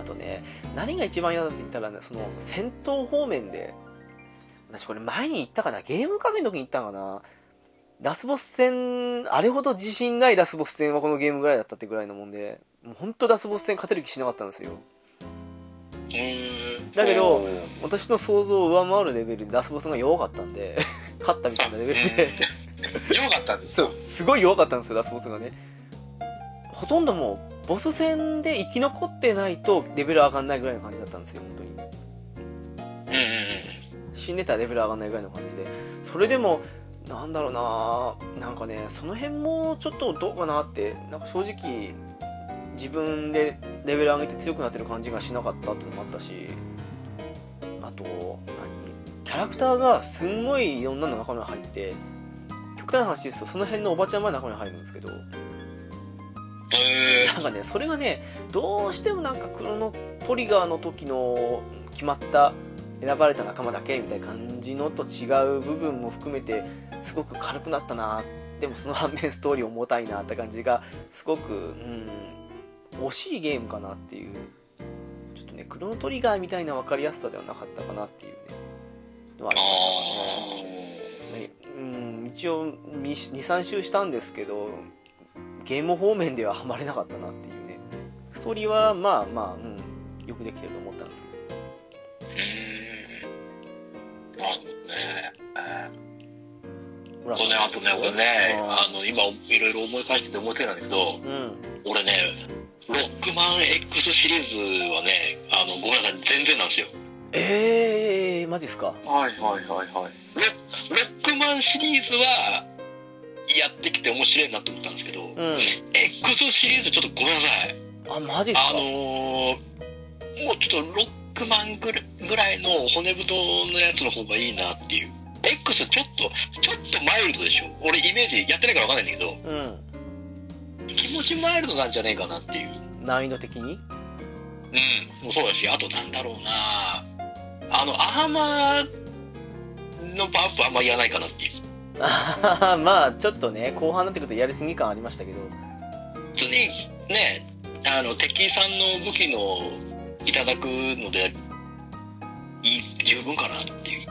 [SPEAKER 1] あとね、何が一番嫌だって言ったらね、その戦闘方面で、私これ前に行ったかなゲームカフェの時に行ったのかなラスボス戦、あれほど自信ないラスボス戦はこのゲームぐらいだったってぐらいのもんで、もう本当ラスボス戦勝てる気しなかったんですよ。
[SPEAKER 2] うん
[SPEAKER 1] だけど
[SPEAKER 3] うん
[SPEAKER 1] 私の想像を上回るレベルでラスボスが弱かったんで、 <laughs> 勝ったみたいなレベルで、
[SPEAKER 3] よかったんです
[SPEAKER 1] そう、すごい弱かったんですよ、ラスボスがね。ほとんどもう、ボス戦で生き残ってないとレベル上がんないぐらいの感じだったんですよ、本当に。
[SPEAKER 2] うんうんうん
[SPEAKER 1] 死んでたらレベル上がんないぐらいの感じでそれでもなんだろうななんかねその辺もちょっとどうかなってなんか正直自分でレベル上げて強くなってる感じがしなかったっていうのもあったしあと何キャラクターがすんごいいろんなの中に入って極端な話ですとその辺のおばちゃんまで中に入るんですけど
[SPEAKER 2] へえ
[SPEAKER 1] <laughs> なんかね、それがね、どうしてもなんかクロノトリガーの時の決まった選ばれた仲間だけみたいな感じのと違う部分も含めて、すごく軽くなったな、でもその反面ストーリー重たいなって感じが、すごく、うん、惜しいゲームかなっていう。ちょっとね、クロノトリガーみたいな分かりやすさではなかったかなっていうね、のはありましたね。ねうん、一応23周したんですけどゲーム方面ではハマれなかったなっていうねストーリーはまあまあ、うん、よくできてると思ったんですけ
[SPEAKER 2] うんなるほどね
[SPEAKER 1] ど
[SPEAKER 2] そうねあとね俺ねあの今いろいろ思い返してて思いついたんだけど
[SPEAKER 1] うん
[SPEAKER 2] 俺ねロックマン X シリーズはねあのごめんなさい全然なんですよ
[SPEAKER 1] ええー、マジっすか
[SPEAKER 3] はいはいはいはい
[SPEAKER 2] ロックマンシリーズはやってきて面白いなと思ったんですけど、
[SPEAKER 1] うん
[SPEAKER 2] X シリーズちょっとごめんなさい
[SPEAKER 1] あマジっすか
[SPEAKER 2] あのーもうちょっとロックマンぐらぐらいの骨太のやつの方がいいなっていう X ちょっとちょっとマイルドでしょ俺イメージやってないから分かんないんだけ
[SPEAKER 1] うん
[SPEAKER 2] ど気持ちマイルドなんじゃねえかなっていう
[SPEAKER 1] 難易度的に <laughs>
[SPEAKER 2] うんもうそうだしあとなんだろうなあのアーマーのパワーアップあんまりやらないかなっていう
[SPEAKER 1] あははまあちょっとね後半になってくるとやりすぎ感ありましたけど
[SPEAKER 2] 普通にねあの敵さんの武器のいただくのでいい十分かなっていう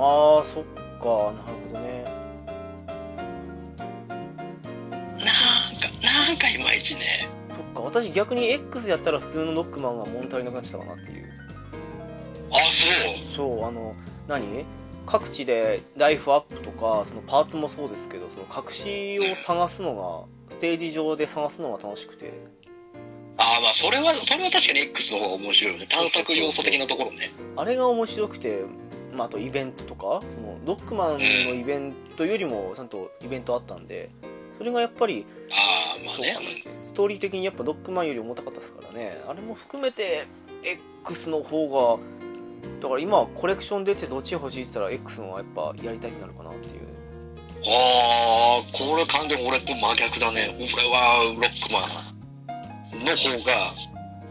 [SPEAKER 1] ああそっかなるほどね
[SPEAKER 2] なんかなんかいまいちね
[SPEAKER 1] そっか私逆に X やったら普通のノックマンは物足りなくなってたかなっていう
[SPEAKER 2] あそう
[SPEAKER 1] そうあの何各地でライフアップとかそのパーツもそうですけどその隠しを探すのがステージ上で探すのが楽しくて
[SPEAKER 2] ああまあそれはそれは確かに X の方が面白いよね探索要素的なところね
[SPEAKER 1] あれが面白くて、まあ、あとイベントとかそのロックマンのイベントよりもちゃんとイベントあったんでそれがやっぱり
[SPEAKER 2] ああまあ
[SPEAKER 1] そうかな
[SPEAKER 2] ね
[SPEAKER 1] ストーリー的にやっぱロックマンより重たかったですからねあれも含めて X の方がだから今コレクション出てどっち欲しいって言ったら X の方がやっぱやりたいってなるかなっていう
[SPEAKER 2] ああこれ完全に俺と真逆だね俺はロックマンの方が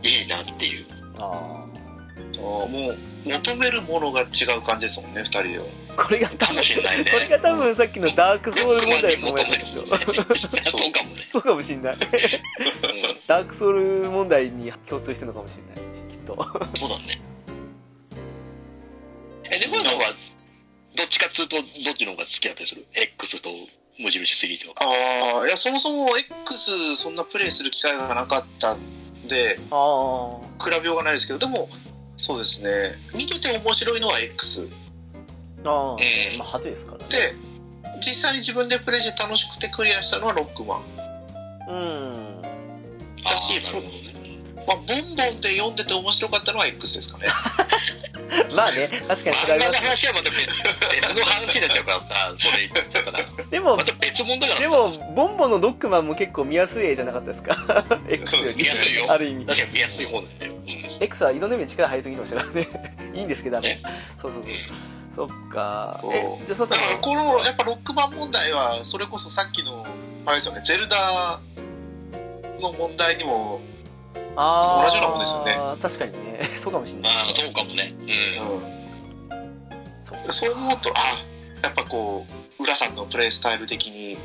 [SPEAKER 2] いいなっていう
[SPEAKER 1] ああ
[SPEAKER 3] あーもう求めるものが違う感じですもんね二人では
[SPEAKER 1] これが多
[SPEAKER 2] か
[SPEAKER 1] 分
[SPEAKER 2] もしれないね
[SPEAKER 1] これが多分さっきのダークソウル問題
[SPEAKER 2] ロ
[SPEAKER 1] ご
[SPEAKER 2] ッ
[SPEAKER 1] め
[SPEAKER 2] クマ
[SPEAKER 1] ん
[SPEAKER 2] ン
[SPEAKER 1] なさい
[SPEAKER 2] に求めるものねそうかもね
[SPEAKER 1] そうかもしんない
[SPEAKER 2] うん
[SPEAKER 1] ダークソウル問題に共通してるのかもしんないきっと
[SPEAKER 2] そうだね。え、でもなんか、どっちかっつうと、どっちの方が好きだったりする ?X と無印3とか。
[SPEAKER 3] ああいやそもそも X そんなプレイする機会がなかったんで
[SPEAKER 1] あ
[SPEAKER 3] 比べようがないですけどでもそうですね見てて面白いのは X
[SPEAKER 1] あああ、まあ
[SPEAKER 2] うん
[SPEAKER 1] 派手ですからね
[SPEAKER 3] で実際に自分でプレイして楽しくてクリアしたのはロックマン、
[SPEAKER 1] うん
[SPEAKER 2] あ
[SPEAKER 3] ー
[SPEAKER 2] なるほどね。
[SPEAKER 3] まあ、ボンボンで読んでて面白かったのは X ですかね
[SPEAKER 1] まあね確かにそれあ
[SPEAKER 2] 漫
[SPEAKER 1] りま
[SPEAKER 2] 画の
[SPEAKER 1] すね
[SPEAKER 2] 話はまた別別の話になっちゃうからさ、それ言っちゃったら。
[SPEAKER 1] でも
[SPEAKER 2] また別問だから。
[SPEAKER 1] でもボンボのドックマンも結構見やすい絵じゃなかったですか X よ
[SPEAKER 2] 見やすい
[SPEAKER 1] り
[SPEAKER 2] よ
[SPEAKER 1] ある意味
[SPEAKER 2] 確かに見やすい方だよね。
[SPEAKER 1] X はいろんな意味で力入りすぎてましたからねいいんですけどあれ
[SPEAKER 2] ね
[SPEAKER 1] そうそうそうそっか
[SPEAKER 3] そう
[SPEAKER 1] えじゃあ佐藤
[SPEAKER 3] だから
[SPEAKER 1] さ
[SPEAKER 3] このやっぱロックマン問題はそれこそさっきのあれですよねゼルダの問題にも、
[SPEAKER 1] んああ
[SPEAKER 3] 同じようなもんですよね
[SPEAKER 1] 確かにねそうかもしん
[SPEAKER 2] うん。
[SPEAKER 1] ない
[SPEAKER 2] まあ、そうかもね。うん。
[SPEAKER 1] そっか
[SPEAKER 3] そう思うとあやっぱこう浦さんのプレイスタイル的に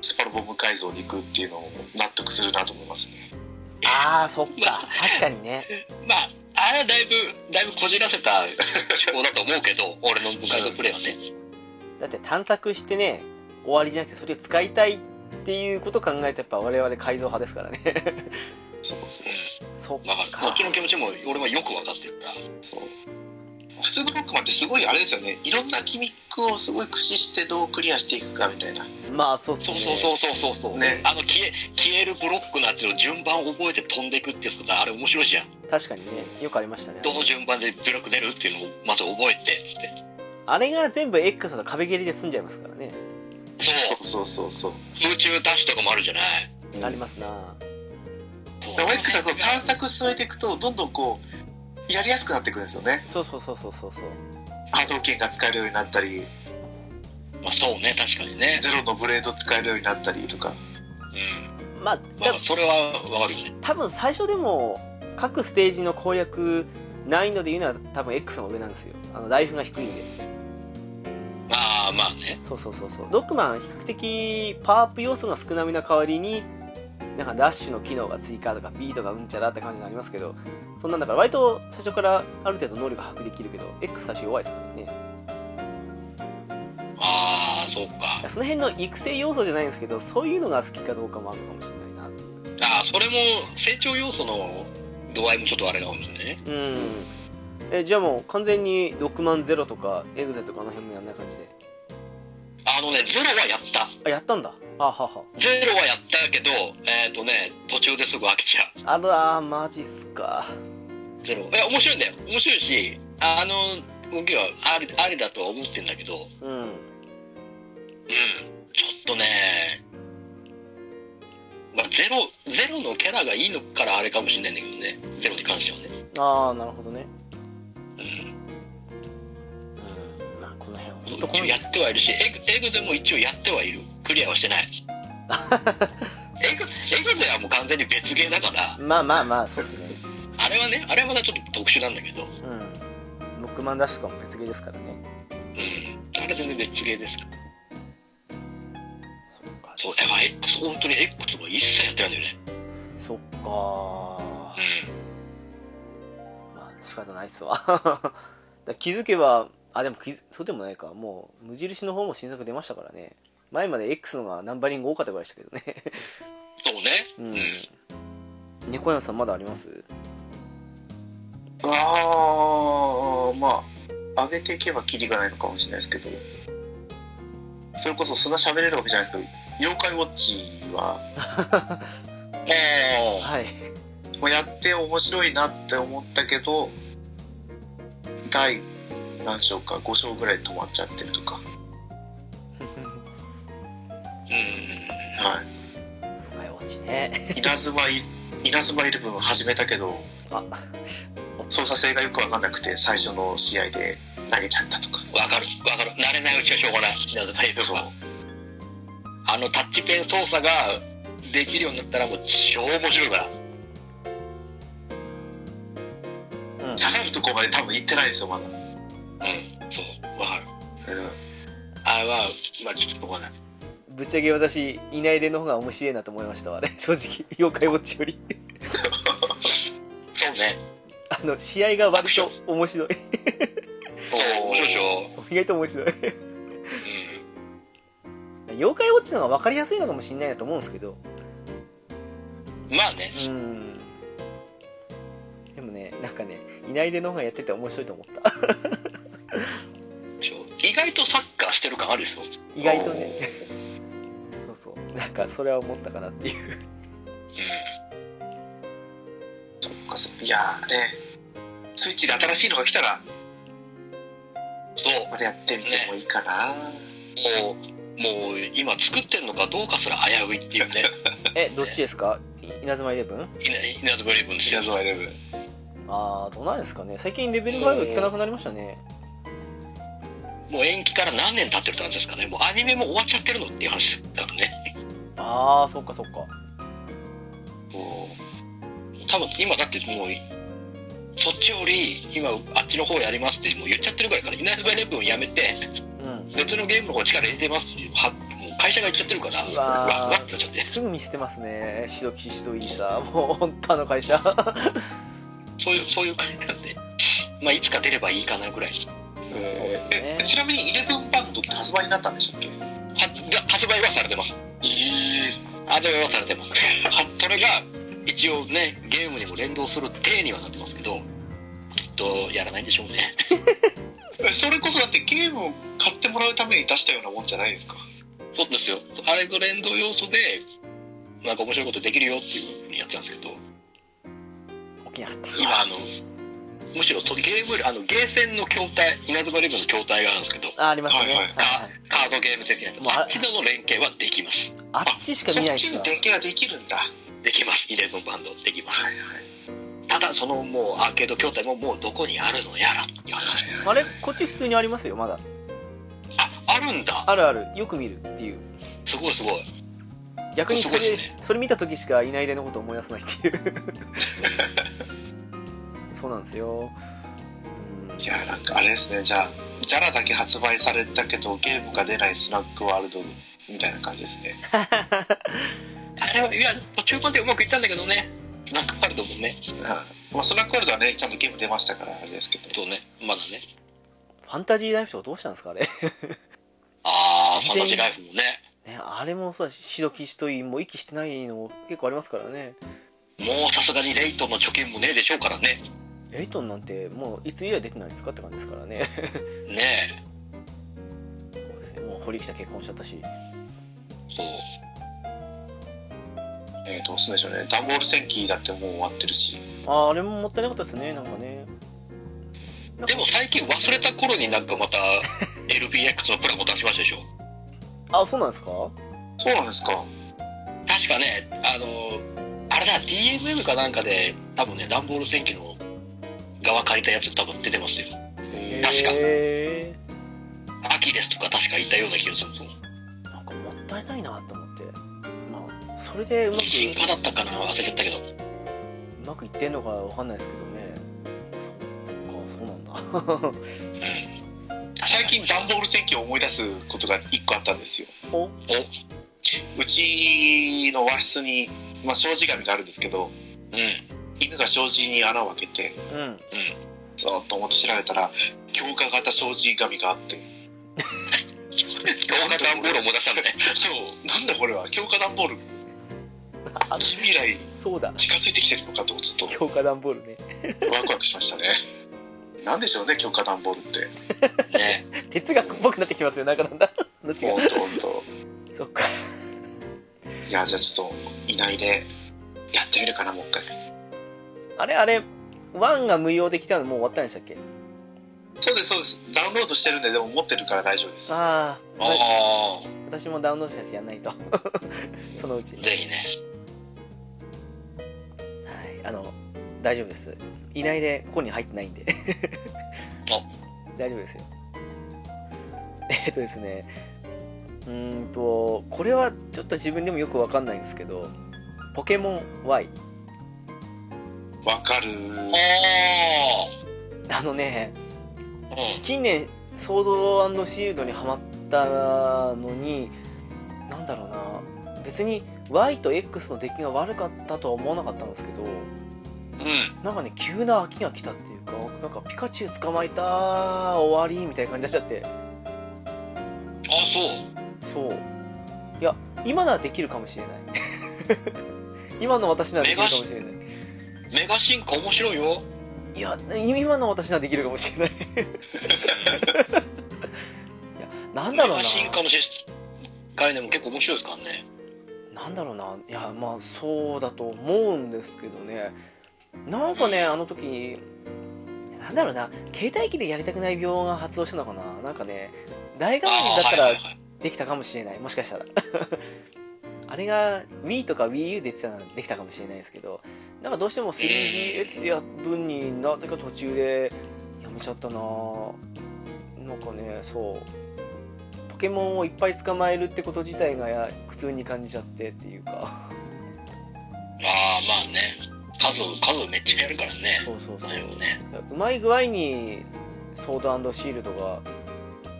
[SPEAKER 3] スパロボム改造に行くっていうのを納得するなと思いますね
[SPEAKER 1] ああそっか確かにね
[SPEAKER 2] まあ、あれはだいぶ、だいぶこじらせた手法だと思うけ <laughs> ど、俺のガイドプレイはね。
[SPEAKER 1] だって探索してね、終わりじゃなくてそれを使いたいっていうことを考えてやっぱ我々改造派ですから
[SPEAKER 2] <laughs>
[SPEAKER 1] ね。
[SPEAKER 3] そうですね
[SPEAKER 1] そっ
[SPEAKER 2] わかる。こ
[SPEAKER 1] か
[SPEAKER 2] っち。の気持ちも俺はよくわかってるから。
[SPEAKER 3] そう普通のロックマンってすごいあれですよねいろんなギミックをすごい駆使してどうクリアしていくかみたいな
[SPEAKER 1] まあそうっす
[SPEAKER 2] そう
[SPEAKER 1] ね。
[SPEAKER 2] そうそうそうそう。
[SPEAKER 3] ね
[SPEAKER 2] あの消え、消えるブロックのやつを順番を覚えて飛んでいくってやつとか、あれ面白いじゃん。
[SPEAKER 1] 確かにね、よくありましたね。
[SPEAKER 2] どの順番でブロック出るっていうのをまず覚えてって。
[SPEAKER 1] あれが全部 X だと壁蹴りで済んじゃいますからね。
[SPEAKER 2] そう。
[SPEAKER 3] そうそうそう
[SPEAKER 2] 空中ダッシュとかもあるじゃない。
[SPEAKER 3] うん
[SPEAKER 1] ありますな
[SPEAKER 3] でも X はこう探索進めていくとどんどんこうやりやすくなっていくんですよね
[SPEAKER 1] そうそうそうそうそうそう。
[SPEAKER 3] 波動拳が使えるようになったり
[SPEAKER 2] まあそうね、確かにね。
[SPEAKER 3] ゼロのブレード使えるようになったりとか
[SPEAKER 2] うん。
[SPEAKER 1] まあ、
[SPEAKER 2] まあ
[SPEAKER 1] た
[SPEAKER 2] それはわかるよね。
[SPEAKER 1] 多分最初でも、各ステージの攻略難易度で言うのは多分 X の上なんですよ。あの、ライフが低いんで。
[SPEAKER 2] まあまあね。
[SPEAKER 1] そうそうそうそう。ロックマン、比較的パワーアップ要素が少なめな代わりに、なんかダッシュの機能が追加とかビートがうんちゃらって感じになりますけど、そんなんだから割と最初からある程度能力が発揮できるけど、X 最初弱いですからね。
[SPEAKER 2] ああ、そうか。
[SPEAKER 1] その辺の育成要素じゃないんですけど、そういうのが好きかどうかもあるのかもしれないな。
[SPEAKER 2] ああ、それも成長要素の度合いもちょっとあれなかもしれないね。
[SPEAKER 1] うん。え、じゃあもう完全に6万ゼロとかエグゼとかあの辺もやんない感じで。
[SPEAKER 2] あのね、ゼロはやった。
[SPEAKER 1] あ、やったんだ。あはは。
[SPEAKER 2] ゼロはやったけど、えっ、とね、途中ですぐ飽きちゃう。
[SPEAKER 1] あらー、マジっすか。
[SPEAKER 2] ゼロ。え、面白いんだよ。面白いし、あの動きはありありだとは思ってんだけど、
[SPEAKER 1] うん。
[SPEAKER 2] うん、ちょっとね、まあ、ゼロ、ゼロのキャラがいいのからあれかもしれないんだけどね、ゼロに関してはね。
[SPEAKER 1] あー、なるほどね。
[SPEAKER 2] うん
[SPEAKER 1] うん。まあ、この辺は本
[SPEAKER 2] 一
[SPEAKER 1] 当こ
[SPEAKER 2] 応
[SPEAKER 1] の
[SPEAKER 2] やってはいるし、エグエグゼも一応やってはいる。クリアはし
[SPEAKER 1] <laughs>
[SPEAKER 2] てない。エグエグゼはもう完全に別ゲーだから、
[SPEAKER 1] まあまあまあ、そうっすね。
[SPEAKER 2] あれはね、あれはまたちょっと特殊なんだけど、
[SPEAKER 1] うん。6万ダッシュとかも別ゲーですからね。
[SPEAKER 2] うん、あれ全然別ゲーですから。
[SPEAKER 1] そっか。
[SPEAKER 2] そう、やばい、X、本当に X は一切やってないんだよね。
[SPEAKER 1] そっかー。
[SPEAKER 2] うん。
[SPEAKER 1] まあ、仕方ないっすわ。 <laughs> だから気づけば、あ、でも気づ、そうでもないか。もう、無印の方も新作出ましたからね。前まで X のがナンバリング多かったぐらいでしたけどね。 <laughs>
[SPEAKER 2] そうね。
[SPEAKER 1] うん
[SPEAKER 2] ん。
[SPEAKER 1] 猫山さんまだあります
[SPEAKER 3] ああまあ上げていけばキリがないのかもしれないですけどそれこそそんな喋れるわけじゃないですけど妖怪ウォッチは
[SPEAKER 2] もう、
[SPEAKER 1] はい。
[SPEAKER 3] もうやって面白いなって思ったけど第何章か5章ぐらい止まっちゃってるとか
[SPEAKER 2] うん。
[SPEAKER 3] は
[SPEAKER 1] 深い落ちね。
[SPEAKER 3] い稲妻い <laughs> 稲妻イレブン始めたけど
[SPEAKER 1] あ、
[SPEAKER 3] 操作性がよく分かんなくて最初の試合で投げちゃったとか
[SPEAKER 2] わかる、わかる。慣れないうちはしょうがない。なぜか言えば
[SPEAKER 3] そう
[SPEAKER 2] あのタッチペン操作ができるようになったらもう超面白いから。
[SPEAKER 1] うん。
[SPEAKER 3] 刺さるとこまで多分行ってないですよまだ、
[SPEAKER 2] うん、そう、わかる。
[SPEAKER 3] うん
[SPEAKER 2] あれは、まあちょっとしょうがない。
[SPEAKER 1] ぶっちゃけ私、いないでの方が面白いなと思いましたわね。正直、妖怪ウォッチより。
[SPEAKER 2] そうね。
[SPEAKER 1] あの、試合が割と面白い。
[SPEAKER 2] そう、面白いでしょ。
[SPEAKER 1] 意外と面白い。
[SPEAKER 2] うん。
[SPEAKER 1] 妖怪ウォッチの方が分かりやすいのかもしれないなと思うんですけど。
[SPEAKER 2] まあね。
[SPEAKER 1] うん。でもね、なんかね、いないでの方がやってて面白いと思 <laughs> った。
[SPEAKER 2] 意外とサッカーしてる感あるでしょ。う
[SPEAKER 1] 意外とね。そうそう。なんか、それは思ったかなっていう。
[SPEAKER 2] ん。
[SPEAKER 3] そっかそっかいやーねスイッチで新しいのが来たら
[SPEAKER 2] そう。
[SPEAKER 3] またやってみてもいいかな、
[SPEAKER 2] もう、もう今作ってるのかどうかすら危ういっていうね。 <laughs>
[SPEAKER 1] え、どっちですかい稲妻イレブン
[SPEAKER 2] いな、いなずブレイブンですよ。
[SPEAKER 3] 妻イレブン
[SPEAKER 1] あー、どうなんですかね。最近レベル5聞かなくなりましたね。
[SPEAKER 2] もう延期から何年経ってるって話ですかね。もうアニメも終わっちゃってるのっていう話だからね。
[SPEAKER 1] あー、そっかそっか。
[SPEAKER 2] 多分今だってもうそっちより今あっちの方やりますってもう言っちゃってるぐらいから「イナズバイレブン」やめて
[SPEAKER 1] うん。
[SPEAKER 2] 別のゲームの方力入れてますっていうはもう会社が言っちゃってるから
[SPEAKER 1] う
[SPEAKER 2] わ
[SPEAKER 1] わ
[SPEAKER 2] わってなっちゃって
[SPEAKER 1] ー、すぐ見捨てますね。シドキシドイーサー。もう、ほんとあの会社。
[SPEAKER 2] そそういう、そういう感じなんで、 <laughs> まあ、いつか出ればいいかなぐらい。
[SPEAKER 1] そうですね
[SPEAKER 3] えちなみにイレブンバンドって発売になったんでしたっけえ
[SPEAKER 2] は発売はされてます。
[SPEAKER 3] え
[SPEAKER 2] 発売はされてます。はそれが、一応ね、ゲームにも連動する体にはなってますけど、きっとやらないんでしょうね。
[SPEAKER 3] それこそだってゲームを買ってもらうために出したようなもんじゃないですか
[SPEAKER 2] <laughs> そうですよ。あれと連動要素で、なんか面白いことできるよっていうやつなんですけど、
[SPEAKER 1] <laughs> 起きなかった。
[SPEAKER 2] 今あの、むしろとゲームより、あの、ゲーセンの筐体、稲妻リブの筐体があるんですけど、
[SPEAKER 1] あ、ありますね。
[SPEAKER 3] はいはい
[SPEAKER 1] はいはい
[SPEAKER 2] カードゲーム的なやつ、
[SPEAKER 1] もうあ
[SPEAKER 2] あっちの連携はできます。
[SPEAKER 1] あっちしか
[SPEAKER 3] そ
[SPEAKER 1] 見ない
[SPEAKER 3] っ
[SPEAKER 1] で
[SPEAKER 3] ち
[SPEAKER 1] す
[SPEAKER 3] に
[SPEAKER 1] か
[SPEAKER 3] 電気ができるんだ
[SPEAKER 2] できます。イレブンバンドできます。
[SPEAKER 3] いはい
[SPEAKER 2] ただ、そのもうアーケード筐体ももうどこにあるのやらっていう話です。
[SPEAKER 1] あれこっち普通にありますよ、まだ。
[SPEAKER 2] あ、あるんだ。
[SPEAKER 1] あるある。よく見るっていう。
[SPEAKER 2] すごいすごい。
[SPEAKER 1] 逆にそ
[SPEAKER 2] すごい
[SPEAKER 1] れ、
[SPEAKER 2] ですね
[SPEAKER 1] それ見た時しかいないでのことを思い出さないっていう。 <laughs> そうなんですよ。うん
[SPEAKER 3] いやなんかあれですねじゃあジャラだけ発売されたけどゲームが出ないスナックワールドみたいな感じですね
[SPEAKER 2] あれは、いや、途中までうまくいったんだけどね。なんかあると思うね。
[SPEAKER 3] うんまあ、スナックワールドはねちゃんとゲーム出ましたからあれですけど
[SPEAKER 2] そうね。まだね。
[SPEAKER 1] ファンタジーライフとかどうしたんですか、あれ。
[SPEAKER 2] あー、ファ
[SPEAKER 1] 全
[SPEAKER 2] ンタ
[SPEAKER 1] 員
[SPEAKER 2] ジーライフもね。
[SPEAKER 1] ね、あれもそうだし、シドキシトインも息してないの結構ありますからね。
[SPEAKER 2] もうさすがにレイトンの貯金もねえでしょうからね。
[SPEAKER 1] エイトンなんてもういつ以来出てないんですかって感じですからね。
[SPEAKER 2] ね
[SPEAKER 1] そうですねもう堀北結婚しちゃったし。
[SPEAKER 2] え。そう。
[SPEAKER 3] えー、どうすんでしょうねダンボール戦記だってもう終わってるし
[SPEAKER 1] あーあれももったいなかったですね、なんかね。なんか
[SPEAKER 2] でも最近忘れた頃になんかまた
[SPEAKER 3] <laughs>
[SPEAKER 2] LBX のプラも出しましたでしょ
[SPEAKER 1] あ、そうなんですか
[SPEAKER 3] そうなんですか
[SPEAKER 2] 確かねあのあれだ DMM かなんかで多分ねダンボール戦記の側借りたやつ多分出てますよ
[SPEAKER 3] え
[SPEAKER 2] 確か
[SPEAKER 1] へ
[SPEAKER 2] アキレスとか確かいたような気がするぞ
[SPEAKER 1] ーなんかもったいないなと思って。まあ、それでうまく、
[SPEAKER 2] 進化だったかな忘れちゃったけど
[SPEAKER 1] うまくいってんのかわかんないですけどね。そっか、そうなんだ。 <laughs>
[SPEAKER 3] 最近ダンボール戦記を思い出すことが1個あったんですよ
[SPEAKER 1] お
[SPEAKER 3] うちの和室に、まあ、障子紙があるんですけど
[SPEAKER 2] うん
[SPEAKER 3] 犬が障子に穴を開けて
[SPEAKER 1] うん。
[SPEAKER 3] そうと思って調べたら強化型障子紙があって
[SPEAKER 2] 動画ダンボール思い出したんだね
[SPEAKER 3] そうなんだこれは強化ダンボール
[SPEAKER 1] あの
[SPEAKER 3] 近未来
[SPEAKER 1] そうだ。
[SPEAKER 3] 近づいてきてるのかとちょっ
[SPEAKER 1] 強化段ボールね。
[SPEAKER 3] とワクワクしまし
[SPEAKER 1] <laughs>
[SPEAKER 3] たねなんでしょうね強化ダンボールっ
[SPEAKER 1] <laughs>
[SPEAKER 2] <laughs>
[SPEAKER 3] て
[SPEAKER 2] ね
[SPEAKER 1] 哲学っぽくなってきますよ、なんかなんだ。話
[SPEAKER 3] ほ
[SPEAKER 1] が。
[SPEAKER 3] んとほんと
[SPEAKER 1] そっか。
[SPEAKER 3] いやじゃあちょっといないでやってみるかなもう一回
[SPEAKER 1] あれあれ、ワンが無料で来たのもう終わったんでしたっけ
[SPEAKER 3] そうですそうですダウンロードしてるんででも持ってるから大丈夫です
[SPEAKER 1] ああ、
[SPEAKER 2] あ
[SPEAKER 1] 私もダウンロードしたしやんないと。 <laughs> そのうち。
[SPEAKER 2] あ
[SPEAKER 1] はい。
[SPEAKER 2] ぜひね
[SPEAKER 1] あの、大丈夫です。いないで、ここに入ってないんで。 <laughs> 大丈夫ですよ。えっとですね、うーんと、これはちょっと自分でもよくわかんないんですけど、ポケモン Y。
[SPEAKER 3] わかる
[SPEAKER 2] ああ
[SPEAKER 1] あのね、
[SPEAKER 2] うん
[SPEAKER 1] 近年、ソードシールドにハマったのに、なんだろうな、別に Y と X のデッキが悪かったとは思わなかったんですけど、
[SPEAKER 2] うん
[SPEAKER 1] なんかね、急な飽きが来たっていうか、なんかピカチュウ捕まえた終わりみたいな感じになっちゃって、
[SPEAKER 2] あそう
[SPEAKER 1] そう。いや、今ならできるかもしれない。 <laughs> 今の私ならできるかもしれない。
[SPEAKER 2] メガ進化面白いよ
[SPEAKER 1] いや、今の私ならできるかもし
[SPEAKER 2] <laughs>
[SPEAKER 1] れない。いや、なんだろう
[SPEAKER 2] メガ進化
[SPEAKER 1] な。
[SPEAKER 2] のシス概念も結構面白いですからね
[SPEAKER 1] なんだろうな。いや、まあ、そうだと思うんですけどね。なんかね、あの時、なんだろうな。携帯機でやりたくない病が発動したのかな。なんかね、大画面だった
[SPEAKER 2] あーはいはい
[SPEAKER 1] ら
[SPEAKER 2] はい
[SPEAKER 1] できたかもしれない。もしかしたら。 <laughs> あれが Wii とか WiiU で言ってたらできたかもしれないですけど、なんかどうしても 3DS や分になぜか途中でやめちゃったなぁ。なんかね、そう。ポケモンをいっぱい捕まえるってこと自体がや苦痛に感じちゃってっていうか。
[SPEAKER 2] ああまあね数数めっちゃやるからね
[SPEAKER 1] そうそうそう
[SPEAKER 2] だ。よね
[SPEAKER 1] うまい具合にソードシールドが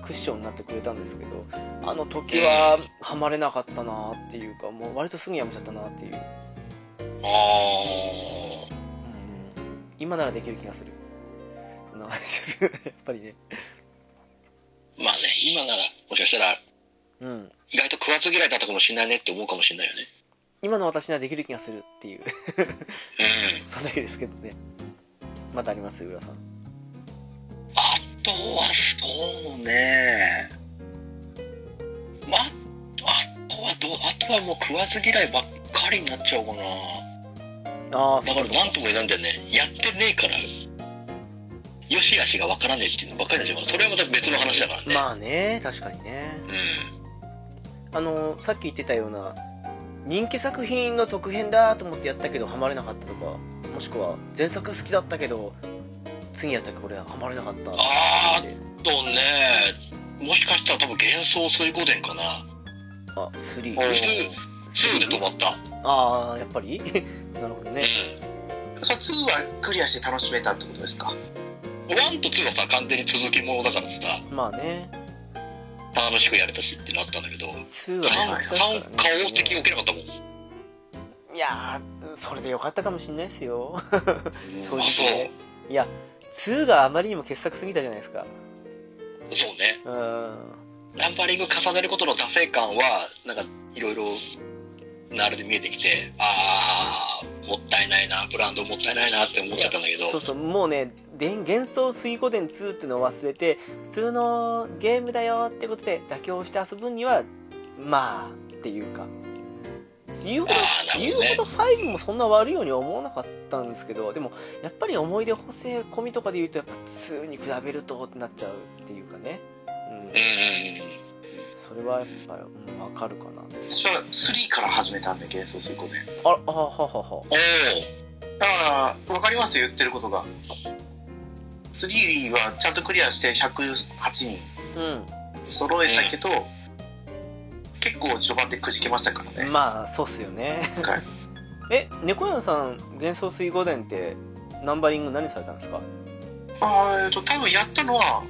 [SPEAKER 1] クッションになってくれたんですけどあの時はハマれなかったなっていうかもう割とすぐやめちゃったなっていう、
[SPEAKER 2] ああ
[SPEAKER 1] 今ならできる気がする。そ <laughs> んな話です。やっぱりね。
[SPEAKER 2] まあね、今なら、もしかしたら、
[SPEAKER 1] うん。
[SPEAKER 2] 意外と食わず嫌いだったかもしれないねって思うかもしれないよね。
[SPEAKER 1] 今の私ならできる気がするっていう。 <laughs>
[SPEAKER 2] うん。
[SPEAKER 1] そんだけですけどね。まだあります浦さん。
[SPEAKER 2] あとは、そうね。まあ、あとはどう、あとはもう食わず嫌いばっかりになっちゃうかな。
[SPEAKER 1] ああ、そ
[SPEAKER 2] だ
[SPEAKER 1] う
[SPEAKER 2] か
[SPEAKER 1] から
[SPEAKER 2] 何とも言えないんだよね。やってねえから、よし悪しがわからねえっていうのばっかりだし、それはまた別の話だからね。
[SPEAKER 1] まあね、確かにね。
[SPEAKER 2] うん。
[SPEAKER 1] あの、さっき言ってたような、人気作品の特編だと思ってやったけど、ハマれなかったとか、もしくは、前作好きだったけど、次やったけどこれハマれなかった。
[SPEAKER 2] あーっとね、もしかしたら多分幻想水滸伝かな。
[SPEAKER 1] あ、3。
[SPEAKER 2] おー2で止まった。
[SPEAKER 1] ああ、やっぱり <laughs> なるほどね。
[SPEAKER 2] う
[SPEAKER 3] それ2はクリアして楽しめたってことですか
[SPEAKER 2] ん。1と2はさ、完全に続きものだからさ、
[SPEAKER 1] まあね、
[SPEAKER 2] 楽しくやれたしってなったんだけど、
[SPEAKER 1] 2
[SPEAKER 2] 3、
[SPEAKER 1] はめちゃくちゃで
[SPEAKER 2] 3
[SPEAKER 1] すからね
[SPEAKER 2] 顔的に受けなかったもん。
[SPEAKER 1] いやー、それでよかったかもしんないですよ。正
[SPEAKER 2] あ
[SPEAKER 1] 直ね。いや、2があまりにも傑作すぎたじゃないですか。
[SPEAKER 2] そう。そうね。
[SPEAKER 1] うーん。
[SPEAKER 2] ナンバリング重ねることの達成感は、なんか、いろいろ、なあれで見えてきて、あー、もったいないな、ブランドもったいないなって思っちゃったんだけど、
[SPEAKER 1] そうそう、もうね、で幻想水滸伝2っていうのを忘れて、普通のゲームだよってことで妥協して遊ぶには、まあ、っていうか。言うほど
[SPEAKER 2] あーな、る
[SPEAKER 1] 言う
[SPEAKER 2] ほどね
[SPEAKER 1] ほど5もそんな悪いように思わなかったんですけど、でも、やっぱり思い出補正込みとかで言うと、やっぱ2に比べるとってなっちゃうっていうかね。うん
[SPEAKER 2] うん。うんうん。
[SPEAKER 1] それはやっぱり、うん、わかるかなって。
[SPEAKER 3] 私は3から始めたんで幻想水滸伝
[SPEAKER 1] あら、あははは。
[SPEAKER 2] おー、
[SPEAKER 3] だから分かりますよ言ってることが3はちゃんとクリアして108人
[SPEAKER 1] う
[SPEAKER 3] 揃えたけど、結構序盤でくじけましたから
[SPEAKER 1] ん。
[SPEAKER 3] ね、
[SPEAKER 1] まあ、そうっすよね。
[SPEAKER 3] 今回
[SPEAKER 1] <laughs> え、猫屋さん、幻想水滸伝って、ナンバリング何されたんですか
[SPEAKER 3] あーえっと多分やったのは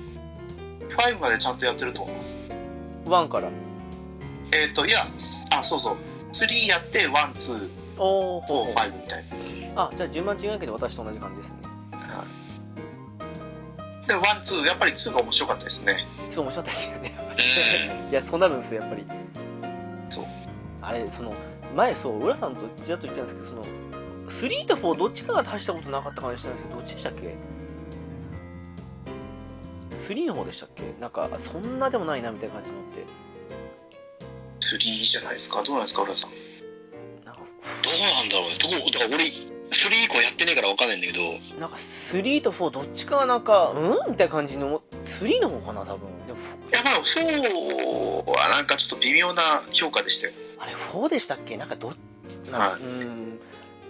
[SPEAKER 3] 5までちゃんとやってると思います
[SPEAKER 1] ワンから。
[SPEAKER 3] えっ、といやあそうそう3やって12
[SPEAKER 1] おお。
[SPEAKER 3] と5みたい
[SPEAKER 1] あ、じゃあ順番違うけど私と同じ感じですね。
[SPEAKER 3] な、はい、で12やっぱり2が面白かったですね
[SPEAKER 1] そう面白かったですよね。
[SPEAKER 2] うん。
[SPEAKER 1] いや、そうなるんですよ、やっぱり。
[SPEAKER 3] そう。
[SPEAKER 1] あれ、その、前、そう、浦さんとちらっと言ったんですけど、その、3と4どっちかが大したことなかった感じしたんですけど、どっちでしたっけ ?3 の方でしたっけなんか、そんなでもないなみたいな感じのって。
[SPEAKER 3] 3じゃないですかどうなんですか浦さん
[SPEAKER 1] なんか
[SPEAKER 2] どうなんだろうね。どこだから俺、3以降やってねえからわかんないんだけど、
[SPEAKER 1] なんか3と4どっちかがなんか、うんみたいな感じの、3の方かな、多分。でも、
[SPEAKER 3] いやまあ4はなんかちょっと微妙な評価でしたよ
[SPEAKER 1] あれ、4でしたっけなんかどっち、なんか
[SPEAKER 3] はい
[SPEAKER 1] うん、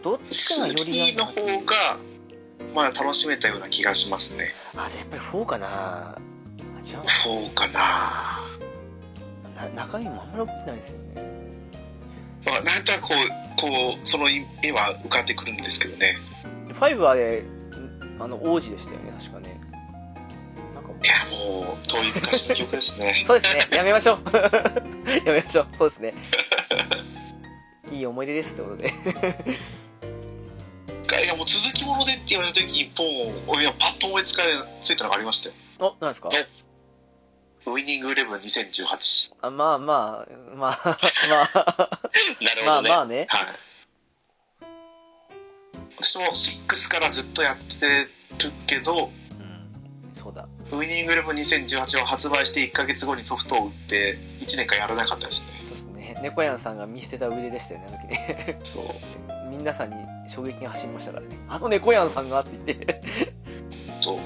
[SPEAKER 1] どっちかがより
[SPEAKER 3] 3
[SPEAKER 1] な
[SPEAKER 3] の
[SPEAKER 1] んか
[SPEAKER 3] 方がまだ楽しめたような気がしますね
[SPEAKER 1] あ、じゃあやっぱり4かな。あ、違う
[SPEAKER 3] 4かな
[SPEAKER 1] な。中身もあんまり覚えてないですよね。
[SPEAKER 3] まあ、なんとなくこうこうその絵は浮かんでくるんですけどね
[SPEAKER 1] 5はね、あの、王子でしたよね、確かね。なんか
[SPEAKER 3] いやもう遠い昔の記憶ですね <laughs>
[SPEAKER 1] そうですね、やめましょう。やめましょう、 <laughs> そうですね。いい思い出ですってことで。 <laughs>
[SPEAKER 3] いやもう続きものでって言われた時にポンをいやパッと思いつかついたのがありましたよ
[SPEAKER 1] お、なんですか
[SPEAKER 3] ウィニングイレブン2018
[SPEAKER 1] あまあまあ、 <laughs> まあ、まあ、
[SPEAKER 2] なるほ
[SPEAKER 1] ま
[SPEAKER 2] ど
[SPEAKER 1] あ
[SPEAKER 2] ね。
[SPEAKER 1] まあね。
[SPEAKER 3] はい私も6からずっとやってるけ
[SPEAKER 1] う
[SPEAKER 3] ど
[SPEAKER 1] ん、そうだ。
[SPEAKER 3] ウィニングイレブン2018を発売して1ヶ月後にソフトを売って1年間やらなかったですね
[SPEAKER 1] そうですね。猫やんさんが見捨てた腕でしたよね、あの時ね。
[SPEAKER 3] そう
[SPEAKER 1] <laughs> 皆さんに衝撃が走りましたからね。あの猫やんさんがって言って。
[SPEAKER 3] そう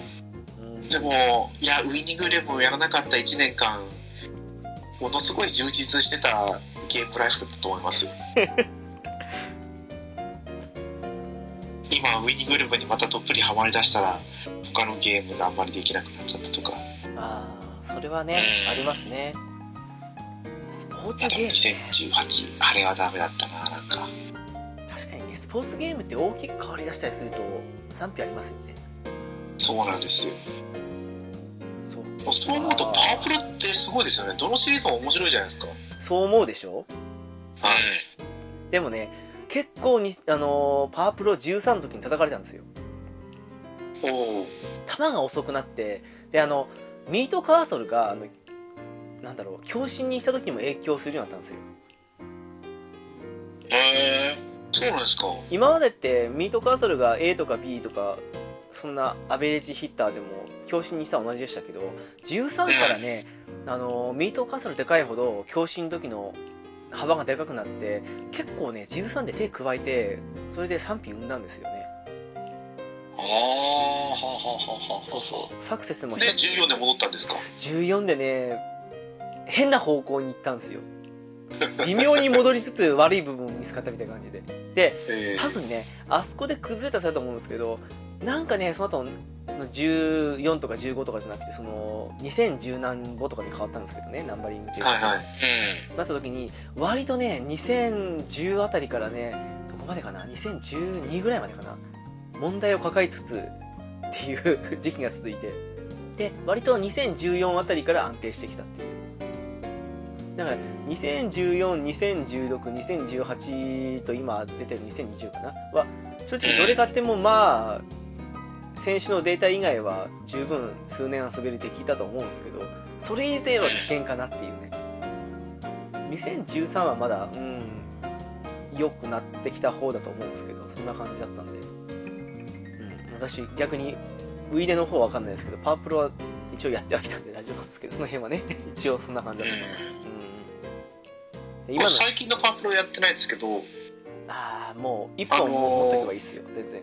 [SPEAKER 1] うん
[SPEAKER 3] でもいやウィニングイレブンをやらなかった1年間ものすごい充実してたゲームライフだったと思い <laughs> ますよ今ウィニングイレブンにまたどっぷりハマりだしたら他のゲームがあんまりできなくなっちゃったとか
[SPEAKER 1] ああ、それはね、ありますね。スポー
[SPEAKER 3] あ
[SPEAKER 1] ツ
[SPEAKER 3] と
[SPEAKER 1] ゲーム、
[SPEAKER 3] 2018あれはダメだったななんか
[SPEAKER 1] 確かにね、スポーツゲームって大きく変わり出したりすると賛否ありますよね。
[SPEAKER 3] そうなんですよ
[SPEAKER 1] そう
[SPEAKER 3] そう思うとパワプロってすごいですよねどのシリーズも面白いじゃないですか
[SPEAKER 1] そう思うでしょ
[SPEAKER 3] はい
[SPEAKER 1] でもね、結構に、あのーパワープロ13の時に叩かれたんですよ。
[SPEAKER 2] う
[SPEAKER 3] おう
[SPEAKER 1] 弾が遅くなってであのミートカーソルがあのなんだろう強振にした時にも影響するようになったんですよ
[SPEAKER 2] へえ
[SPEAKER 3] そうなんですか
[SPEAKER 1] 今までってミートカーソルが A とか B とかそんなアベレージヒッターでも強振にしたら同じでしたけど13からね、あのミートカーソルでかいほど強振の時の幅がでかくなって結構ね13で手加えてそれで賛否生んだんですよね
[SPEAKER 2] ああははははそうそう
[SPEAKER 1] サクセスも
[SPEAKER 3] で14で戻ったんですか
[SPEAKER 1] 14でね変な方向に行ったんですよ微妙に戻りつつ悪い部分も見つかったみたいな感じでで
[SPEAKER 3] え
[SPEAKER 1] 多分ねあそこで崩れたせいだと思うんですけどなんかねその後その14とか15とかじゃなくてその2010何歩とかに変わったんですけどねナンバリングっていうのが
[SPEAKER 3] はいはい
[SPEAKER 2] うん
[SPEAKER 1] なった時に割とね2010あたりからねどこまでかな2012ぐらいまでかな問題を抱えつつっていう時期が続いてで割と2014あたりから安定してきたっていうだから201420162018と今出てる2020かなは正直どれ買ってもまあ選手のデータ以外は十分数年遊べるって聞いたと思うんですけどそれ以前は危険かなっていうね2013はまだ、うん、良くなってきた方だと思うんですけど、そんな感じだったんで、うん、私、逆に、ウイイレの方は分かんないですけど、パワープロは一応やってはきたんで大丈夫なんですけど、その辺はね、 <laughs> 一応そんな感じだと思います。うんで今
[SPEAKER 3] こ
[SPEAKER 1] の
[SPEAKER 3] れ、最近のパープロやってないですけど
[SPEAKER 1] ああ、もう、一本も持っておけばいいっすよ、全然。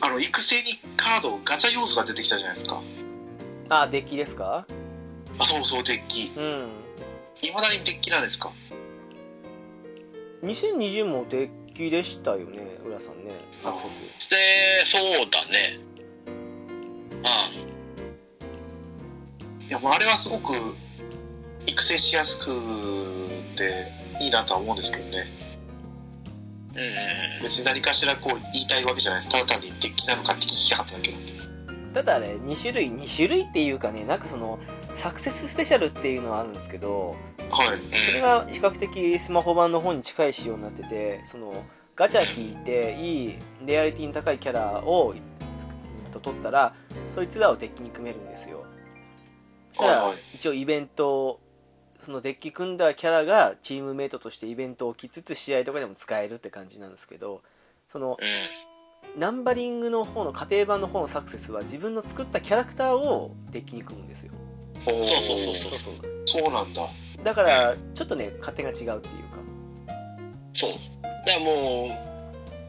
[SPEAKER 3] あの育成にカードガチャ要素が出てきたじゃないですか
[SPEAKER 1] <laughs> ああ、デッキですか
[SPEAKER 3] あそうそうデッキ
[SPEAKER 1] うん。
[SPEAKER 3] いまだにデッキなんですか
[SPEAKER 1] 2020もデッキでしたよね、浦さんね、サクセス。
[SPEAKER 2] でそうだねあ
[SPEAKER 3] いやもうあれはすごく育成しやすくていいなとは思うんですけどね
[SPEAKER 2] うんうんうん
[SPEAKER 3] 別に何かしらこう言いたいわけじゃないですただ単にデッキなのかって聞きたかっただけなんで
[SPEAKER 1] ただあれ2種類2種類っていうかねなんかそのサクセススペシャルっていうのはあるんですけど
[SPEAKER 3] はい
[SPEAKER 1] それが比較的スマホ版の方に近い仕様になっててそのガチャ引いていいレアリティの高いキャラをうんと取ったらそいつらをデッキに組めるんですよそした
[SPEAKER 3] はい
[SPEAKER 1] ら
[SPEAKER 3] はい
[SPEAKER 1] 一応イベントそのデッキ組んだキャラがチームメイトとしてイベントを着つつ試合とかでも使えるって感じなんですけどその
[SPEAKER 2] うん
[SPEAKER 1] ナンバリングの方の家庭版の方のサクセスは自分の作ったキャラクターをデッキに組むんですよ
[SPEAKER 3] お
[SPEAKER 2] そう
[SPEAKER 3] お
[SPEAKER 2] そう
[SPEAKER 1] そうそう
[SPEAKER 3] そうなんだ
[SPEAKER 1] だからちょっとね勝手が違うっていうか
[SPEAKER 2] そうだからもう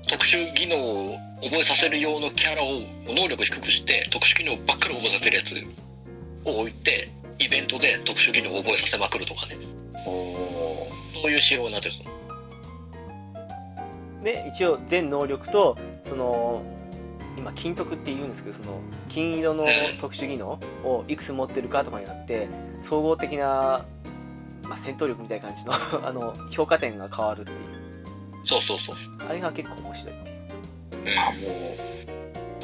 [SPEAKER 2] 特殊技能を覚えさせる用のキャラを能力低くして特殊技能ばっかり覚えさせるやつを置いてイベントで特殊技能を覚えさせまくるとかね
[SPEAKER 3] おお
[SPEAKER 2] そういう仕様になってる
[SPEAKER 1] で一応全能力とその今金徳って言うんですけどその金色の特殊技能をいくつ持ってるかとかになって総合的な、まあ、戦闘力みたいな感じのあの評価点が変わるっていう
[SPEAKER 2] そうそうそう
[SPEAKER 1] あれが結構面白いっていう
[SPEAKER 3] あもう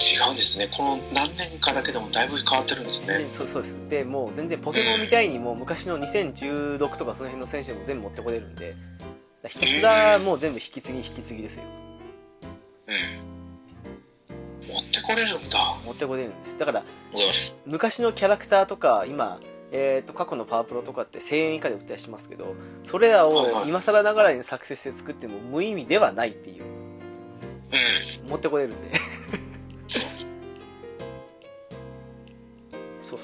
[SPEAKER 3] 違うんですねこの何年かだけでもだいぶ変わってるんですね
[SPEAKER 1] でそうそうですでもう全然ポケモンみたいにもう昔の2016とかその辺の選手でも全部持ってこれるんでだからひたすらもう全部引き継ぎ引き継ぎですよ
[SPEAKER 2] うん
[SPEAKER 3] 持ってこれるんだ
[SPEAKER 1] 持ってこれるんですだから
[SPEAKER 2] ございます
[SPEAKER 1] 昔のキャラクターとか今、えー、と過去のパワープロとかって1000円以下で売ったりしますけどそれら
[SPEAKER 3] はいは
[SPEAKER 1] を
[SPEAKER 3] い
[SPEAKER 1] 今更ながらにサクセスで作っても無意味ではないっていう
[SPEAKER 2] うん
[SPEAKER 1] 持ってこれるん
[SPEAKER 3] <laughs>
[SPEAKER 1] でそうそう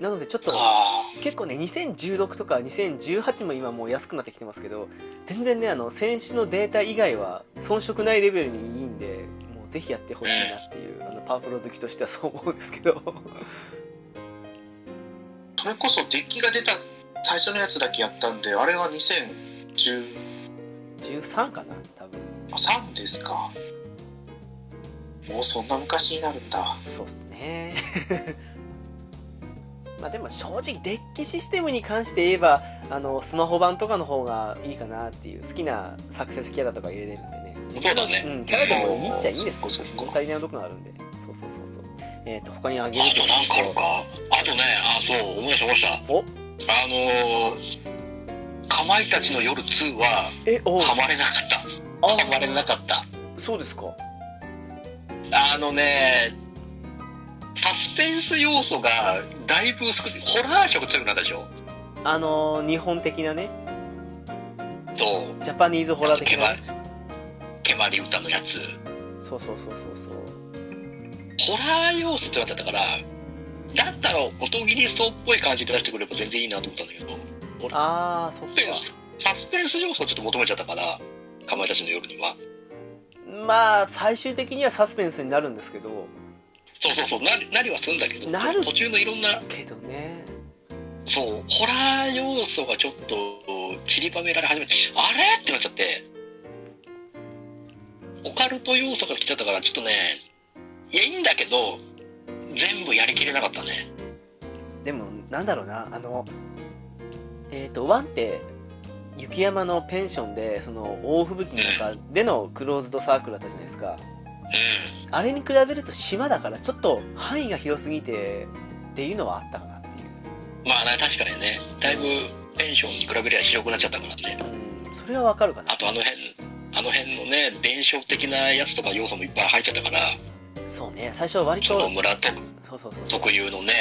[SPEAKER 1] なのでちょっと
[SPEAKER 3] あ
[SPEAKER 1] 結構ね2016とか2018も今もう安くなってきてますけど全然ねあの選手のデータ以外は遜色ないレベルにいいんでもうぜひやってほしいなっていうあのパワープロ好きとしてはそう思うんですけど <laughs>
[SPEAKER 3] あそれこそデッキが出た最初のやつだけやったんであれは2013
[SPEAKER 1] 13かな多分
[SPEAKER 3] ですかもうそんな昔になるんだ
[SPEAKER 1] そうっすね <laughs> まあでも正直デッキシステムに関して言えばあのスマホ版とかの方がいいかなっていう好きなサクセスキャラとか入れれるんでね
[SPEAKER 2] そうだね
[SPEAKER 1] ん、キャラでもいいっちゃいいんですけど
[SPEAKER 3] そうそうそう
[SPEAKER 1] 物足りないとこがあるんでそうそうそうそうえっ、と他にあげる
[SPEAKER 2] あとなんかあるかあとねあそう思い出した思い出した
[SPEAKER 1] お
[SPEAKER 2] あのーかまいたちの夜2は
[SPEAKER 1] えお
[SPEAKER 2] ハマれなかった
[SPEAKER 1] あ
[SPEAKER 2] ハマれなかった
[SPEAKER 1] そうですか
[SPEAKER 2] あのね、サスペンス要素がだいぶ少ない。ホラー色強くなったでしょ
[SPEAKER 1] あのー日本的なね、
[SPEAKER 2] そう。
[SPEAKER 1] ジャパニーズホラー的
[SPEAKER 2] け
[SPEAKER 1] な
[SPEAKER 2] ま。、けまり歌のやつ。
[SPEAKER 1] そうそうそうそうそう。
[SPEAKER 2] ホラー要素ってなってたから、だったら音切り層っぽい感じで出してくれば全然いいなと思ったんだけど、
[SPEAKER 1] あー、そっか。
[SPEAKER 2] サスペンス要素をちょっと求めちゃったから、かまいたちの夜には。
[SPEAKER 1] まあ、最終的にはサスペンスになるんですけど、
[SPEAKER 2] そうそうそう、なりなりはするんだけど、
[SPEAKER 1] なる
[SPEAKER 2] 途中のいろんな、
[SPEAKER 1] けどね、
[SPEAKER 2] そう、ホラー要素がちょっと散りばめられ始めて、あれってなっちゃって、オカルト要素が来ちゃったから、ちょっとね、いや、いいんだけど、全部やりきれなかったね。
[SPEAKER 1] でも、なんだろうな、あの、えっ、と、ワンって、雪山のペンションで、その、大吹雪の中でのクローズドサークルだったじゃないですか。
[SPEAKER 2] う
[SPEAKER 1] あれに比べると島だから、ちょっと範囲が広すぎて、っていうのはあったかなってい
[SPEAKER 2] ん。まあね、確かにね、だいぶペンションに比べりゃ広くなっちゃったからね。
[SPEAKER 1] う。うん、それはわかるかな
[SPEAKER 2] あ。とあの辺、あの辺のね、伝承的なやつとか要素もいっぱい入っちゃったから、
[SPEAKER 1] そうね、最初は割
[SPEAKER 2] そ
[SPEAKER 1] と
[SPEAKER 2] の、村と
[SPEAKER 1] そうそうそう。
[SPEAKER 2] 特有のね、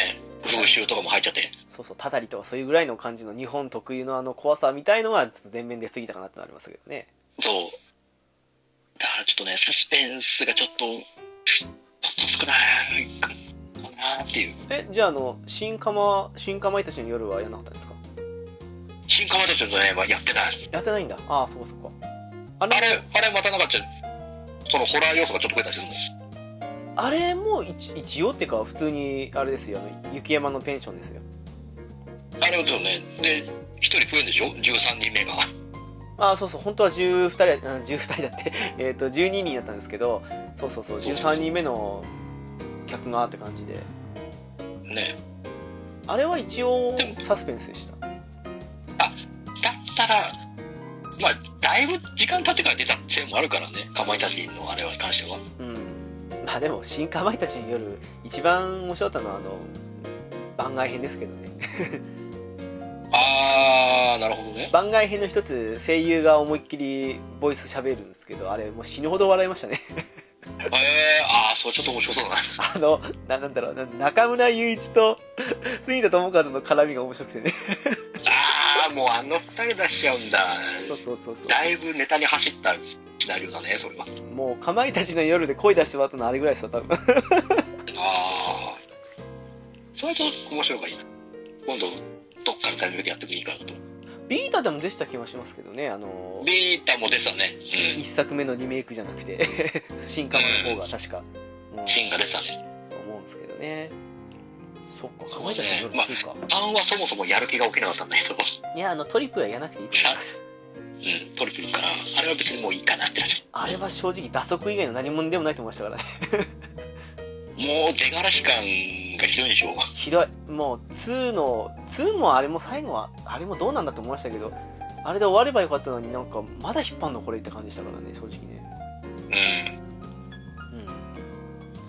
[SPEAKER 2] 風習とかも入っちゃって、
[SPEAKER 1] そうそう、たたりとかそういうぐらいの感じの日本特有のあの怖さみたいのは、ちょっと全面出過ぎたかなってなりますけどね。
[SPEAKER 2] そう。だからちょっとね、サスペンスがちょっと、ちょっと少ないかなっていう。
[SPEAKER 1] え、じゃああの、新釜、新釜いたちの夜はやらなかったんですか
[SPEAKER 2] 新カマたちのね、まあやってない。
[SPEAKER 1] やってないんだ。ああ、そこそこ。あれ、
[SPEAKER 2] あれ、あれまたなんかちょっと、そのホラー要素がちょっと増えたりするんです。
[SPEAKER 1] あれも一一応っていうか、普通に、あれですよ、あの、雪山のペンションですよ。
[SPEAKER 2] あれをちょっとね、で、一人増えるんでしょ ?13 人目が。
[SPEAKER 1] ああ、そうそう、本当は12人や、あ12人だって、 <laughs> えっと、12人だったんですけど、そうそうそう、13人目の客がって感じで。
[SPEAKER 2] ね。
[SPEAKER 1] あれは一応、サスペンスでした。
[SPEAKER 2] だったら、まあ、だいぶ時間経ってから出たせいもあるからね、かまいたちのあれに関しては。
[SPEAKER 1] うん。まあでも、新かまいたちによる、一番面白かったのは、あの、番外編ですけどね。 <laughs>
[SPEAKER 2] あー、なるほどね。
[SPEAKER 1] 番外編の一つ、声優が思いっきりボイス喋るんですけど、あれ、もう死ぬほど笑いましたね。 <laughs>
[SPEAKER 2] えー、あー、それちょっと面白そうだな。
[SPEAKER 1] あの、ななんだろうな、中村雄一と杉田智和の絡みが面白くてね。
[SPEAKER 2] あー、もうあの二人出しちゃうんだ。
[SPEAKER 1] そうそうそうそ
[SPEAKER 2] だいぶネタに走ったシナリオだね、それは。
[SPEAKER 1] う。もう、かまいたちの夜で声出してもらったのあれぐらいですよ、多 <laughs> 分。
[SPEAKER 2] あー。それちょっと面白いがいいな。今度、どっかのタイミングでやってもいいかなと。
[SPEAKER 1] ビータでも出てた気がしますけどね、あの、
[SPEAKER 2] ビータも出てたね。うん。
[SPEAKER 1] 一作目のリメイクじゃなくて、 <laughs> 新カマの方が確か、うん、
[SPEAKER 2] シンが出てたね。
[SPEAKER 1] 思うんですけどね。そっか、かまいたちの夜
[SPEAKER 2] まあ
[SPEAKER 1] 9か。
[SPEAKER 2] パンはそもそもやる気が起きなかったんだけど。
[SPEAKER 1] いや、あの、トリプルはやらなくていいと思います。
[SPEAKER 2] うん、トリプルかな。あれは別にもういいかなってなっちゃ
[SPEAKER 1] あれは正直、打足以外の何者でもないと思いましたからね。
[SPEAKER 2] うもう出がらし感がひどいでしょうが。
[SPEAKER 1] <laughs> ひどい。もう、2の、2もあれも最後は、あれもどうなんだと思いましたけど、あれで終わればよかったのになんか、まだ引っ張んのこれって感じしたからね、正直ね。
[SPEAKER 2] うん。
[SPEAKER 1] うん。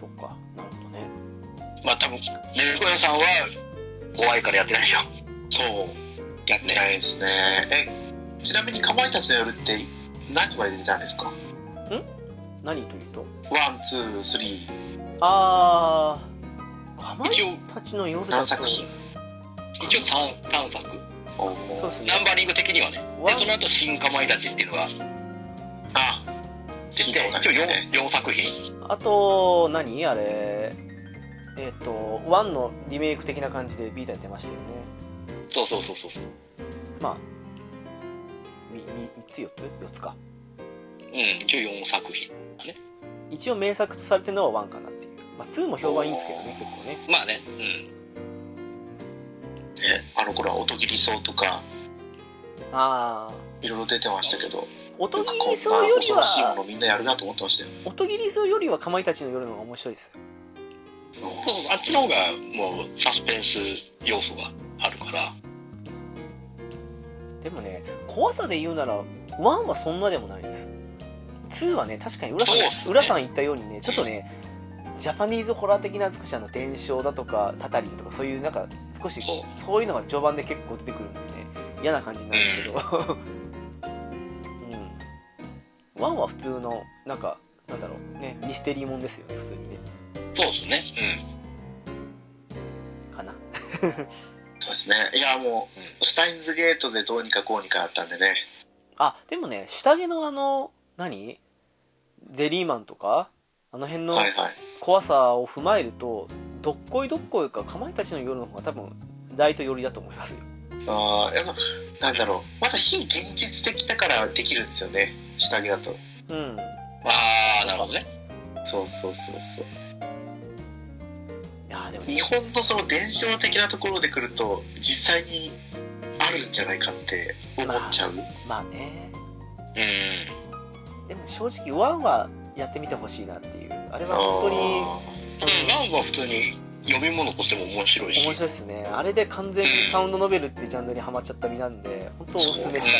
[SPEAKER 1] そっか、なるほどね。
[SPEAKER 2] まあ多分、猫屋さんは怖いからやってないでしょ。
[SPEAKER 3] そうやってないですねえちなみにかまいたちの夜って何まで出たんですか
[SPEAKER 1] 何というと
[SPEAKER 3] ワンツースリ
[SPEAKER 1] あー、かま
[SPEAKER 2] 一
[SPEAKER 1] い
[SPEAKER 2] 応、
[SPEAKER 1] たちの夜
[SPEAKER 3] ー
[SPEAKER 1] だ
[SPEAKER 3] 何
[SPEAKER 1] と、
[SPEAKER 3] 作品
[SPEAKER 2] 一応探探索。
[SPEAKER 3] お
[SPEAKER 1] そう
[SPEAKER 3] お
[SPEAKER 1] です
[SPEAKER 2] ナン
[SPEAKER 1] ね。
[SPEAKER 2] バリング的にはね。で、
[SPEAKER 1] ワン
[SPEAKER 2] その後、新かまいたちっていうのが、
[SPEAKER 3] あ
[SPEAKER 2] で、
[SPEAKER 3] 聞い
[SPEAKER 2] 一
[SPEAKER 3] たことあります
[SPEAKER 2] 応
[SPEAKER 3] ね
[SPEAKER 2] 4, 作品。
[SPEAKER 1] あと、何あれ、えっ、と、1のリメイク的な感じでビータに出ましたよね。
[SPEAKER 2] そうそうそうそう。
[SPEAKER 1] まあ、み、み、三つ四つ四つか。
[SPEAKER 2] うん、一応4作品。
[SPEAKER 1] 一応名作とされてるのは1かなっていう。まあ、2も評判いいんですけどね、結構ね。
[SPEAKER 2] まあね、うん。
[SPEAKER 3] ねあの頃は音切り層とか
[SPEAKER 1] ああ。
[SPEAKER 3] いろいろ出てましたけど
[SPEAKER 1] 音
[SPEAKER 3] なんか
[SPEAKER 1] 切
[SPEAKER 3] こん
[SPEAKER 1] り層
[SPEAKER 3] な
[SPEAKER 1] より
[SPEAKER 3] 恐ろしいも
[SPEAKER 1] は、
[SPEAKER 3] のみんなやるなと思ってましたよ
[SPEAKER 1] 音切り層よりはかまいたちの夜の方が面白いですよ。
[SPEAKER 2] そうそう、あっちの方が、もう、サスペンス要素があるから。
[SPEAKER 1] でもね、怖さで言うなら、1はそんなでもないです。2はね、確かに浦さん、
[SPEAKER 2] そうですね
[SPEAKER 1] 浦さん言ったようにね、ちょっとね、ジャパニーズホラー的な少しあの伝承だとか、たたりだとか、そういうなんか、少し
[SPEAKER 2] そう。
[SPEAKER 1] そういうのが序盤で結構出てくるんでね、嫌な感じになるんですけど。うん。ワンは普通の、なんか、なんだろう、ね、ミステリーもんですよね、普通にね。
[SPEAKER 2] そうですね。 <laughs>
[SPEAKER 3] そうですねいやもう、
[SPEAKER 2] う
[SPEAKER 3] スタインズゲートでどうにかこうにかあったんでね
[SPEAKER 1] あ、でもね、下着のあの、何ゼリーマンとか、あの辺の
[SPEAKER 3] はいはい
[SPEAKER 1] 怖さを踏まえると、どっこいどっこいか、かまいたちの夜の方が多分、ライト寄りだと思いますよ。
[SPEAKER 3] ああやっぱなんだろうまだ非現実的だからできるんですよね下着だと
[SPEAKER 1] うん。
[SPEAKER 2] ああ、なるほどね。
[SPEAKER 3] そうそうそうそう
[SPEAKER 1] いやーでもね
[SPEAKER 3] 日本のその伝承的なところで来ると実際にあるんじゃないかって思っちゃう、
[SPEAKER 1] まあね。
[SPEAKER 2] うん。
[SPEAKER 1] でも正直、ワンはやってみてほしいなっていう。あれは本当に、
[SPEAKER 2] うん、ランは普通に呼び物としても面白いし。
[SPEAKER 1] 面白いですね。あれで完全にサウンドノベルっていうジャンルにハマっちゃった身なんで、本当おすすめしたいな。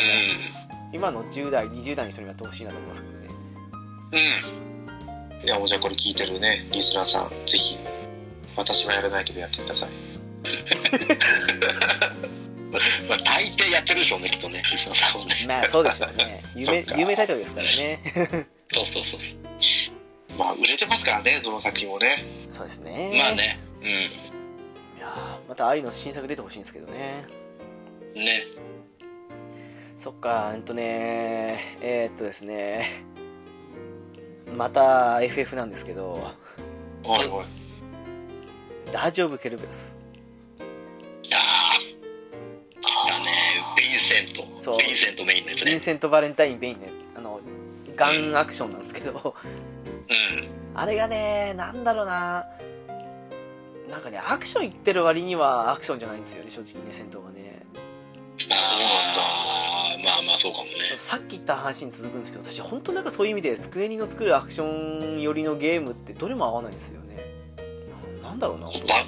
[SPEAKER 1] 今の10代、20代の人にもやってほしいなと思いますけどね。
[SPEAKER 2] うん。うん。
[SPEAKER 3] いやもうじゃあこれ聞いてるねリスナーさんぜひ私はやらないけどやってください
[SPEAKER 2] まあ、大抵やってるでしょうね、きっとね。藤野さんは
[SPEAKER 1] <laughs>
[SPEAKER 2] ね。
[SPEAKER 1] まあそうですよね。有名
[SPEAKER 3] そっか
[SPEAKER 1] 有名タイトルですからね。
[SPEAKER 2] そうそうそう。
[SPEAKER 3] まあ売れてますからねどの作品もね
[SPEAKER 1] そうですね。
[SPEAKER 2] まあ。ね。う
[SPEAKER 1] いやーまた愛の新作出てほしいんですけどね。
[SPEAKER 2] ん。ね。
[SPEAKER 1] そっか、えっとね、えーっとですね、また FF なんですけど、
[SPEAKER 3] おいおい
[SPEAKER 1] 大丈夫ケルベロス。
[SPEAKER 2] いやー。だね。ヴィンセント。
[SPEAKER 1] そう
[SPEAKER 2] ヴィンセントメインのやつ
[SPEAKER 1] ヴィン
[SPEAKER 2] ね。
[SPEAKER 1] セント・バレンタイン・ベインね、あの、ガンアクションなんですけど、
[SPEAKER 2] うん。
[SPEAKER 1] あれがね、なんだろうな、なんかね、アクションいってる割にはアクションじゃないんですよね、正直ね、戦闘がね。
[SPEAKER 2] あーまあまあ、そうかもね。
[SPEAKER 1] さっき言った話に続くんですけど私本当なんかそういう意味でスクエニの作るアクション寄りのゲームってどれも合わないんですよねななんだろうな本
[SPEAKER 2] バババウ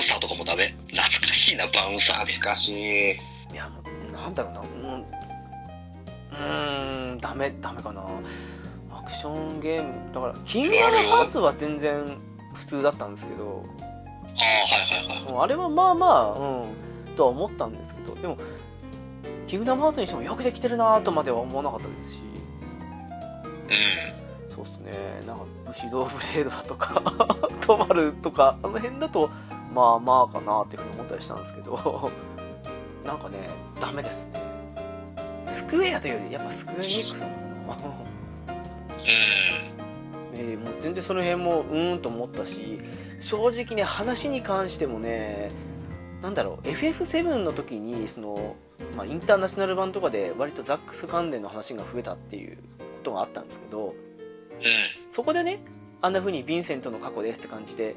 [SPEAKER 2] ンサーとかもダメ懐かしいなバウンサーで
[SPEAKER 3] 懐かしい
[SPEAKER 1] 当いやもうなんだろうなもううーんダメダメかなアクションゲームだから「キングオブハーツ」は全然普通だったんですけど
[SPEAKER 2] ああはいはいはい
[SPEAKER 1] うんあれはまあまあうんとは思ったんですけどでも「キングダムハーツ」にしてもよくできてるなとまでは思わなかったですし
[SPEAKER 2] う
[SPEAKER 1] そうっすね、なんか、武士道ブレードだとか、 <laughs> トマルとか、あの辺だと、まあまあかなっていうふうに思ったりしたんですけど、 <laughs> なんかね、ダメですね。スクエアというより、やっぱスクエアエニックスなのかな。
[SPEAKER 2] ん
[SPEAKER 1] <laughs> えーもう全然その辺もうーんと思ったし正直ね話に関してもねなんだろう FF7 の時にその、まあ、インターナショナル版とかで割とザックス関連の話が増えたっていうことがあったんですけど、そこでね、あんな風にヴィンセントの過去ですって感じで、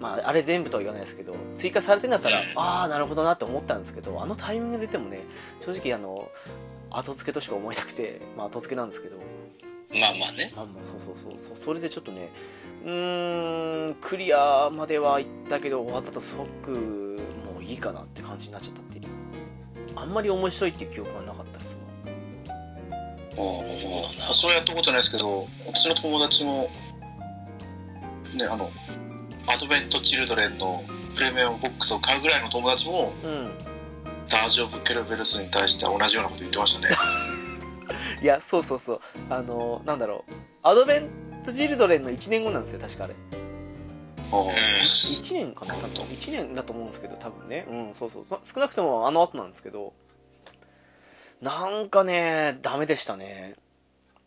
[SPEAKER 1] まあ、あれ全部とは言わないですけど、追加されてんだったら
[SPEAKER 2] うん、
[SPEAKER 1] ああ、なるほどなって思ったんですけど、あのタイミングで出てもね、正直、あの、後付けとしか思えなくて、まあ、後付けなんですけど、
[SPEAKER 2] うんまあまあね
[SPEAKER 1] まあまあ、そうそうそうそう、それでちょっとね、うーん、クリアまでは行ったけど、終わったと即、もういいかなって感じになっちゃったっていう。あんまり面白いっていう記憶がなかったですわ
[SPEAKER 2] そうだな
[SPEAKER 3] それやったことないですけど私の友達もねあのアドベント・チルドレンのプレミアムボックスを買うぐらいの友達も
[SPEAKER 1] うん。
[SPEAKER 3] ダージョブ・ケルベルスに対しては同じようなこと言ってましたね
[SPEAKER 1] いや、そうそうそう。あの、なんだろう。アドベント・チルドレンの1年後なんですよ、確かあれ。
[SPEAKER 3] おー
[SPEAKER 1] 1年かな多分1年だと思うんですけど、多分ね。うん、そうそう。そ少なくともあの後なんですけど、なんかね、ダメでしたね。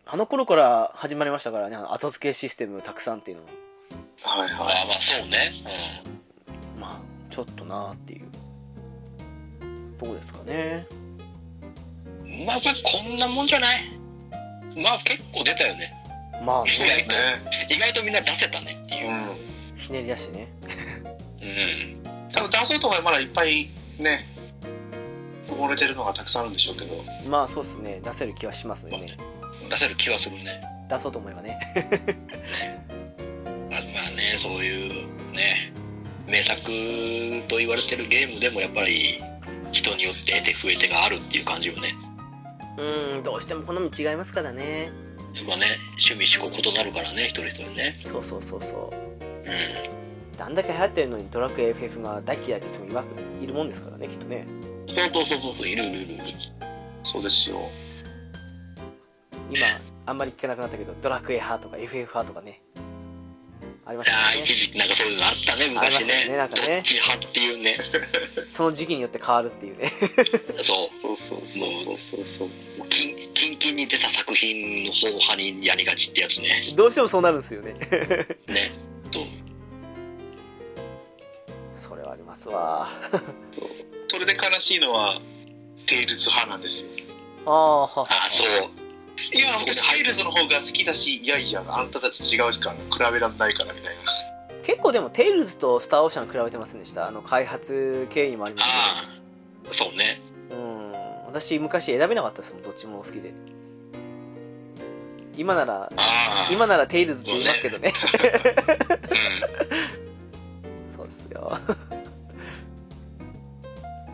[SPEAKER 1] あの頃から始まりましたからね、あの後付けシステムたくさんっていうのは。
[SPEAKER 3] はい
[SPEAKER 2] あ
[SPEAKER 3] はい
[SPEAKER 2] あまあそうね
[SPEAKER 1] まあ、ちょっとなーっていう。どうですかね。
[SPEAKER 2] うんまあこれこんなもんじゃないまあ結構出たよね
[SPEAKER 1] まあ
[SPEAKER 2] そう
[SPEAKER 1] ね、
[SPEAKER 2] だ
[SPEAKER 3] ね
[SPEAKER 2] 意外とみんな出せたねっていう
[SPEAKER 3] う
[SPEAKER 1] ひねり出してね。
[SPEAKER 2] うん
[SPEAKER 3] ん多分ダーソーとかまだいっぱいね埋もれてるのがたくさんあるんでしょうけど
[SPEAKER 1] まあそうっすね、出せる気はしますよね。
[SPEAKER 2] 出せる気はするね
[SPEAKER 1] 出そうと思えばね。
[SPEAKER 2] まあまあねそういうね名作と言われてるゲームでもやっぱり人によって得手不得手があるっていう感じよね
[SPEAKER 1] うん、どうしても好み違いますからね。
[SPEAKER 2] やっぱね趣味思考異なるからね一人一人ね
[SPEAKER 1] そうそうそうそう。
[SPEAKER 2] うん
[SPEAKER 1] あんだけ流行ってるのにドラクエ FF が大嫌いって人もいわいるもんですからね、きっとね。
[SPEAKER 2] そうそうそうそうそう、いるいるいるいる。
[SPEAKER 3] そうですよ
[SPEAKER 1] 今、あんまり聞かなくなったけど、ドラクエ派とか FF 派とかね。ありまし
[SPEAKER 2] ああ、
[SPEAKER 1] た
[SPEAKER 2] 一
[SPEAKER 1] ね。
[SPEAKER 2] 時期なんかそういうのあったね、
[SPEAKER 1] ありまし
[SPEAKER 2] 昔
[SPEAKER 1] た
[SPEAKER 2] ね。
[SPEAKER 1] ねなんか
[SPEAKER 2] ど
[SPEAKER 1] ね
[SPEAKER 2] っち派っていうね。
[SPEAKER 1] その時期によって変わるっていうね。 <laughs>
[SPEAKER 2] そ
[SPEAKER 3] そうそうそうそうそうそう
[SPEAKER 2] う。キンキンキンに出た作品の方派にやりがちってやつね。
[SPEAKER 1] どうしてもそうなるんですよね。
[SPEAKER 2] ね。そう。
[SPEAKER 1] それはありますわ。
[SPEAKER 3] それで悲しいのはテイルズ派なんですよ
[SPEAKER 1] ああ、はは。
[SPEAKER 2] ああ、そう。
[SPEAKER 3] いや私テイルズの方が好きだしいやいやあんたたち違うしから比べらんないからみたいな
[SPEAKER 1] 結構でも、テイルズとスターオーシャン比べてませんでした。あの、開発経緯もあります
[SPEAKER 2] ああ、そうね。
[SPEAKER 1] けど。うん。私、昔選べなかったですもん。どっちも好きで。今なら、
[SPEAKER 2] ああ。
[SPEAKER 1] 今ならテイルズって言いますけどね。
[SPEAKER 2] うん。
[SPEAKER 1] そうですよ。 <laughs>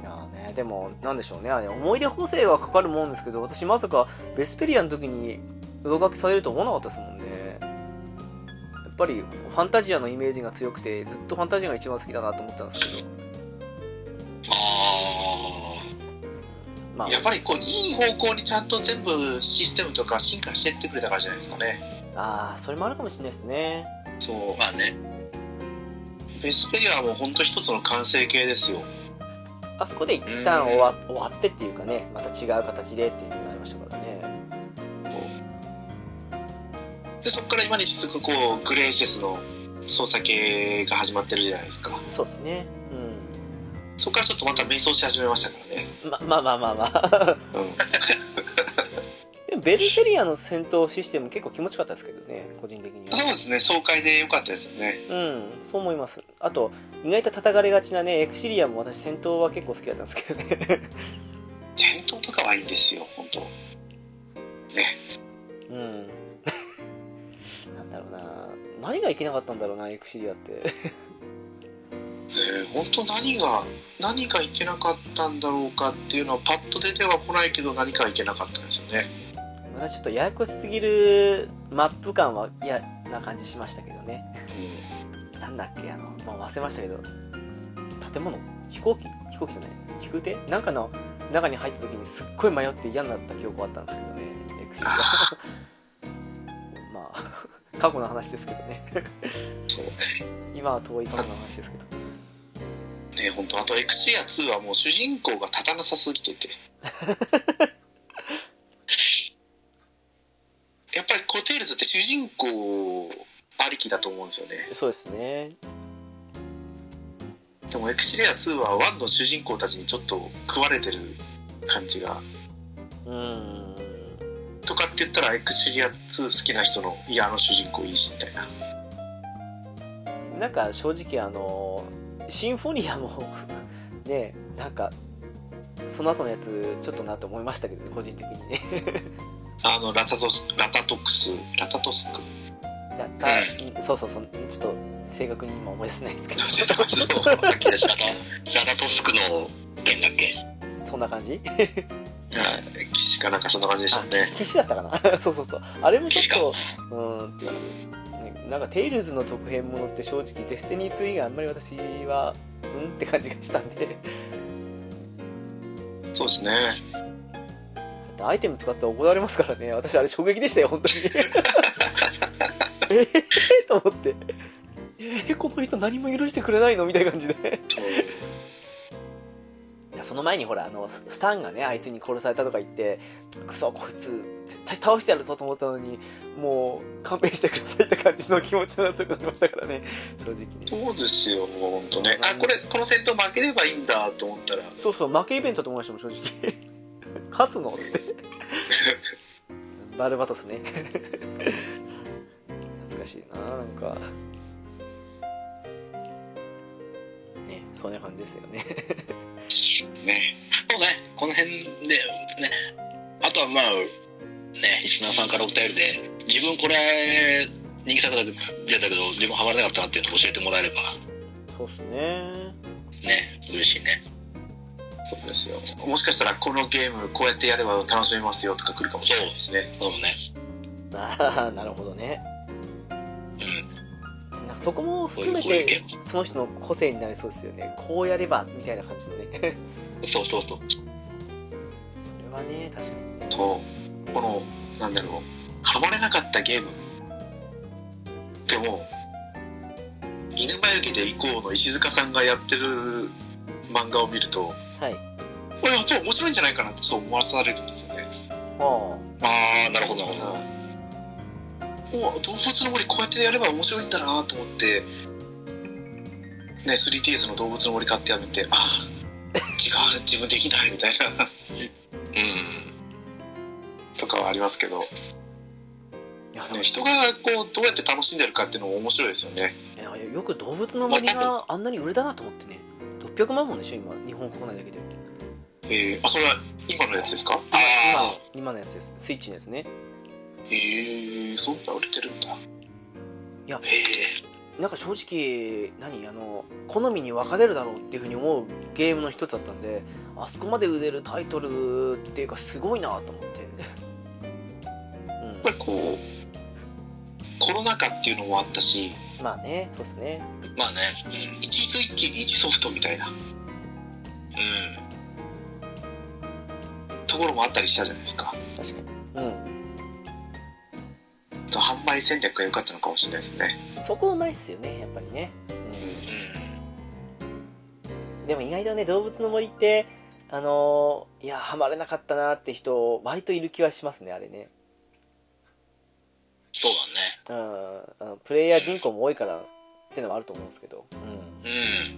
[SPEAKER 1] いやーね、でも、なんでしょうね、あれ思い出補正はかかるもんですけど、私、まさかベスペリアの時に上書きされると思わなかったですもんね。やっぱり、ファンタジアのイメージが強くて、ずっとファンタジアが一番好きだなと思ったんですけど、
[SPEAKER 2] あ
[SPEAKER 1] まあ、
[SPEAKER 3] やっぱりこういい方向にちゃんと全部システムとか進化してってくれたからじゃないですかね
[SPEAKER 1] あーそれもあるかもしれないですね。
[SPEAKER 3] そ
[SPEAKER 2] あ。まあね。
[SPEAKER 3] うベスペリアはもうほんと一つの完成形ですよ
[SPEAKER 1] あそこで一旦終わ終わってっていうかね、また違う形でっていうのがありましたからね。
[SPEAKER 3] でそこから今に続くこうグレイセスの操作系が始まってるじゃないですか
[SPEAKER 1] そうですね。
[SPEAKER 3] そこからちょっとまた迷走し始めましたからね
[SPEAKER 1] うん。ま、まあまあまあまあ。
[SPEAKER 2] <laughs>
[SPEAKER 3] うん
[SPEAKER 1] でもベルセリアの戦闘システム結構気持ちよかったですけどね個人的に
[SPEAKER 3] そう
[SPEAKER 1] は
[SPEAKER 3] ですね爽快で良かったですね
[SPEAKER 1] うんそう思いますあと意外と叩かれがちなねエクシリアも私戦闘は結構好きだったんですけどね <laughs>
[SPEAKER 3] 戦闘とかはいいんですよ本当
[SPEAKER 1] うんなんだろうな何がいけなかったんだろうなエクシリアって <laughs>
[SPEAKER 3] えー、本当何が何がいけなかったんだろうかっていうのはパッと出てはこないけど何かいけなかったんですよね
[SPEAKER 1] 私ちょっとややこしすぎるマップ感は嫌な感じしましたけどねなんだっけあの、まあ、忘れましたけど建物飛行機飛行機じゃない飛空艇なんかの中に入った時にすっごい迷って嫌になった記憶があったんですけどねエクシリア <laughs> まあ過去の話ですけどね
[SPEAKER 3] そう
[SPEAKER 1] 今は遠い過去の話ですけど
[SPEAKER 3] ね本当あとエクシリア2はもう主人公が立たなさすぎて <laughs> てやっぱりこうテイルズって主人公ありきだと思うんですよね
[SPEAKER 1] そうですね
[SPEAKER 3] でもエクシリア2は1の主人公たちにちょっと食われてる感じが
[SPEAKER 1] うーん
[SPEAKER 3] とかって言ったらエクシリア2好きな人のいやあの主人公いいしみたいな
[SPEAKER 1] なんか正直あのシンフォニアも <laughs> ねなんかその後のやつちょっとなと思いましたけどね個人的にね
[SPEAKER 3] あのラタトスラタトクスラタトスク
[SPEAKER 1] やった、うんそうそうそうちょっと正確に今思い出せないです <laughs> けど
[SPEAKER 3] ちょっとちょっと
[SPEAKER 2] さっきのラダラダトスクの件だっけ
[SPEAKER 1] そんな感じ
[SPEAKER 3] 岸かなんかそんな感じでした
[SPEAKER 1] あ
[SPEAKER 3] ね
[SPEAKER 1] 消しだったかな <laughs> そうそうそうあれもちょっとうーんっていう、ね、なんかテイルズの特編ものって正直デスティニー2以外あんまり私はうんって感じがしたんでだ
[SPEAKER 3] そうですね
[SPEAKER 1] ってアイテム使ったら怒られますからね私あれ衝撃でしたよ本当 <laughs> にええと思ってえー、この人何も許してくれないのみたいな感じでいやその前にほらあのススタンがねあいつに殺されたとか言ってクソこいつ絶対倒してやるぞと思ったのにもう勘弁してくださいって感じの気持ちの強くなりましたからね正直ね
[SPEAKER 3] そうですよもう本当ねあこれこの戦闘負ければいいんだと思ったら
[SPEAKER 1] そうそう負けイベントと思いましたもん正直 <laughs> 勝つのっつってバルバトスね懐かしいななんかねそんな感じですよね
[SPEAKER 3] ね
[SPEAKER 2] そうね、この辺で、ね、あとはまあ、ね、石田さんからお便りで、自分これ、人気作だけど、出たけど、自分ハマらなかったなっていうのを教えてもらえれば、
[SPEAKER 1] そうっすね
[SPEAKER 2] ね、嬉しいね。
[SPEAKER 3] そうですよもしかしたらこのゲームこうやってやれば楽しめますよとか来るかもしれないですね
[SPEAKER 2] そうね。
[SPEAKER 1] ああなるほどね
[SPEAKER 2] うん。
[SPEAKER 1] なんかそこも含め
[SPEAKER 2] こういう
[SPEAKER 1] てその人の個性になりそうですよねこうやればみたいな感じのね
[SPEAKER 2] そうそうそう。
[SPEAKER 1] それはね確かにね
[SPEAKER 3] とこのなんだろうハマれなかったゲームでも犬眉毛で以降の石塚さんがやってる漫画を見ると、
[SPEAKER 1] はい。
[SPEAKER 3] これやっぱ面白いんじゃないかなってちょっと思わされるんですよね。
[SPEAKER 1] あ
[SPEAKER 2] ああ、なるほど、なるほど。
[SPEAKER 3] お動物の森こうやってやれば面白いんだなと思って、ね、3DS の動物の森買ってやめて、ああ、違う、自分できないみたいな
[SPEAKER 2] うん。
[SPEAKER 3] とかはありますけど、
[SPEAKER 1] いや、でも
[SPEAKER 3] ね、人がこうどうやって楽しんでるかっていうのも面白いですよね。
[SPEAKER 1] いやよく動物の森があんなに売れたなと思ってね600万本でしょ今日本国内だけで
[SPEAKER 3] えー、あ、それは今のやつですか
[SPEAKER 2] あ
[SPEAKER 1] 今
[SPEAKER 2] あ、
[SPEAKER 1] 今のやつですスイッチのやつね
[SPEAKER 3] えー、そんな売れてるんだ。
[SPEAKER 2] へえ。
[SPEAKER 1] なんか正直何あの好みに分かれるだろうっていうふうに思うゲームの一つだったんであそこまで売れるタイトルっていうかすごいなと思って、
[SPEAKER 3] やっぱりこう、コロナ禍っていうのもあったし、
[SPEAKER 1] うん、まあねそうですね
[SPEAKER 2] まあね。うん。
[SPEAKER 3] 1スイッチに1ソフトみたいな
[SPEAKER 2] うん。
[SPEAKER 3] ところもあったりしたじゃないですか。
[SPEAKER 1] 確かにうん
[SPEAKER 3] 販売戦略が良かったのかもしれないですね。
[SPEAKER 1] そこうまいっすよねやっぱりね、うん、でも意外とね動物の森ってあのーいやハマれなかったなって人割といる気はしますねあれね
[SPEAKER 2] そ
[SPEAKER 1] う
[SPEAKER 2] う
[SPEAKER 1] んあのプレイヤー人口も多いからってのはあると思うんですけど、
[SPEAKER 2] だね。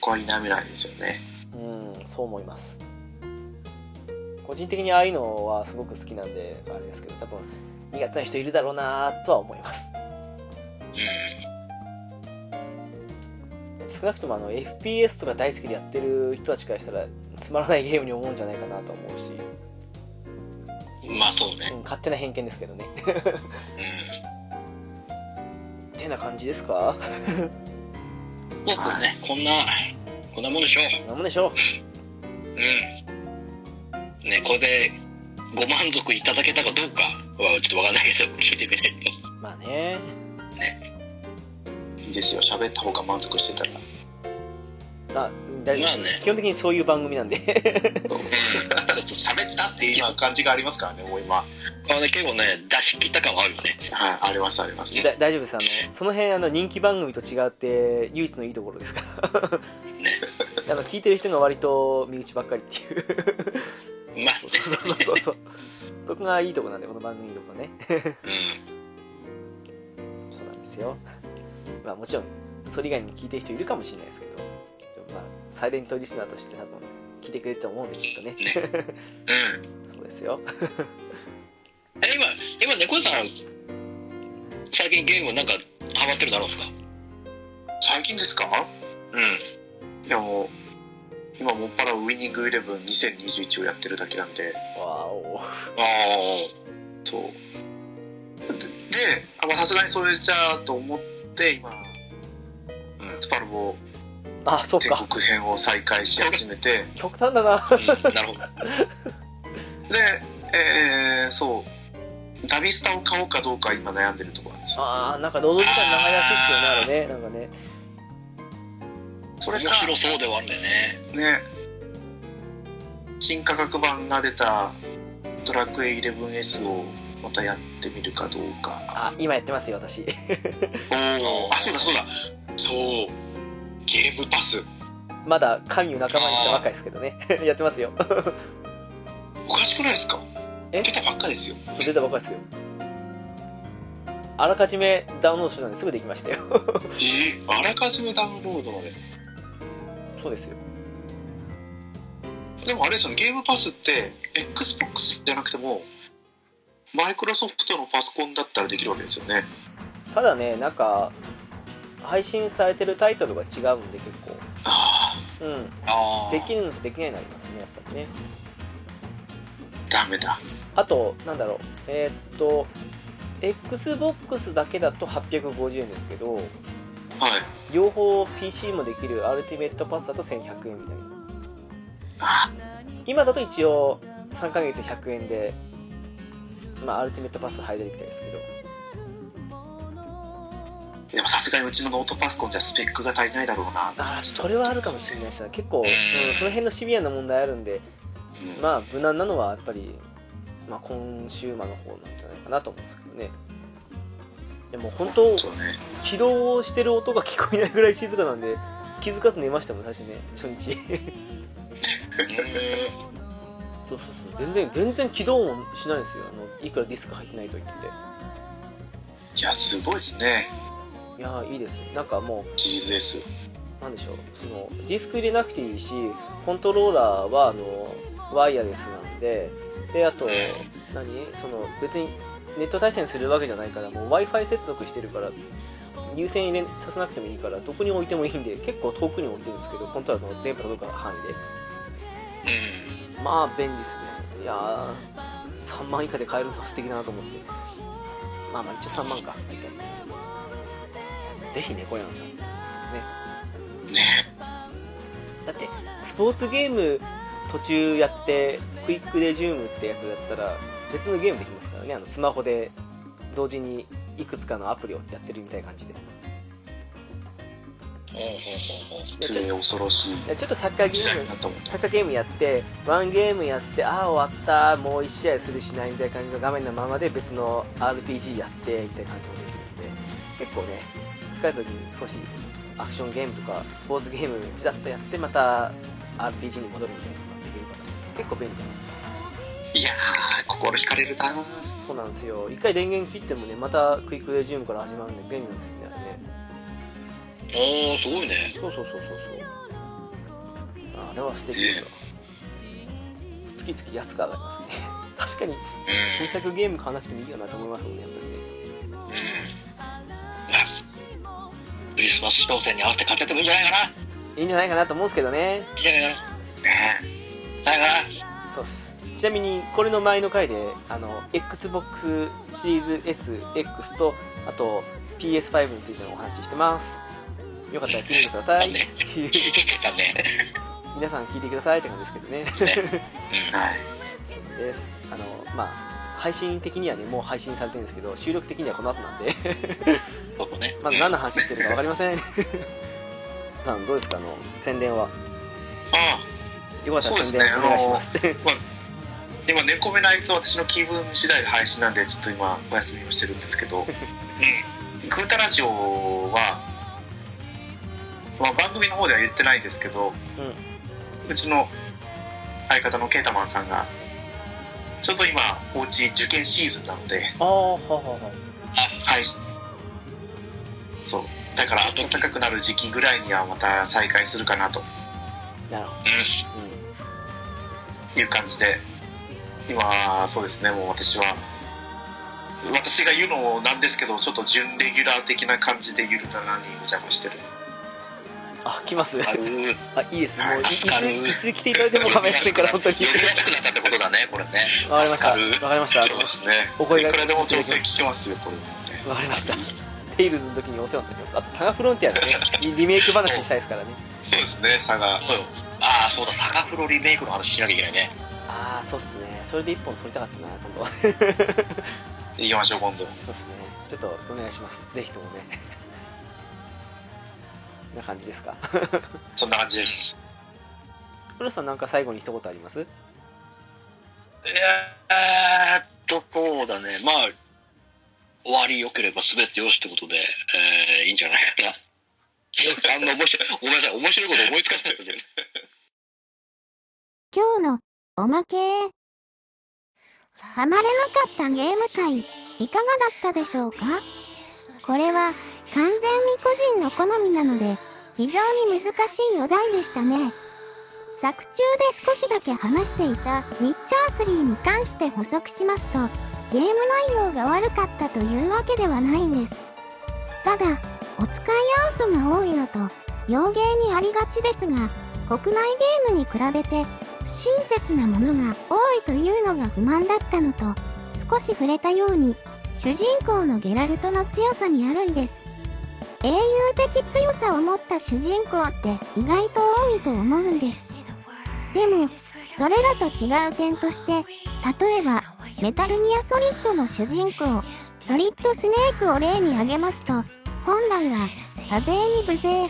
[SPEAKER 3] これは否めないですよね。
[SPEAKER 1] うん、うん、そう思います個人的にああいうのはすごく好きなんであれですけど多分苦手な人いるだろうなとは思います
[SPEAKER 2] うん。うん。
[SPEAKER 1] 少なくともあの FPS とか大好きでやってる人たちからしたらつまらないゲームに思うんじゃないかなと思うし、
[SPEAKER 2] まあそう
[SPEAKER 1] う
[SPEAKER 2] ね。
[SPEAKER 1] ん、勝手な偏見ですけどね <laughs>
[SPEAKER 2] う
[SPEAKER 1] てな感じですか
[SPEAKER 2] ん。そうですね。こんな、こんなもんでしょう。
[SPEAKER 1] なんもでしょ
[SPEAKER 2] うん。ね、これでご満足いただけたかどうかはちょっとわかんないけど、聞いてみない
[SPEAKER 1] う
[SPEAKER 2] と。
[SPEAKER 1] まあね
[SPEAKER 3] いいですよ。喋った方が満足してたら。 <laughs>
[SPEAKER 1] まあ大丈夫です、
[SPEAKER 2] まあね
[SPEAKER 1] 基本的にそういう番組なんで
[SPEAKER 3] 喋ったっていう今感じがありますからね、もう今。はい、
[SPEAKER 2] これね、結構ね、出し切った感はあるよね。
[SPEAKER 3] ありますあります。
[SPEAKER 1] <laughs> だ大丈夫ですあのその辺あの人気番組と違って唯一のいいところですから <laughs>
[SPEAKER 2] ね。
[SPEAKER 1] あの聞いてる人が割と身内ばっかりっていう
[SPEAKER 2] まあ、
[SPEAKER 1] そうそうそうそうそこがいいとこなんでこの番組のとこね
[SPEAKER 2] うん。
[SPEAKER 1] そうなんですよまあもちろんそれ以外にも聞いてる人いるかもしれないですけどでもまあサイレントリスナーとして多分聞いてくれると思うんできっとね
[SPEAKER 2] ね。うん。
[SPEAKER 1] そうですよ
[SPEAKER 2] え、今、今、猫さん、最近ゲームなんかハマってるだろうですか
[SPEAKER 3] 最近ですか
[SPEAKER 2] うん。
[SPEAKER 3] いやもう、今もっぱらウィニングイレブン2021をやってるだけなんで、
[SPEAKER 1] わお
[SPEAKER 2] ああ。
[SPEAKER 3] そう。で、であまあさすがにそれじゃあと思って、今、
[SPEAKER 2] うん
[SPEAKER 3] スパルボ
[SPEAKER 1] あそう
[SPEAKER 3] 帝
[SPEAKER 1] か
[SPEAKER 3] 国編を再開し始めて、
[SPEAKER 1] 極端だな <laughs>
[SPEAKER 2] うん、なるほど。
[SPEAKER 3] で、えー、そう、ダビスタを買おうかどうか今悩んでるところなんですよ。
[SPEAKER 1] あーなんか労働時間長いらしいっすよねあれねなんかね
[SPEAKER 3] それ
[SPEAKER 2] 面
[SPEAKER 3] か、
[SPEAKER 2] 白そうではあるんだよね。
[SPEAKER 1] <laughs>
[SPEAKER 3] ね、新価格版が出たドラクエ 11S をまたやってみるかどうか。
[SPEAKER 1] あ今やってますよ私 <laughs>
[SPEAKER 3] おあ、そうだそうだ。そう、ゲームパス。
[SPEAKER 1] まだ神を仲間にしたばっかりですけどね <laughs> やってますよ
[SPEAKER 3] おかしくないですか
[SPEAKER 1] え
[SPEAKER 3] 出たばっかですよ。
[SPEAKER 1] そう出たばっかりですよあらかじめダウンロードしてたんですぐできましたよ <laughs>
[SPEAKER 3] えー、あらかじめダウンロードまで。
[SPEAKER 1] そうですよ
[SPEAKER 3] でもあれですよね、ゲームパスって、Xbox じゃなくても、マイクロソフトのパソコンだったらできるわけですよね。
[SPEAKER 1] ただねなんか配信されてるタイトルが違うんで結
[SPEAKER 3] あ
[SPEAKER 1] 構うん
[SPEAKER 2] あ
[SPEAKER 1] できるのとできないのありますねやっぱりね
[SPEAKER 3] あ、ダメだ。
[SPEAKER 1] あとなんだろうえーっと XBOX だけだと850円ですけど
[SPEAKER 3] はい。
[SPEAKER 1] 両方 PC もできるアルティメットパスだと1100円みたいな
[SPEAKER 3] あ
[SPEAKER 1] 今だと一応3ヶ月100円で、まあ、アルティメットパス入れるみたいですけど
[SPEAKER 3] でもさすがにうちのノートパソコンじゃスペックが足りないだろうな。
[SPEAKER 1] ああそれはあるかもしれないですね結構、うん、その辺のシビアな問題あるんで
[SPEAKER 3] うん
[SPEAKER 1] まあ無難なのはやっぱり、まあ、コンシューマーの方なんじゃないかなと思うんですけどねでも本当
[SPEAKER 2] そうね。
[SPEAKER 1] 起動をしてる音が聞こえないぐらい静かなんで気づかず寝ましたもん最初ね初日そう
[SPEAKER 2] う
[SPEAKER 1] そうそう全然全然起動もしないですよあのいくらディスク入ってないと言ってて
[SPEAKER 3] いやすごいですね
[SPEAKER 1] いやーいいですねなんかもう
[SPEAKER 3] シリーズ S
[SPEAKER 1] なんでしょうそのディスク入れなくていいしコントローラーはあのワイヤレスなんでであと、
[SPEAKER 2] うん
[SPEAKER 1] 何その別にネット対戦するわけじゃないからもう w i f i 接続してるから優先入れさせなくてもいいからどこに置いてもいいんで結構遠くに置いてるんですけどコントローラーの電波届く範囲
[SPEAKER 2] ん。
[SPEAKER 1] でまあ便利ですねいやー3万以下で買えるのは素敵だなと思ってまあまあ一応3万か大体ぜひね小山さん
[SPEAKER 3] ね
[SPEAKER 1] だってスポーツゲーム途中やってクイックレジュームってやつだったら別のゲームできますからねあのスマホで同時にいくつかのアプリをやってるみたいな感じでい
[SPEAKER 2] ほうほうほうほう。
[SPEAKER 1] やちょい
[SPEAKER 3] え恐ろしい
[SPEAKER 1] やちょっとサッカーゲ
[SPEAKER 3] 時代
[SPEAKER 1] ー
[SPEAKER 3] に
[SPEAKER 1] ム
[SPEAKER 3] なったもんね
[SPEAKER 1] サッカーゲームやってワンゲームやってああ終わったもう1試合するしないみたいな感じの画面のままで別の RPG やってみたいな感じもできるんで結構ね疲れた時に少しアクションゲームとかスポーツゲームちらっとやってまた RPG に戻るみたいなのができるから結構便利だない
[SPEAKER 3] やー心惹かれるな
[SPEAKER 1] そうなんですよ一回電源切ってもねまたクイックレジュームから始まるんで便利なんですよねあれね
[SPEAKER 2] おー、すごいね。
[SPEAKER 1] そうそうそうそうそうああれは素敵ですよ月々安く上がりますね <laughs> 確かに新作ゲーム買わなくてもいいよなと思いますもんねやっぱりね
[SPEAKER 2] うん。うん。まあ、クリスマス商戦に合わせて買ってってもいいんじゃないかな。
[SPEAKER 1] いいんじゃないかなと思うんですけどね
[SPEAKER 2] いいんじゃないか
[SPEAKER 3] ね
[SPEAKER 2] な。ないかな。
[SPEAKER 1] そうっすちなみにこれの前の回であの XBOX シリーズ SX とあと PS5 についてのお話ししてますよかったら聞いてください
[SPEAKER 2] 聞いてた
[SPEAKER 1] <laughs>
[SPEAKER 2] ね。
[SPEAKER 1] 皆さん聞いてくださいって感じですけどね <laughs>
[SPEAKER 2] うん。
[SPEAKER 3] はい
[SPEAKER 1] ですあのまあ配信的にはねもう配信されてるんですけど収録的にはこの後なんで <laughs>
[SPEAKER 2] ここね。
[SPEAKER 1] まだ何の話してるか分かりません <laughs> さんどうですかあの宣伝は
[SPEAKER 3] あ
[SPEAKER 1] よかったら
[SPEAKER 3] そうです
[SPEAKER 1] 宣
[SPEAKER 3] ね
[SPEAKER 1] 伝お願いします
[SPEAKER 3] あ今猫目のあいつ私の気分次第で配信なんでちょっと今お休みをしてるんです <laughs> けどうんグータラジオは、まあ、番組の方では言ってないんですけど、うちの相方のケータマンさんがちょっと今おうち受験シーズンなので
[SPEAKER 1] ああははは
[SPEAKER 3] はいそうだから暖かくなる時期ぐらいにはまた再開するかなと
[SPEAKER 1] <laughs> なるほ
[SPEAKER 2] う
[SPEAKER 1] ど、うん
[SPEAKER 3] いう感じで今そうですねもう私は私が言うのもなんですけどちょっと準レギュラー的な感じでゆるたなにお邪魔してる
[SPEAKER 1] あ来ます
[SPEAKER 2] ん。ある。
[SPEAKER 1] あいいですもういい
[SPEAKER 2] 助かる
[SPEAKER 1] ついつ来ていただいても構いませんから本当に
[SPEAKER 2] 呼び出くなったってことだね、これね。
[SPEAKER 1] わかりましたわ
[SPEAKER 2] 助かる
[SPEAKER 1] かりました
[SPEAKER 3] そうですね
[SPEAKER 1] お声
[SPEAKER 3] い
[SPEAKER 1] が
[SPEAKER 3] くらでも調整聞けますよこれね
[SPEAKER 1] わかりましたテイルズの時にお世話になりますあとサガフロンティアのねリリメイク話したいですからね
[SPEAKER 3] そうですね、差が。
[SPEAKER 2] そうよ。ああ、そうだ、サガフロリメイクの話しなきゃいけないね。
[SPEAKER 1] ああそうっすねそれで一本撮りたかったな今度
[SPEAKER 3] 行きましょう、今度。
[SPEAKER 1] そうですね。ちょっとお願いします。ぜひともね。 <laughs> な感じですか。
[SPEAKER 3] そんな感じです。
[SPEAKER 1] 浦さんなんか最後に一言あります
[SPEAKER 2] えーっと、そうだね。まあ、終わり良ければ全て良しってことで、えー、いいんじゃないかな。あんま面白い、ごめんなさい、面白いこと思いつかないけど。
[SPEAKER 4] 今日のおまけハマれなかったゲーム会いかがだったでしょうかこれは完全に個人の好みなので非常に難しいお題でしたね作中で少しだけ話していたウィッチャー3に関して補足しますとゲーム内容が悪かったというわけではないんですただお使い要素が多いのと洋芸にありがちですが国内ゲームに比べて不親切なものが多いというのが不満だったのと少し触れたように主人公のゲラルトの強さにあるんです英雄的強さを持った主人公って意外と多いと思うんですでもそれらと違う点として例えばメタルギアソリッドの主人公ソリッドスネークを例に挙げますと本来は多勢に無勢囲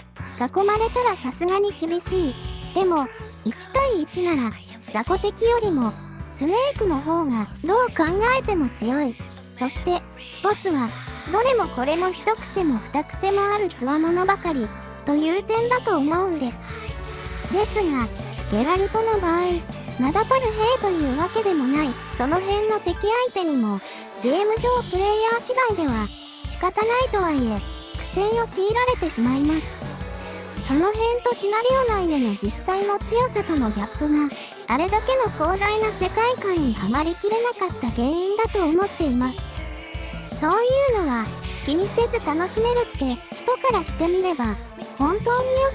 [SPEAKER 4] まれたらさすがに厳しいでも1対1なら雑魚敵よりもスネークの方がどう考えても強いそしてボスはどれもこれも一癖も二癖もある強者ばかりという点だと思うんですですがゲラルトの場合名だたる兵というわけでもないその辺の敵相手にもゲーム上プレイヤー次第では仕方ないとはいえ苦戦を強いられてしまいますその辺とシナリオ内での実際の強さとのギャップがあれだけの広大な世界観にはまりきれなかった原因だと思っていますそういうのは気にせず楽しめるって人からしてみれば本当によ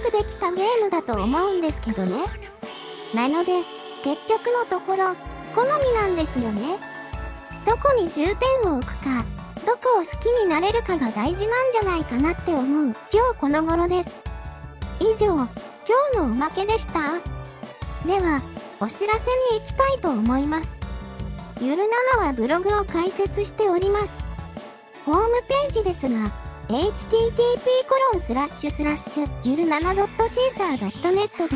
[SPEAKER 4] くできたゲームだと思うんですけどねなので結局のところ好みなんですよねどこに重点を置くかどこを好きになれるかが大事なんじゃないかなって思う今日この頃です以上今日のおまけでしたではお知らせに行きたいと思いますゆるなのはブログを開設しておりますホームページですが http コロンスラッシュスラッシュゆる 7.caesar.net です7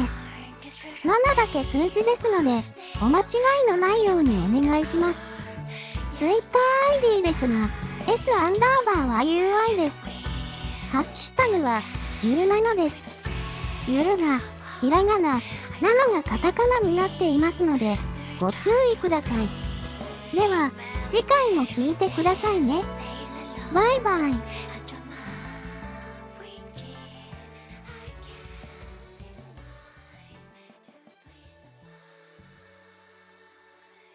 [SPEAKER 4] だけ数字ですのでお間違いのないようにお願いします TwitterID ですが S アンダーバーは UI ですハッシュタグはゆるなのですゆるがひらがななのがカタカナになっていますのでご注意くださいでは次回も聞いてくださいねバイバイ